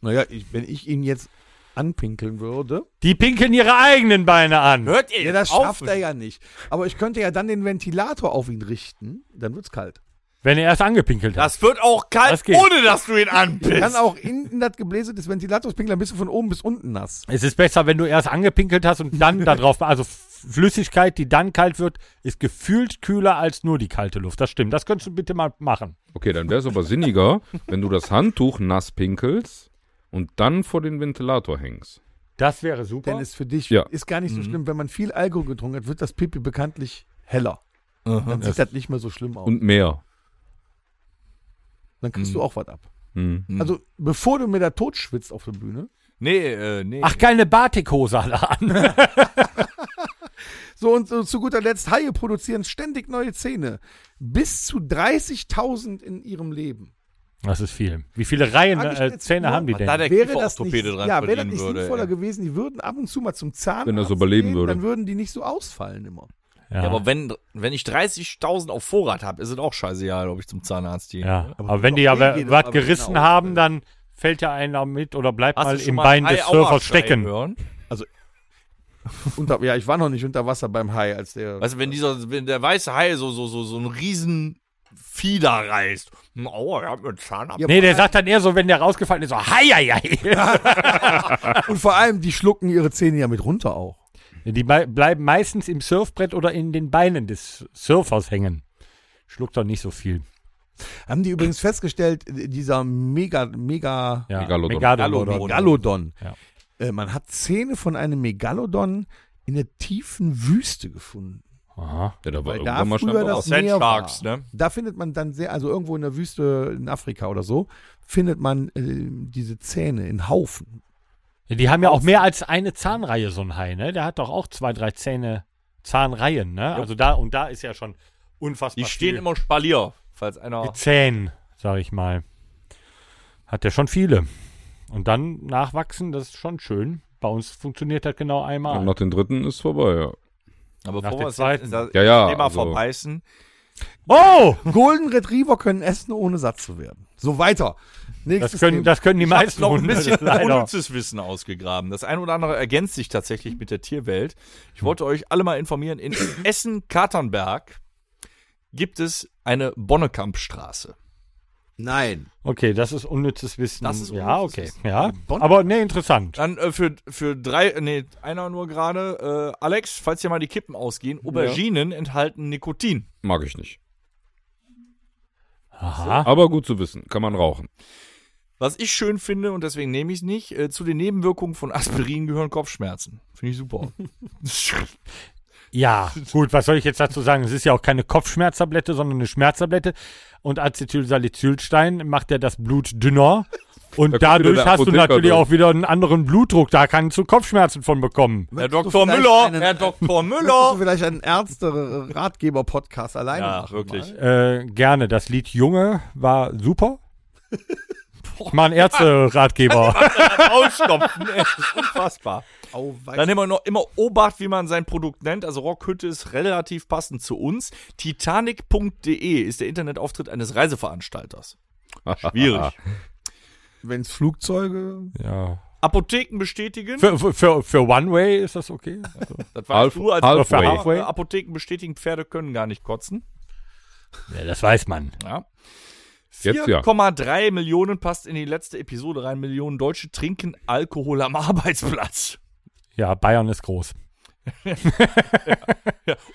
[SPEAKER 1] Naja, ich, wenn ich ihn jetzt anpinkeln würde.
[SPEAKER 4] Die pinkeln ihre eigenen Beine an.
[SPEAKER 5] Hört ihr?
[SPEAKER 1] Ja, das schafft er ja nicht. Aber ich könnte ja dann den Ventilator auf ihn richten, dann wird's kalt.
[SPEAKER 4] Wenn er erst angepinkelt hat.
[SPEAKER 5] Das wird auch kalt,
[SPEAKER 4] Das geht.
[SPEAKER 5] ohne dass du ihn anpisst.
[SPEAKER 1] Ich kann auch in, in das Gebläse des Ventilators pinkeln, dann bist du von oben bis unten nass.
[SPEAKER 4] Es ist besser, wenn du erst angepinkelt hast und dann da drauf. Also Flüssigkeit, die dann kalt wird, ist gefühlt kühler als nur die kalte Luft. Das stimmt. Das könntest du bitte mal machen.
[SPEAKER 3] Okay, dann wäre es aber sinniger, wenn du das Handtuch nass pinkelst und dann vor den Ventilator hängst.
[SPEAKER 4] Das wäre super.
[SPEAKER 1] Denn ist für dich
[SPEAKER 3] Ja. Mhm.
[SPEAKER 1] ist gar nicht so schlimm. Wenn man viel Alkohol getrunken hat, wird das Pipi bekanntlich heller. Dann sieht das nicht mehr so schlimm aus.
[SPEAKER 3] Und Mhm. mehr.
[SPEAKER 1] dann kriegst du auch was ab.
[SPEAKER 3] Hm.
[SPEAKER 1] Also, bevor du mir da tot schwitzt auf der Bühne,
[SPEAKER 5] Nee, äh, nee.
[SPEAKER 4] Ach, keine Batikhose alle an.
[SPEAKER 1] So und so, zu guter Letzt, Haie produzieren ständig neue Zähne. Bis zu 30.000 in ihrem Leben.
[SPEAKER 4] Das ist viel. Wie viele Reihen
[SPEAKER 1] Frag ich
[SPEAKER 4] äh,
[SPEAKER 1] jetzt
[SPEAKER 4] Zähne
[SPEAKER 1] nur,
[SPEAKER 4] haben die
[SPEAKER 5] was
[SPEAKER 4] denn?
[SPEAKER 5] da der
[SPEAKER 1] Wäre das nicht,
[SPEAKER 5] Kieferorthopäde dran
[SPEAKER 1] ja, wäre das
[SPEAKER 5] verdienen
[SPEAKER 1] nicht
[SPEAKER 5] würde,
[SPEAKER 1] sinnvoller
[SPEAKER 5] ey.
[SPEAKER 1] gewesen, die würden ab und zu mal zum Zahnarzt
[SPEAKER 3] Wenn das überleben
[SPEAKER 1] gehen,
[SPEAKER 3] würde.
[SPEAKER 1] Dann würden die nicht so ausfallen immer.
[SPEAKER 5] Ja,
[SPEAKER 4] ja.
[SPEAKER 5] aber wenn, wenn ich 30.000 auf Vorrat habe, ist es auch scheißegal, ob ich zum Zahnarzt gehe.
[SPEAKER 4] ja.
[SPEAKER 1] Aber
[SPEAKER 4] Aber,
[SPEAKER 1] du
[SPEAKER 4] wenn die
[SPEAKER 1] doch
[SPEAKER 4] ja
[SPEAKER 1] eh jedes Mal,
[SPEAKER 4] was
[SPEAKER 1] wenn
[SPEAKER 4] gerissen
[SPEAKER 1] einer
[SPEAKER 4] haben, dann fällt ja einer mit oder bleibt
[SPEAKER 5] genau Hast
[SPEAKER 4] mal
[SPEAKER 5] du
[SPEAKER 4] im
[SPEAKER 5] schon mal
[SPEAKER 4] Bein
[SPEAKER 5] ein
[SPEAKER 4] des
[SPEAKER 5] Hai Aua
[SPEAKER 4] Surfers
[SPEAKER 5] schreien
[SPEAKER 4] stecken.
[SPEAKER 5] Hören?
[SPEAKER 1] Unter, ja, ich war noch nicht unter Wasser beim Hai, als der.
[SPEAKER 5] Weißt du, wenn, dieser, wenn der weiße Hai so, so, so, so ein riesen Vieh da reißt. Hm, Aua, er hat mir einen Zahn ab.
[SPEAKER 1] Ja,
[SPEAKER 4] Nee, der sagt dann eher so, wenn der rausgefallen ist, so, hei, hei, hei.
[SPEAKER 1] Und vor allem, die schlucken ihre Zähne ja mit runter auch.
[SPEAKER 4] *laughs* Die bei- bleiben meistens im Surfbrett oder in den Beinen des Surfers hängen. Schluckt doch nicht so viel.
[SPEAKER 1] Haben die übrigens festgestellt, dieser mega, mega
[SPEAKER 4] Ja,
[SPEAKER 3] Megalodon.
[SPEAKER 4] Megalodon.
[SPEAKER 1] Megalodon.
[SPEAKER 4] Ja.
[SPEAKER 1] Äh, man hat Zähne von einem Megalodon in der tiefen Wüste gefunden.
[SPEAKER 4] Aha.
[SPEAKER 3] Ja, da war
[SPEAKER 1] Weil da
[SPEAKER 3] irgendwann mal stand
[SPEAKER 1] früher
[SPEAKER 3] auch.
[SPEAKER 1] das
[SPEAKER 5] aus Sand
[SPEAKER 1] Meer
[SPEAKER 5] Sharks,
[SPEAKER 1] war.
[SPEAKER 5] ne?
[SPEAKER 1] Da findet man dann sehr, also irgendwo in der Wüste in Afrika oder so, findet man äh, diese Zähne in Haufen.
[SPEAKER 4] Ja, Die haben ja auch mehr als eine Zahnreihe, so ein Hai, ne? Der hat doch auch zwei, drei Zähne, Zahnreihen, ne? Also da und da ist ja schon unfassbar
[SPEAKER 5] Die stehen
[SPEAKER 4] viel.
[SPEAKER 5] immer Spalier, falls einer.
[SPEAKER 4] Die Zähne, sag ich mal. Hat der schon viele. Und dann nachwachsen, das ist schon schön. Bei uns funktioniert das genau
[SPEAKER 3] Und
[SPEAKER 4] einmal.
[SPEAKER 3] nach dem dritten ist vorbei, ja.
[SPEAKER 5] Aber
[SPEAKER 4] Nach
[SPEAKER 5] bevor
[SPEAKER 4] der
[SPEAKER 5] wir es
[SPEAKER 4] zweiten.
[SPEAKER 5] jetzt- das
[SPEAKER 3] Ja, ja,
[SPEAKER 5] Thema
[SPEAKER 3] also-
[SPEAKER 5] verbeißen.
[SPEAKER 4] Oh!
[SPEAKER 5] *laughs*
[SPEAKER 1] Golden Retriever können essen, ohne satt zu werden. So weiter. Nächstes
[SPEAKER 4] Das können,
[SPEAKER 1] Thema.
[SPEAKER 4] das können die meisten
[SPEAKER 5] noch ein
[SPEAKER 4] Hunde,
[SPEAKER 5] bisschen
[SPEAKER 4] *laughs* leider.
[SPEAKER 5] unnützes Wissen ausgegraben. Das eine oder andere ergänzt sich tatsächlich mit der Tierwelt. Ich wollte euch alle mal informieren, in Essen-Katernberg gibt es eine Bonnekamp-Straße.
[SPEAKER 1] Nein.
[SPEAKER 4] Okay, das ist unnützes Wissen.
[SPEAKER 5] Das ist
[SPEAKER 4] ja,
[SPEAKER 5] unnützes
[SPEAKER 4] okay.
[SPEAKER 5] Wissen.
[SPEAKER 4] Ja. Aber nee, interessant.
[SPEAKER 5] Dann äh, für, für drei, äh, nee, einer nur gerade, äh, Alex, falls dir mal die Kippen ausgehen, Auberginen enthalten Nikotin.
[SPEAKER 3] Mag ich nicht.
[SPEAKER 4] Aha.
[SPEAKER 3] Aber gut zu wissen, kann man rauchen.
[SPEAKER 5] Was ich schön finde, und deswegen nehme ich es nicht, äh, zu den Nebenwirkungen von Aspirin gehören Kopfschmerzen. Finde ich super.
[SPEAKER 4] Ja, gut, was soll ich jetzt dazu sagen? Es ist ja auch keine Kopfschmerztablette, sondern eine Schmerztablette. Und Acetylsalicylstein macht ja das Blut dünner. Und
[SPEAKER 3] Da kommt wieder
[SPEAKER 4] dadurch
[SPEAKER 3] der
[SPEAKER 4] hast du
[SPEAKER 3] Apotheker
[SPEAKER 4] natürlich
[SPEAKER 3] durch.
[SPEAKER 4] auch wieder einen anderen Blutdruck. Da kannst du Kopfschmerzen von bekommen.
[SPEAKER 5] Herr
[SPEAKER 1] Möchtest du
[SPEAKER 5] Dr.
[SPEAKER 1] vielleicht
[SPEAKER 5] Müller,
[SPEAKER 1] einen-
[SPEAKER 5] Herr Dr.
[SPEAKER 1] Möchtest du
[SPEAKER 5] Müller.
[SPEAKER 1] vielleicht einen Ärzte-Ratgeber-Podcast alleine
[SPEAKER 5] Ja,
[SPEAKER 1] machen?
[SPEAKER 5] wirklich.
[SPEAKER 1] Mal?
[SPEAKER 4] Äh, gerne. Das Lied Junge war
[SPEAKER 1] *laughs*
[SPEAKER 4] super. Ich mach einen Ärzte-Ratgeber.
[SPEAKER 5] Ausstopfen, ey, das ist unfassbar.
[SPEAKER 1] Au, wei-
[SPEAKER 5] Dann immer noch immer Obacht, wie man sein Produkt nennt. Also Rockhütte ist relativ passend zu uns. Titanic.de ist der Internetauftritt eines Reiseveranstalters. Schwierig.
[SPEAKER 1] Wenn's Flugzeuge.
[SPEAKER 4] ja.
[SPEAKER 5] Apotheken bestätigen.
[SPEAKER 4] Für, für- für, für One Way ist das okay? Also,
[SPEAKER 5] das
[SPEAKER 3] Half-
[SPEAKER 5] du als
[SPEAKER 3] Halfway.
[SPEAKER 5] Pfarrer.
[SPEAKER 4] Halfway.
[SPEAKER 5] Apotheken bestätigen, Pferde können gar nicht kotzen.
[SPEAKER 4] ja, das weiß man.
[SPEAKER 5] Ja.
[SPEAKER 3] Jetzt ja.
[SPEAKER 5] 4,3 Millionen passt in die letzte Episode rein. Millionen Deutsche trinken Alkohol am Arbeitsplatz.
[SPEAKER 4] Ja, Bayern ist groß.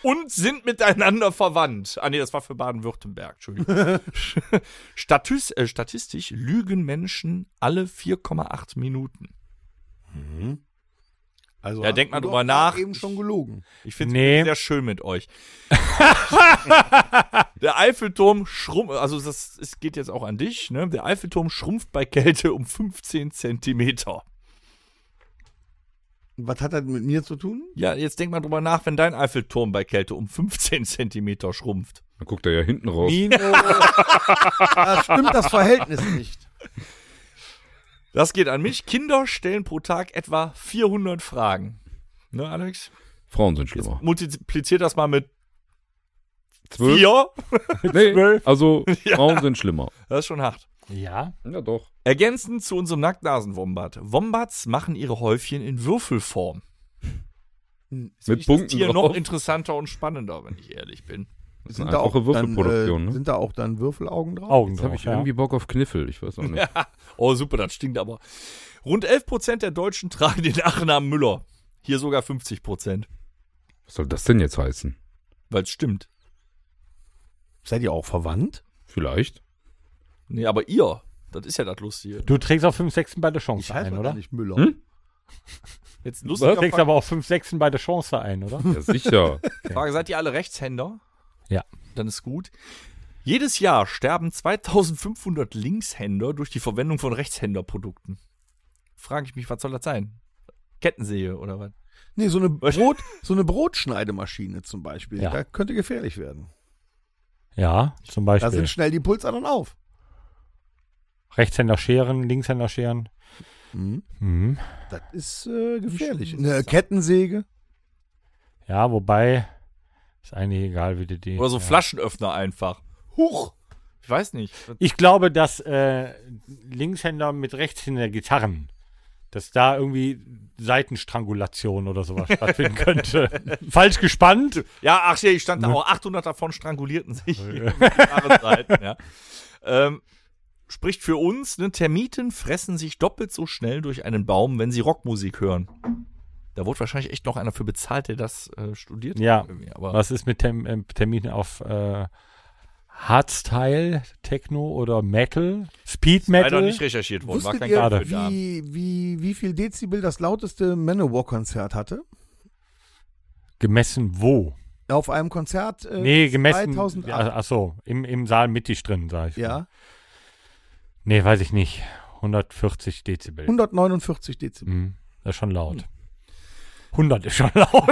[SPEAKER 5] und sind miteinander verwandt. Ah nee, das war für Baden-Württemberg, Entschuldigung. Status, äh, statistisch lügen Menschen alle 4,8 Minuten.
[SPEAKER 1] Also
[SPEAKER 5] Ja,
[SPEAKER 1] hast
[SPEAKER 5] denk mal
[SPEAKER 1] du doch
[SPEAKER 5] drüber nach.
[SPEAKER 1] Eben schon gelogen.
[SPEAKER 5] Ich finde es
[SPEAKER 4] Nee.
[SPEAKER 5] sehr schön mit euch. der Eiffelturm schrumpft, also das es geht jetzt auch an dich, ne? Der Eiffelturm schrumpft bei Kälte um 15 Zentimeter.
[SPEAKER 1] Was hat das mit mir zu tun?
[SPEAKER 5] Ja, jetzt denk mal drüber nach, wenn dein Eiffelturm bei Kälte um 15 Zentimeter schrumpft.
[SPEAKER 3] *laughs* Dann guckt er ja hinten raus.
[SPEAKER 1] Da stimmt das Verhältnis nicht.
[SPEAKER 5] Das geht an mich. Kinder stellen pro Tag etwa 400 Fragen. Ne, Alex?
[SPEAKER 3] Frauen sind schlimmer.
[SPEAKER 5] multipliziert das mal mit
[SPEAKER 3] Zwölf?
[SPEAKER 5] vier.
[SPEAKER 3] Nee,
[SPEAKER 1] *laughs*
[SPEAKER 3] also Frauen sind schlimmer.
[SPEAKER 5] Das ist schon hart.
[SPEAKER 4] Ja.
[SPEAKER 3] Ja, doch.
[SPEAKER 5] Ergänzend zu unserem Nacktnasenwombat. Wombats machen ihre Häufchen in Würfelform. Hm,
[SPEAKER 3] Mit Punkten
[SPEAKER 5] Tier noch
[SPEAKER 3] drauf.
[SPEAKER 5] interessanter und spannender, wenn ich ehrlich bin.
[SPEAKER 1] Sind
[SPEAKER 3] eine
[SPEAKER 1] da, auch
[SPEAKER 3] einfache Würfelproduktion,
[SPEAKER 1] dann, äh,
[SPEAKER 3] ne?
[SPEAKER 1] sind da auch dann Würfelaugen drauf?
[SPEAKER 4] Augen
[SPEAKER 3] Jetzt habe
[SPEAKER 4] drauf,
[SPEAKER 3] ich
[SPEAKER 4] ja.
[SPEAKER 3] irgendwie Bock auf Kniffel. Ich weiß auch nicht.
[SPEAKER 5] Oh, super, das stinkt aber. Rund 11% der Deutschen tragen den Nachnamen Müller. Hier sogar 50%,
[SPEAKER 3] Was soll das denn jetzt heißen?
[SPEAKER 5] weil es stimmt.
[SPEAKER 1] Seid ihr auch verwandt?
[SPEAKER 3] Vielleicht.
[SPEAKER 5] Nee, aber ihr, das ist ja das Lustige.
[SPEAKER 4] Du trägst auch 5 Sechsen bei der Chance
[SPEAKER 1] heiß
[SPEAKER 4] ein, oder?
[SPEAKER 1] nicht Müller.
[SPEAKER 3] Hm?
[SPEAKER 5] Jetzt
[SPEAKER 4] Du
[SPEAKER 5] lustiger
[SPEAKER 4] trägst
[SPEAKER 5] Frage,
[SPEAKER 4] Ne? aber auch 5 Sechsen bei der Chance ein,
[SPEAKER 5] *laughs*
[SPEAKER 4] oder?
[SPEAKER 1] *laughs*
[SPEAKER 3] Ja, sicher.
[SPEAKER 5] Frage, seid ihr alle Rechtshänder?
[SPEAKER 4] Ja.
[SPEAKER 5] Dann ist gut. Jedes Jahr sterben 2500 Linkshänder durch die Verwendung von Rechtshänderprodukten. Frage ich mich, was soll das sein? Kettensäge oder was?
[SPEAKER 1] Nee, so eine, Brot, so eine Brotschneidemaschine zum Beispiel.
[SPEAKER 4] Ja.
[SPEAKER 1] Da könnte gefährlich werden.
[SPEAKER 4] Ja, zum
[SPEAKER 1] Da
[SPEAKER 4] Beispiel.
[SPEAKER 1] sind schnell die Pulsadern auf.
[SPEAKER 4] Rechtshänder scheren, Linkshänder scheren.
[SPEAKER 1] Mhm.
[SPEAKER 4] Mhm.
[SPEAKER 1] Das ist äh, gefährlich.
[SPEAKER 4] Hm.
[SPEAKER 1] Eine Kettensäge.
[SPEAKER 4] Ja, wobei, ist eigentlich egal, wie du die.
[SPEAKER 5] Oder so Flaschenöffner einfach. Huch! Ich weiß nicht.
[SPEAKER 4] Ich glaube, dass äh, Linkshänder mit Rechtshänder Gitarren, dass da irgendwie Seitenstrangulation oder sowas
[SPEAKER 5] *laughs*
[SPEAKER 4] stattfinden könnte. Falsch gespannt.
[SPEAKER 5] Ja, ach hier, ich stand da auch 800 davon strangulierten sich. Jahreszeiten, ja. ähm, spricht für uns, ne? Termiten fressen sich doppelt so schnell durch einen Baum, wenn sie Rockmusik hören. Da wurde wahrscheinlich echt noch einer für bezahlt, der das äh, studiert
[SPEAKER 4] Ja.
[SPEAKER 5] hat. irgendwie, Aber
[SPEAKER 4] Was ist mit Tem äh, Terminen auf äh, Hardstyle, Techno oder Metal? Speed
[SPEAKER 5] leider
[SPEAKER 4] Metal?
[SPEAKER 5] nicht recherchiert worden.
[SPEAKER 1] Wusstet
[SPEAKER 5] kein
[SPEAKER 1] ihr,
[SPEAKER 5] Geld für da.
[SPEAKER 1] wie, wie, wie viel Dezibel das lauteste Manowar-Konzert hatte?
[SPEAKER 4] Gemessen wo?
[SPEAKER 1] Auf einem Konzert äh,
[SPEAKER 4] Nee, gemessen.
[SPEAKER 1] 2008.
[SPEAKER 4] Ja, ach so, im, im Saal mittig drin, sag ich. mal.
[SPEAKER 1] Ja,
[SPEAKER 4] Nee, weiß ich nicht. 140 Dezibel.
[SPEAKER 1] 149 Dezibel.
[SPEAKER 4] Mhm. Das ist schon laut.
[SPEAKER 1] Hm.
[SPEAKER 4] 100 ist schon *laughs* laut.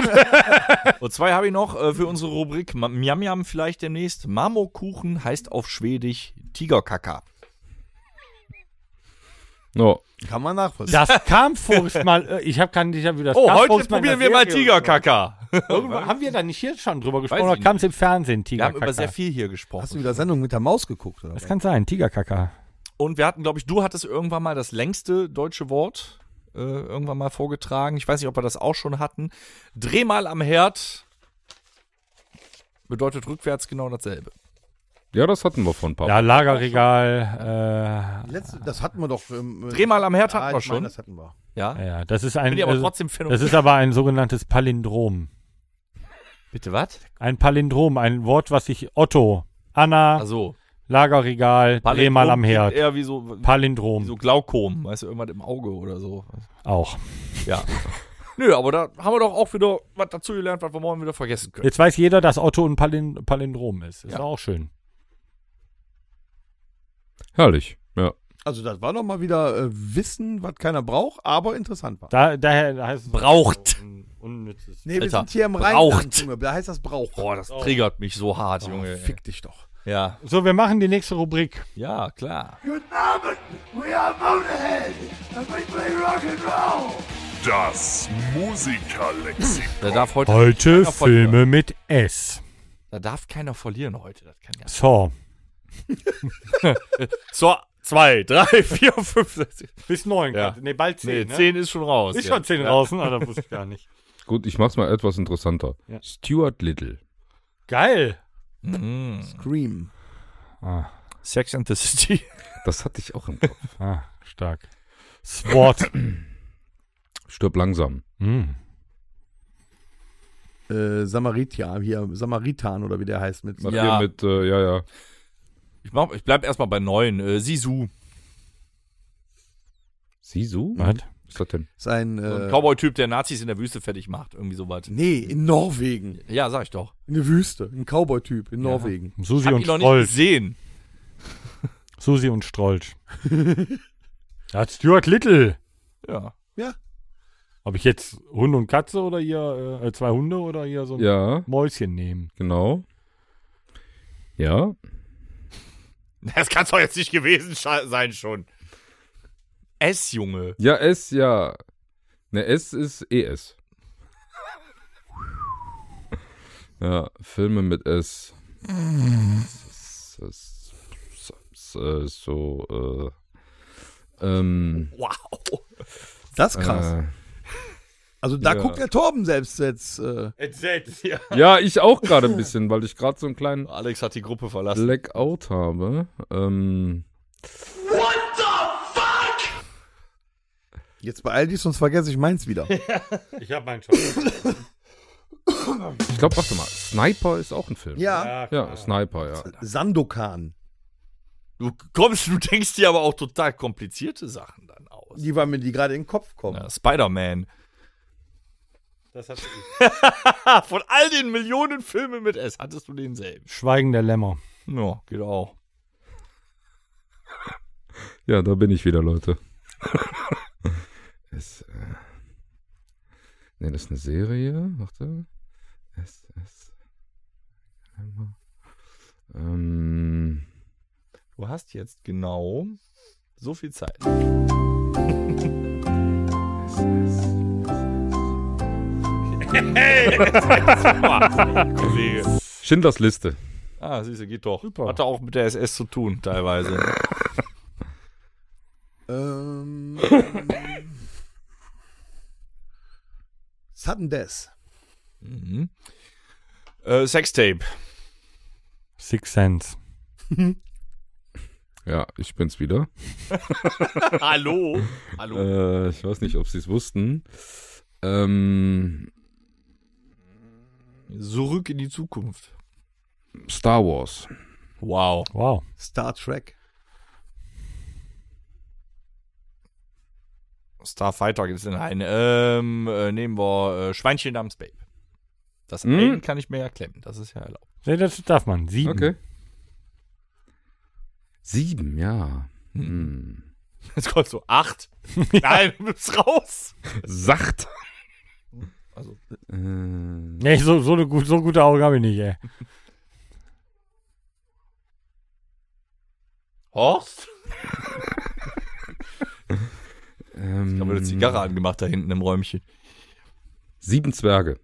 [SPEAKER 5] Und zwei habe ich noch äh, für unsere Rubrik Ma- Miam Miam vielleicht demnächst. Marmorkuchen heißt auf Schwedisch Tigerkaka.
[SPEAKER 3] No.
[SPEAKER 4] Hm.
[SPEAKER 1] Kann man nachvollziehen.
[SPEAKER 4] Das
[SPEAKER 1] *laughs*
[SPEAKER 4] kam voriges Mal. äh, Ich habe gar nicht wieder. Das
[SPEAKER 5] Oh,
[SPEAKER 4] kam
[SPEAKER 5] heute
[SPEAKER 4] voriges Mal in
[SPEAKER 5] probieren
[SPEAKER 4] der
[SPEAKER 5] wir mal
[SPEAKER 4] Serie.
[SPEAKER 5] Tigerkaka.
[SPEAKER 4] Irgendwann, haben wir da nicht hier schon drüber gesprochen?
[SPEAKER 5] Weiß ich
[SPEAKER 4] Oder kam es im Fernsehen,
[SPEAKER 5] Wir haben
[SPEAKER 4] Tigerkaka?
[SPEAKER 5] über sehr viel hier gesprochen.
[SPEAKER 1] Hast du wieder Sendung mit der Maus geguckt? Oder
[SPEAKER 4] Das
[SPEAKER 1] was?
[SPEAKER 4] kann sein, Tigerkaka.
[SPEAKER 5] Und wir hatten, glaube ich, du hattest irgendwann mal das längste deutsche Wort äh, irgendwann mal vorgetragen. Ich weiß nicht, ob wir das auch schon hatten. Dreh mal am Herd bedeutet rückwärts genau dasselbe.
[SPEAKER 3] Ja, das hatten wir vor ein paar
[SPEAKER 4] Ja, Lagerregal.
[SPEAKER 1] Letzte, das hatten wir doch. Ähm,
[SPEAKER 5] Dreh mal am Herd
[SPEAKER 1] ah,
[SPEAKER 5] hatten wir
[SPEAKER 1] ich meine,
[SPEAKER 5] schon.
[SPEAKER 1] das hatten wir.
[SPEAKER 5] Ja.
[SPEAKER 4] Äh, ja, das ist ein.
[SPEAKER 5] Finde ich aber
[SPEAKER 4] also-
[SPEAKER 5] trotzdem phänomenal.
[SPEAKER 4] das ist aber ein sogenanntes Palindrom.
[SPEAKER 5] Bitte was?
[SPEAKER 4] Ein Palindrom, ein Wort, was sich Otto, Anna,
[SPEAKER 5] Also
[SPEAKER 4] Lagerregal, dreh mal am Herd.
[SPEAKER 5] Eher wie so,
[SPEAKER 4] Palindrom
[SPEAKER 5] wie so Glaukom, weißt du, irgendwas im Auge oder so.
[SPEAKER 4] auch.
[SPEAKER 5] Ja. *laughs* Nö, aber da haben wir doch auch wieder was dazugelernt, was wir morgen wieder vergessen können.
[SPEAKER 4] Jetzt weiß jeder, dass Otto ein Palin Palindrom ist. Ist
[SPEAKER 5] Ja.
[SPEAKER 4] doch auch schön.
[SPEAKER 3] Herrlich. Ja.
[SPEAKER 1] Also das war noch mal wieder äh, Wissen, was keiner braucht, aber interessant war.
[SPEAKER 4] Da, daher da heißt es
[SPEAKER 5] Braucht.
[SPEAKER 4] Un- unnützes.
[SPEAKER 1] Nee, wir
[SPEAKER 5] Alter,
[SPEAKER 1] sind hier im
[SPEAKER 5] braucht.
[SPEAKER 1] Rheinland, Junge. Da heißt das Brauch.
[SPEAKER 5] Boah, das triggert mich so hart,
[SPEAKER 4] Oh,
[SPEAKER 5] Junge. ey.
[SPEAKER 1] Fick dich doch.
[SPEAKER 5] Ja.
[SPEAKER 4] So, wir machen die nächste Rubrik.
[SPEAKER 5] Ja, klar.
[SPEAKER 2] Das Musikerlexikon.
[SPEAKER 5] Da darf heute
[SPEAKER 4] Heute
[SPEAKER 5] keiner verlieren.
[SPEAKER 4] Filme mit S.
[SPEAKER 5] Da darf keiner verlieren heute. Das kann ja.
[SPEAKER 4] *laughs* So.
[SPEAKER 5] So, zwei, drei, vier, fünf, sechs. sieben.
[SPEAKER 4] Bis neun.
[SPEAKER 5] Ja.
[SPEAKER 4] Nee, bald
[SPEAKER 5] Nee,
[SPEAKER 4] zehn. ne?
[SPEAKER 5] zehn ist schon raus.
[SPEAKER 4] Ist
[SPEAKER 5] ja.
[SPEAKER 4] schon zehn draußen, aber das wusste ich gar nicht.
[SPEAKER 3] Gut, ich mach's mal etwas interessanter.
[SPEAKER 4] Ja.
[SPEAKER 3] Stuart Little.
[SPEAKER 4] Geil.
[SPEAKER 5] Mhm.
[SPEAKER 1] Scream.
[SPEAKER 5] Sex and the City.
[SPEAKER 3] Das hatte ich auch im Kopf.
[SPEAKER 4] Ah, stark. *laughs* SWAT.
[SPEAKER 3] Stirb langsam.
[SPEAKER 4] mm.
[SPEAKER 1] Äh, Samaritia, hier, Samaritan oder wie der heißt mit.
[SPEAKER 3] Was
[SPEAKER 5] Ja.
[SPEAKER 3] Hier mit, äh, ja, ja.
[SPEAKER 5] Ich, mach, ich bleib erstmal bei neun. Äh, Sisu.
[SPEAKER 3] Sisu?
[SPEAKER 4] Was?
[SPEAKER 3] Was ist das denn?
[SPEAKER 1] Ist ein.
[SPEAKER 5] So ein
[SPEAKER 1] Äh,
[SPEAKER 5] Cowboy-Typ, der Nazis in der Wüste fertig macht. Irgendwie sowas.
[SPEAKER 1] nee, in Norwegen.
[SPEAKER 5] Ja, sag ich doch.
[SPEAKER 1] In der Wüste. Ein Cowboy-Typ in Norwegen.
[SPEAKER 4] Susi
[SPEAKER 5] Hab
[SPEAKER 4] und
[SPEAKER 5] ich noch nicht
[SPEAKER 4] Strolch.
[SPEAKER 5] gesehen.
[SPEAKER 4] Susi und Strolch. *laughs* da hat Stuart Little.
[SPEAKER 5] Ja.
[SPEAKER 4] Ob ich jetzt Hund und Katze oder hier äh, zwei Hunde oder hier so ein
[SPEAKER 3] Ja,
[SPEAKER 4] Mäuschen nehmen.
[SPEAKER 3] genau. Ja.
[SPEAKER 5] Das kann's doch jetzt nicht gewesen scha- sein schon. S, Junge.
[SPEAKER 3] Ja, S, ja. Ne, S ist ES. ja, Filme mit S. Das ist, das ist, äh, so, äh, ähm, äh,
[SPEAKER 5] Wow.
[SPEAKER 1] Das ist krass.
[SPEAKER 5] Äh,
[SPEAKER 1] also da
[SPEAKER 3] ja.
[SPEAKER 1] guckt der Torben selbst jetzt. Äh,
[SPEAKER 4] Entsetzt, ja.
[SPEAKER 3] äh, ja, ich auch gerade ein bisschen, weil ich gerade so einen kleinen
[SPEAKER 5] Alex hat die Gruppe verlassen.
[SPEAKER 3] Blackout habe. Ähm,
[SPEAKER 1] jetzt beeil dich, sonst vergesse ich meins
[SPEAKER 5] *laughs*
[SPEAKER 1] wieder.
[SPEAKER 4] Ich hab meinen schon.
[SPEAKER 3] ich glaube, warte mal, Sniper ist auch ein Film.
[SPEAKER 1] ja.
[SPEAKER 4] Ah,
[SPEAKER 3] Ja, Sniper, ja.
[SPEAKER 1] Sandokan.
[SPEAKER 5] Du kommst, du denkst dir aber auch total komplizierte Sachen dann aus.
[SPEAKER 1] Die war mir, die gerade in den Kopf kommen.
[SPEAKER 5] Ja, Spider-Man.
[SPEAKER 4] Das hat
[SPEAKER 5] Ah, von all den Millionen Filmen mit S hattest du denselben.
[SPEAKER 4] Schweigen der Lämmer.
[SPEAKER 5] Ja, geht auch.
[SPEAKER 3] Ja, da bin ich wieder, Leute. *laughs* es, äh, ne, das ist eine Serie. Warte. Es, es. Ähm,
[SPEAKER 5] Du hast jetzt genau so viel Zeit.
[SPEAKER 3] es, es.
[SPEAKER 5] Kollege.
[SPEAKER 3] Schindlers Liste.
[SPEAKER 5] *laughs* Ah, siehst du, geht doch.
[SPEAKER 4] Super.
[SPEAKER 5] Hatte auch mit der SS zu tun, teilweise. *laughs*
[SPEAKER 1] Ähm. Sudden Death.
[SPEAKER 5] mhm. äh, Sextape.
[SPEAKER 4] Six Sense.
[SPEAKER 3] Ja, ich bin's wieder.
[SPEAKER 5] Hallo? Hallo?
[SPEAKER 3] Äh, ich weiß nicht, ob sie es wussten. Ähm,
[SPEAKER 5] Zurück in die Zukunft.
[SPEAKER 3] Star Wars.
[SPEAKER 5] Wow.
[SPEAKER 4] Wow.
[SPEAKER 1] Star Trek.
[SPEAKER 5] Starfighter gibt es nein. Ähm, äh, nehmen wir äh, Schweinchen namens Babe. Das
[SPEAKER 3] Hm?
[SPEAKER 5] einen kann ich mir ja klemmen. Das ist ja erlaubt.
[SPEAKER 4] Nee, das darf man. Sieben.
[SPEAKER 3] Okay. Sieben, ja. Hm.
[SPEAKER 5] Jetzt kommt so *laughs* acht. Nein, du bist raus.
[SPEAKER 3] Sacht.
[SPEAKER 5] Also-
[SPEAKER 3] Äh,
[SPEAKER 4] Nee, so, so, eine, gut- so gute Augen habe ich nicht, ey.
[SPEAKER 5] Horst?
[SPEAKER 3] ähm,
[SPEAKER 5] Ich habe eine Zigarre angemacht da hinten im Räumchen.
[SPEAKER 3] Sieben Zwerge.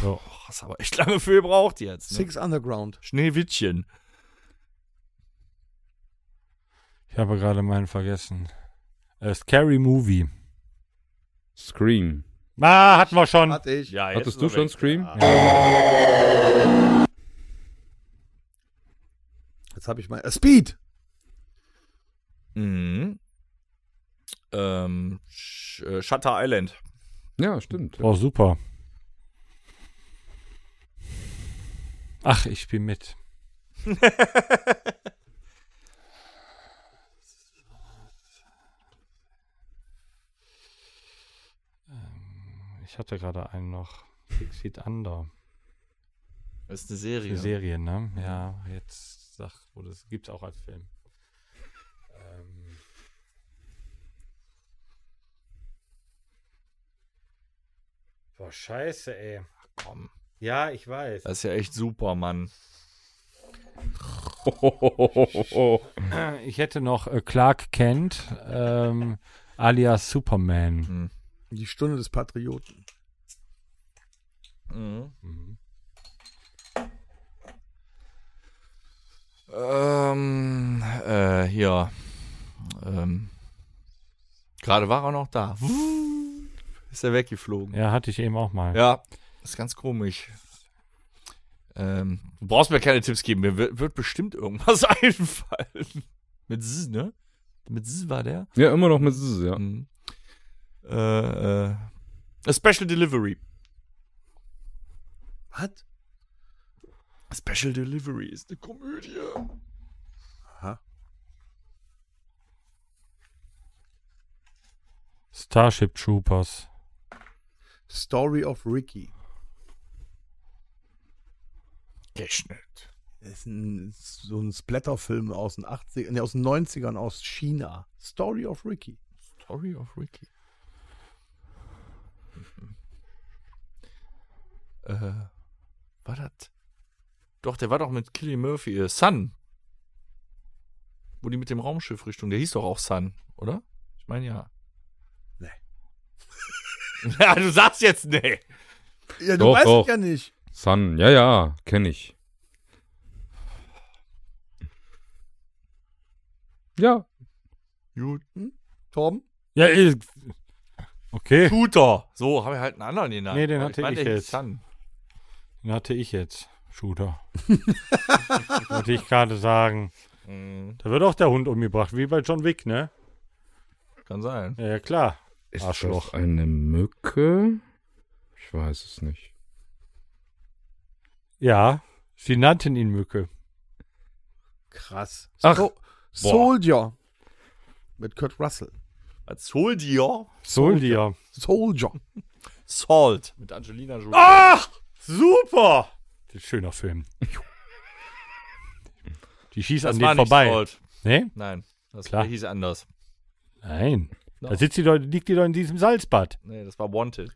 [SPEAKER 5] Boah, hast aber echt lange für gebraucht jetzt. Ne?
[SPEAKER 1] Six Underground.
[SPEAKER 5] Schneewittchen.
[SPEAKER 4] Ich habe gerade meinen vergessen. Äh, Scary Movie.
[SPEAKER 3] Scream.
[SPEAKER 4] Ah, hatten wir schon.
[SPEAKER 1] Hatte ich.
[SPEAKER 5] Ja,
[SPEAKER 3] Hattest du schon Scream?
[SPEAKER 1] Jetzt habe ich mal. Äh, Speed!
[SPEAKER 5] Mhm. Ähm, Sh äh, Shutter Island.
[SPEAKER 3] Ja, stimmt.
[SPEAKER 4] Oh, super. Ach, ich spiele *laughs* mit. Ähm, Ähm, ich hatte gerade einen noch. Six Feet Under.
[SPEAKER 5] Das ist eine Serie.
[SPEAKER 4] Die Serie, ne? Ja, jetzt sag, wo das gibt's auch als Film. Ähm, boah, scheiße, ey.
[SPEAKER 5] Komm.
[SPEAKER 4] Ja, ich weiß.
[SPEAKER 5] Das ist ja echt super, Mann.
[SPEAKER 4] *laughs* Ich hätte noch äh, Clark Kent, ähm, alias Superman.
[SPEAKER 1] Die Stunde des Patrioten.
[SPEAKER 5] Mhm.
[SPEAKER 4] Mhm.
[SPEAKER 5] Ähm, äh, hier. Ähm, gerade war er noch da. Ist er weggeflogen.
[SPEAKER 4] Ja, hatte ich eben auch mal.
[SPEAKER 5] Ja, ist ganz komisch. Ähm, du brauchst mir keine Tipps geben. Mir wird, wird bestimmt irgendwas *laughs* einfallen. Mit S, ne? Mit S war der?
[SPEAKER 3] Ja, immer noch mit Zzz, ja.
[SPEAKER 5] Mhm. Äh, äh. A Special Delivery.
[SPEAKER 1] Was?
[SPEAKER 5] Special Delivery ist eine Komödie.
[SPEAKER 4] Starship Troopers.
[SPEAKER 1] Story of Ricky.
[SPEAKER 5] Der Schnitt.
[SPEAKER 1] Das ist ein, so ein Splatterfilm aus den 80 nee, aus den 90ern aus China. Story of Ricky.
[SPEAKER 5] Story of Ricky. *laughs* Äh, war das? Doch, der war doch mit Killian Murphy. Äh, Sun. Wo die mit dem Raumschiff Richtung. Der hieß doch auch Sun, oder? Ich meine ja.
[SPEAKER 1] Nee.
[SPEAKER 5] *laughs* ja, du sagst jetzt nee.
[SPEAKER 1] Ja,
[SPEAKER 3] Doch, doch.
[SPEAKER 1] nicht.
[SPEAKER 3] Sun, ja, ja, kenne ich. Ja,
[SPEAKER 5] Gut.
[SPEAKER 1] Torben?
[SPEAKER 4] Ja, ich, okay.
[SPEAKER 5] Shooter. So, habe ich halt einen anderen genannt.
[SPEAKER 4] Nee, den
[SPEAKER 5] Aber
[SPEAKER 4] hatte
[SPEAKER 5] meine,
[SPEAKER 4] ich
[SPEAKER 5] der
[SPEAKER 4] jetzt.
[SPEAKER 5] hieß Sun.
[SPEAKER 4] Den hatte ich jetzt. Shooter. *laughs* Wollte ich gerade sagen.
[SPEAKER 5] Mhm,
[SPEAKER 4] Da wird auch der Hund umgebracht, wie bei John Wick, ne?
[SPEAKER 5] kann sein.
[SPEAKER 4] Ja, ja klar.
[SPEAKER 3] ist
[SPEAKER 4] Arschloch.
[SPEAKER 3] das eine Mücke? Ich weiß es nicht.
[SPEAKER 4] Ja, sie nannten ihn Mücke.
[SPEAKER 1] Krass.
[SPEAKER 3] Ach,
[SPEAKER 1] So, Soldier. Mit Kurt Russell.
[SPEAKER 5] Als hol dir
[SPEAKER 4] Soldier.
[SPEAKER 1] Soldier.
[SPEAKER 5] Salt mit Angelina Jolie.
[SPEAKER 4] Ach, super! Das ist ein schöner Film. Die schießt an dem vorbei.
[SPEAKER 5] Salt.
[SPEAKER 4] Nee?
[SPEAKER 5] Nein, das
[SPEAKER 4] Klar.
[SPEAKER 5] der hieß anders.
[SPEAKER 4] Nein. Da
[SPEAKER 5] Doch.
[SPEAKER 4] sitzt die doch, liegt die doch in diesem Salzbad.
[SPEAKER 5] Nee, das war Wanted.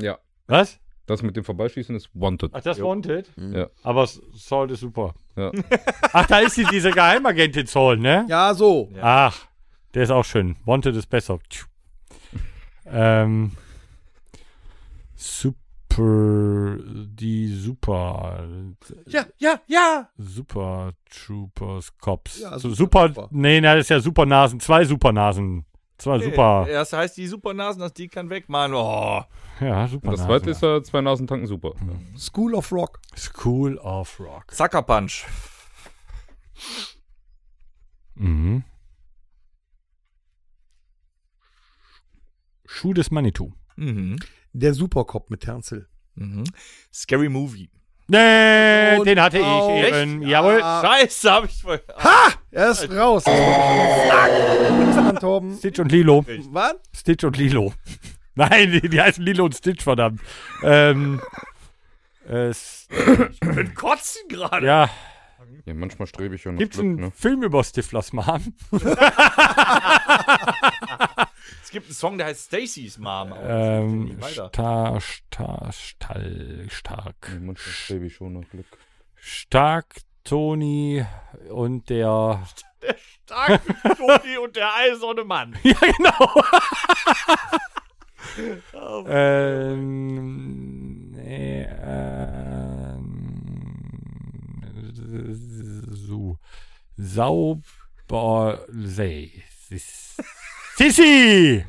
[SPEAKER 3] Ja,
[SPEAKER 4] Was?
[SPEAKER 3] das mit dem Vorbeischießen ist Wanted.
[SPEAKER 4] Ach, das Wanted?
[SPEAKER 3] Ja.
[SPEAKER 4] Aber S- Salt ist super.
[SPEAKER 3] Ja.
[SPEAKER 4] *laughs* Ach, da ist sie, diese Geheimagentin Salt, ne?
[SPEAKER 1] Ja, so.
[SPEAKER 4] Ach, der ist auch schön. Wanted ist besser. Tschu. ähm, super, die Super,
[SPEAKER 1] Ja, ja, ja.
[SPEAKER 4] Super Troopers Cops.
[SPEAKER 1] Ja,
[SPEAKER 4] so,
[SPEAKER 1] Super
[SPEAKER 4] super,
[SPEAKER 1] Trooper.
[SPEAKER 4] nee, na, das ist ja Supernasen, zwei Supernasen. Zwei Super,
[SPEAKER 5] Hey, Äh, das heißt, die Supernasen, das die kann weg, Mann. Oh.
[SPEAKER 4] ja,
[SPEAKER 3] Und das
[SPEAKER 4] Supernasen.
[SPEAKER 3] zweite ist ja zwei Nasentanken super.
[SPEAKER 1] School of Rock.
[SPEAKER 4] School of Rock.
[SPEAKER 5] Sucker Punch.
[SPEAKER 4] Mhm. Schuh des Manitou.
[SPEAKER 5] Mhm.
[SPEAKER 1] Der Supercop mit Terence Hill.
[SPEAKER 5] Mhm. Scary Movie.
[SPEAKER 4] Nee,
[SPEAKER 1] Und
[SPEAKER 4] den hatte ich
[SPEAKER 1] auch-
[SPEAKER 4] eben.
[SPEAKER 1] Echt?
[SPEAKER 4] Jawohl.
[SPEAKER 1] Ah.
[SPEAKER 5] Scheiße, hab ich voll.
[SPEAKER 1] Er ist raus. Fuck. Torben.
[SPEAKER 4] Stitch und Lilo.
[SPEAKER 1] Was?
[SPEAKER 4] Stitch und Lilo. *laughs* Nein, die, die heißen Lilo und Stitch, verdammt. ähm, *laughs* äh, S-
[SPEAKER 5] bin kotzen gerade.
[SPEAKER 4] ja,
[SPEAKER 3] Ja, manchmal strebe ich ja nach
[SPEAKER 4] gibt's
[SPEAKER 3] Glück,
[SPEAKER 4] einen
[SPEAKER 3] ne?
[SPEAKER 4] Film über Stiflas Mom?
[SPEAKER 5] Es gibt einen Song, der heißt Stacy's Mom. aber das geht
[SPEAKER 4] Ähm,
[SPEAKER 5] nicht weiter.
[SPEAKER 4] star, star, stall, stark.
[SPEAKER 3] Ja, manchmal strebe ich schon nach Glück.
[SPEAKER 4] Stark, Toni und der.
[SPEAKER 5] Der starke Toni und der eiserne Mann.
[SPEAKER 4] Ja, genau! ähm, nee, ähm, so. Saub, Borsey. Sis- Sissi!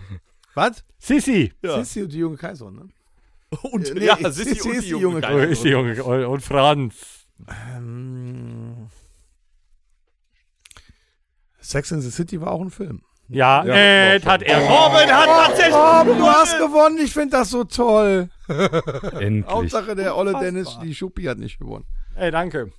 [SPEAKER 1] Was?
[SPEAKER 4] Sissi!
[SPEAKER 5] Ja.
[SPEAKER 1] Sissi und die junge Kaiserin, ne?
[SPEAKER 5] Und,
[SPEAKER 1] Nee,
[SPEAKER 5] ja,
[SPEAKER 1] Sissi
[SPEAKER 5] Sissi,
[SPEAKER 1] ist
[SPEAKER 5] und
[SPEAKER 1] die
[SPEAKER 5] die
[SPEAKER 1] junge
[SPEAKER 5] junge
[SPEAKER 4] Wo
[SPEAKER 5] Kleine.
[SPEAKER 4] ist die Junge? Und Franz.
[SPEAKER 1] Ähm, Sex in the City war auch ein Film.
[SPEAKER 4] Ja,
[SPEAKER 3] Ja,
[SPEAKER 4] Ed
[SPEAKER 3] war
[SPEAKER 4] hat er. Robin hat tatsächlich.
[SPEAKER 1] Torben, du hast gewonnen. Ich finde das so toll.
[SPEAKER 3] Endlich.
[SPEAKER 1] Hauptsache, der Olle Dennis, die Schuppi hat nicht gewonnen.
[SPEAKER 4] Ey, danke.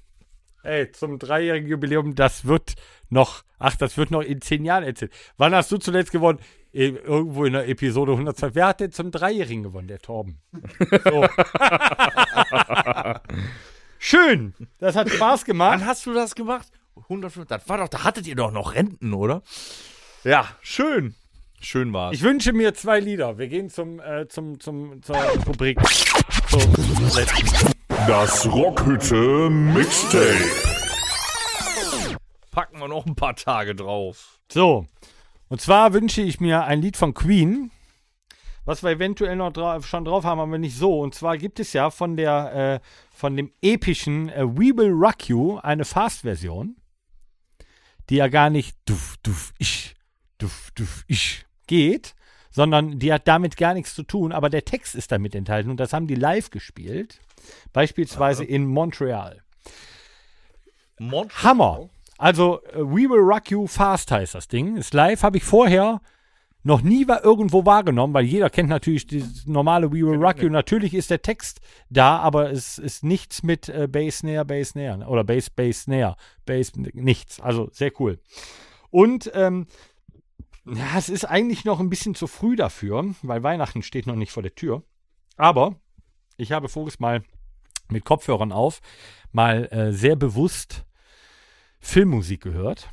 [SPEAKER 4] Ey, zum dreijährigen Jubiläum, das wird noch, ach, das wird noch in zehn Jahren erzählt. Wann hast du zuletzt gewonnen? Eh, Irgendwo in der Episode 102. Wer hat denn zum Dreijährigen gewonnen? Der Torben. So. *laughs* Schön. Das hat Spaß
[SPEAKER 5] Wann
[SPEAKER 4] gemacht.
[SPEAKER 5] hast du das gemacht? 105, das war doch, da hattet ihr doch noch Renten, oder? Ja, schön. Schön war's.
[SPEAKER 4] Ich wünsche mir zwei Lieder. Wir gehen zum, äh, zum, zum, zur Rubrik. Zur letzten.
[SPEAKER 2] Das Rockhütte Mixtape.
[SPEAKER 5] packen wir noch ein paar Tage drauf.
[SPEAKER 4] So. Und zwar wünsche ich mir ein Lied von Queen, was wir eventuell noch dra schon drauf haben, aber nicht so. Und zwar gibt es ja von der, äh, von dem epischen äh, We Will Rock You eine Fast-Version, die ja gar nicht duf, duf, ich, duf, duf, ich geht, sondern die hat damit gar nichts zu tun, aber der Text ist damit enthalten und das haben die live gespielt, beispielsweise in Montreal.
[SPEAKER 5] Mod
[SPEAKER 4] Hammer. Also äh, We Will Rock You Fast heißt das Ding. Ist live, habe ich vorher noch nie wa- irgendwo wahrgenommen, weil jeder kennt natürlich dieses normale We Will Rock You. Natürlich ist der Text da, aber es ist nichts mit äh, Bass Snare, Bass Snare oder Bass, Bass Snare, Bass, nichts. Also sehr cool. Und ähm, ja, es ist eigentlich noch ein bisschen zu früh dafür, weil Weihnachten steht noch nicht vor der Tür. Aber ich habe voriges Mal mit Kopfhörern auf mal äh, sehr bewusst Filmmusik gehört.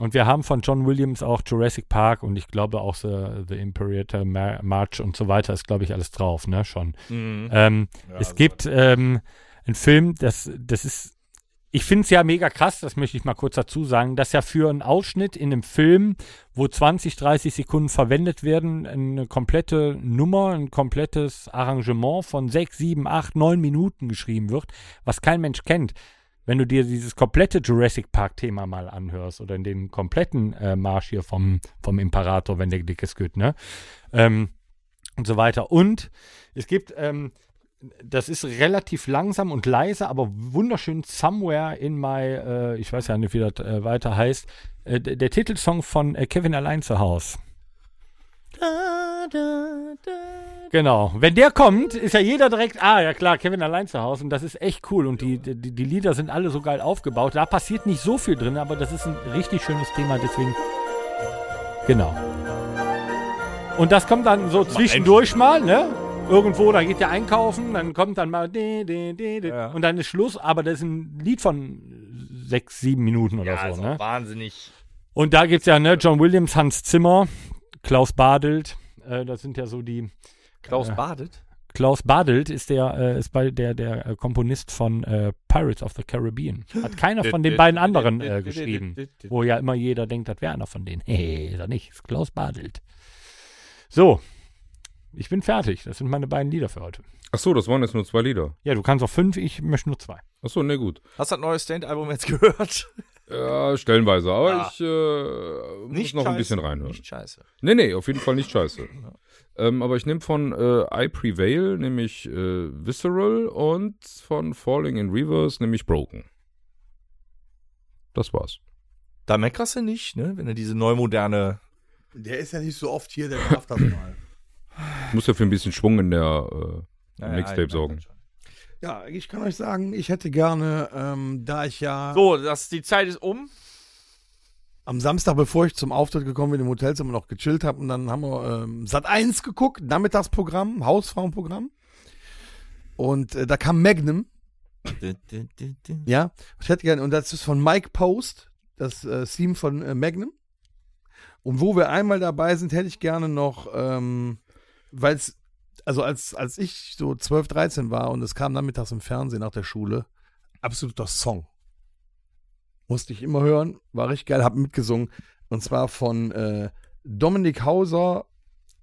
[SPEAKER 4] Und wir haben von John Williams auch Jurassic Park und ich glaube auch The, The Imperator Ma- March und so weiter ist, glaube ich, alles drauf, ne? Schon. Ähm, es gibt ähm, einen Film, das, das ist, ich finde es ja mega krass, das möchte ich mal kurz dazu sagen, dass ja für einen Ausschnitt in einem Film, wo 20, 30 Sekunden verwendet werden, eine komplette Nummer, ein komplettes Arrangement von 6, 7, 8, 9 Minuten geschrieben wird, was kein Mensch kennt wenn du dir dieses komplette Jurassic Park-Thema mal anhörst oder in den kompletten äh, Marsch hier vom, vom Imperator, wenn der dick ist, gut, ne? Ähm, und so weiter. Und es gibt, ähm, das ist relativ langsam und leise, aber wunderschön Somewhere in My, äh, ich weiß ja nicht, wie das äh, weiter heißt, äh, d- der Titelsong von äh, Kevin allein zu Haus. Genau. Wenn der kommt, ist ja jeder direkt, ah ja klar, Kevin allein zu Hause und das ist echt cool und die, die, die Lieder sind alle so geil aufgebaut. Da passiert nicht so viel drin, aber das ist ein richtig schönes Thema, deswegen. Genau. Und das kommt dann so zwischendurch mal, ne? Irgendwo, da geht der einkaufen, dann kommt dann mal di, di, di, di, und dann ist Schluss, aber das ist ein Lied von sechs, sieben Minuten oder
[SPEAKER 5] Also,
[SPEAKER 4] so, ne?
[SPEAKER 5] wahnsinnig.
[SPEAKER 4] Und da gibt's ja, ne, John Williams, Hans Zimmer, Klaus Badelt, äh, das sind ja so die
[SPEAKER 5] Klaus badet.
[SPEAKER 4] Klaus Badelt ist der äh, ist bei der der äh, Komponist von äh, Pirates of the Caribbean. Hat keiner von den beiden anderen äh, geschrieben, wo ja immer jeder denkt, das wäre einer von denen. *laughs* Hey, ist er nicht, ist Klaus Badelt. So, ich bin fertig. Das sind meine beiden Lieder für heute.
[SPEAKER 3] Ach so, das waren jetzt nur zwei Lieder.
[SPEAKER 4] Ja, du kannst auch fünf, ich möchte nur zwei.
[SPEAKER 3] Ach so, ne, gut.
[SPEAKER 5] Hast du das neue Stand-Album jetzt gehört?
[SPEAKER 3] Ja, stellenweise. Aber
[SPEAKER 5] Ja.
[SPEAKER 3] ich äh, *laughs* muss noch ein bisschen reinhören.
[SPEAKER 5] Nicht scheiße.
[SPEAKER 3] Nee, nee, auf jeden Fall nicht scheiße. ähm, aber ich nehme von äh, I Prevail, nämlich äh, Visceral und von Falling in Reverse, nämlich Broken. Das war's.
[SPEAKER 5] Da meckerst du nicht, ne? Wenn er diese neumoderne.
[SPEAKER 1] Der ist ja nicht so oft hier, der darf das mal.
[SPEAKER 3] Ich muss ja für ein bisschen Schwung in der äh,
[SPEAKER 5] Naja,
[SPEAKER 3] Mixtape
[SPEAKER 5] ich-
[SPEAKER 3] sorgen.
[SPEAKER 1] Ja, ich kann euch sagen, ich hätte gerne, ähm, da ich ja
[SPEAKER 5] So, das, die Zeit ist um.
[SPEAKER 1] am Samstag, bevor ich zum Auftritt gekommen bin, im Hotelzimmer noch gechillt habe und dann haben wir ähm, Sat 1 geguckt, Nachmittagsprogramm, Hausfrauenprogramm. Und äh, da kam Magnum, ja. Ich hätte gerne, und das ist von Mike Post, das äh, Theme von äh, Magnum. Und wo wir einmal dabei sind, hätte ich gerne noch, ähm, weil es, also als, als ich so 12, 13 war und es kam nachmittags im Fernsehen nach der Schule, absoluter Song. Musste ich immer hören, war richtig geil, hab mitgesungen. Und zwar von äh, Dominik Hauser,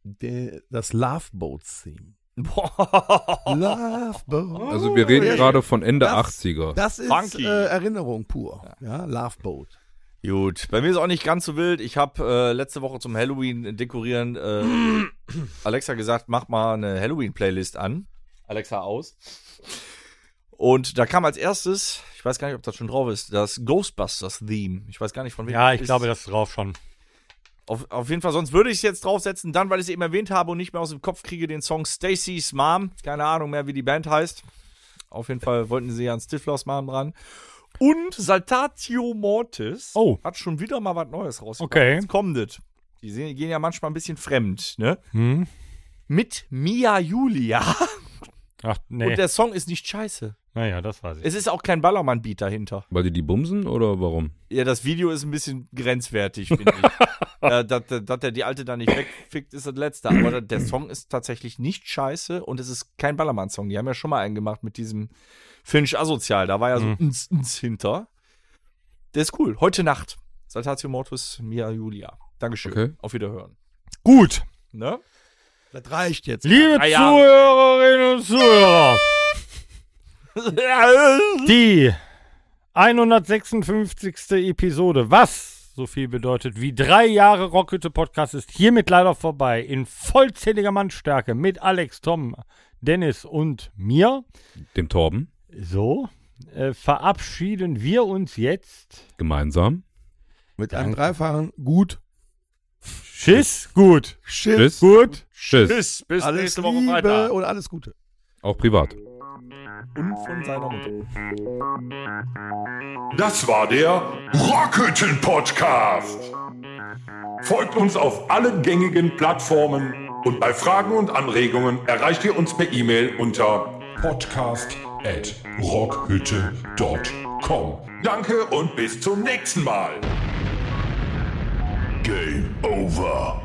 [SPEAKER 1] der, das Love Boat Theme.
[SPEAKER 5] *laughs* Boah.
[SPEAKER 1] Love Boat.
[SPEAKER 3] Also wir reden
[SPEAKER 1] ja,
[SPEAKER 3] gerade von Ende
[SPEAKER 1] Das-
[SPEAKER 3] 80er.
[SPEAKER 1] Das ist
[SPEAKER 5] Funky.
[SPEAKER 1] äh, Erinnerung pur. Ja, Love Boat.
[SPEAKER 5] Gut, bei mir ist auch nicht ganz so wild. Ich habe äh, letzte Woche zum Halloween
[SPEAKER 4] *clears throat*
[SPEAKER 5] dekorieren äh, Alexa gesagt, mach mal eine Halloween-Playlist an. Alexa aus. Und da kam als erstes, ich weiß gar nicht, ob das schon drauf ist, das Ghostbusters-Theme. Ich weiß gar nicht, von wem
[SPEAKER 4] Ja,
[SPEAKER 5] das
[SPEAKER 4] ich
[SPEAKER 5] ist.
[SPEAKER 4] glaube, das ist drauf schon.
[SPEAKER 5] Auf, auf jeden Fall, sonst würde ich es jetzt draufsetzen, dann, weil ich es eben erwähnt habe und nicht mehr aus dem Kopf kriege, den Song Stacy's Mom. Keine Ahnung mehr, wie die Band heißt. Auf jeden Fall wollten sie ja an Stiflers Mom dran. Und Saltatio Mortis
[SPEAKER 4] Oh.
[SPEAKER 5] hat schon wieder mal was Neues rausgebracht.
[SPEAKER 4] Okay.
[SPEAKER 5] Jetzt kommt es. Die sehen, gehen ja manchmal ein bisschen fremd, ne?
[SPEAKER 4] Hm?
[SPEAKER 5] Mit Mia Julia.
[SPEAKER 4] Ach, nee.
[SPEAKER 5] Und der Song ist nicht scheiße.
[SPEAKER 4] Naja, das weiß ich.
[SPEAKER 5] Es ist auch kein Ballermann-Beat dahinter.
[SPEAKER 3] Weil die die bumsen oder warum?
[SPEAKER 5] Ja, das Video ist ein bisschen grenzwertig, finde ich. äh, dass, dass dass der die Alte da nicht wegfickt, ist das Letzte. Aber der- der Song ist tatsächlich nicht scheiße und es ist kein Ballermann-Song. Die haben ja schon mal einen gemacht mit diesem Finch Asozial. Da war ja so
[SPEAKER 4] Mhm.
[SPEAKER 5] ins, ins hinter. Der ist cool. Heute Nacht. Saltatio Mortus, Mia Julia. Dankeschön.
[SPEAKER 3] Okay.
[SPEAKER 5] Auf Wiederhören.
[SPEAKER 4] Gut.
[SPEAKER 5] Ne?
[SPEAKER 1] Das reicht jetzt.
[SPEAKER 4] Liebe
[SPEAKER 5] Ah, ja.
[SPEAKER 4] Zuhörerinnen und Zuhörer, die 156. Episode, was so viel bedeutet wie drei Jahre Rockhütte Podcast, ist hiermit leider vorbei. In vollzähliger Mannstärke mit Alex, Tom, Dennis und mir.
[SPEAKER 3] Dem Torben?
[SPEAKER 4] So äh, verabschieden wir uns jetzt.
[SPEAKER 3] Gemeinsam?
[SPEAKER 1] Mit einem dreifachen Gut.
[SPEAKER 4] Tschüss, gut.
[SPEAKER 1] Schiff.
[SPEAKER 3] Tschüss.
[SPEAKER 4] Gut.
[SPEAKER 3] Tschüss.
[SPEAKER 5] Bis, bis
[SPEAKER 1] Alles
[SPEAKER 5] nächste Woche
[SPEAKER 1] Liebe
[SPEAKER 5] Freitag.
[SPEAKER 1] und alles Gute.
[SPEAKER 3] Auch privat.
[SPEAKER 5] Und von seiner Mutter.
[SPEAKER 2] Das war der Rockhütten Podcast. Folgt uns auf allen gängigen Plattformen und bei Fragen und Anregungen erreicht ihr uns per E-Mail unter podcast@rockhütte.com. Danke und bis zum nächsten Mal. Game over.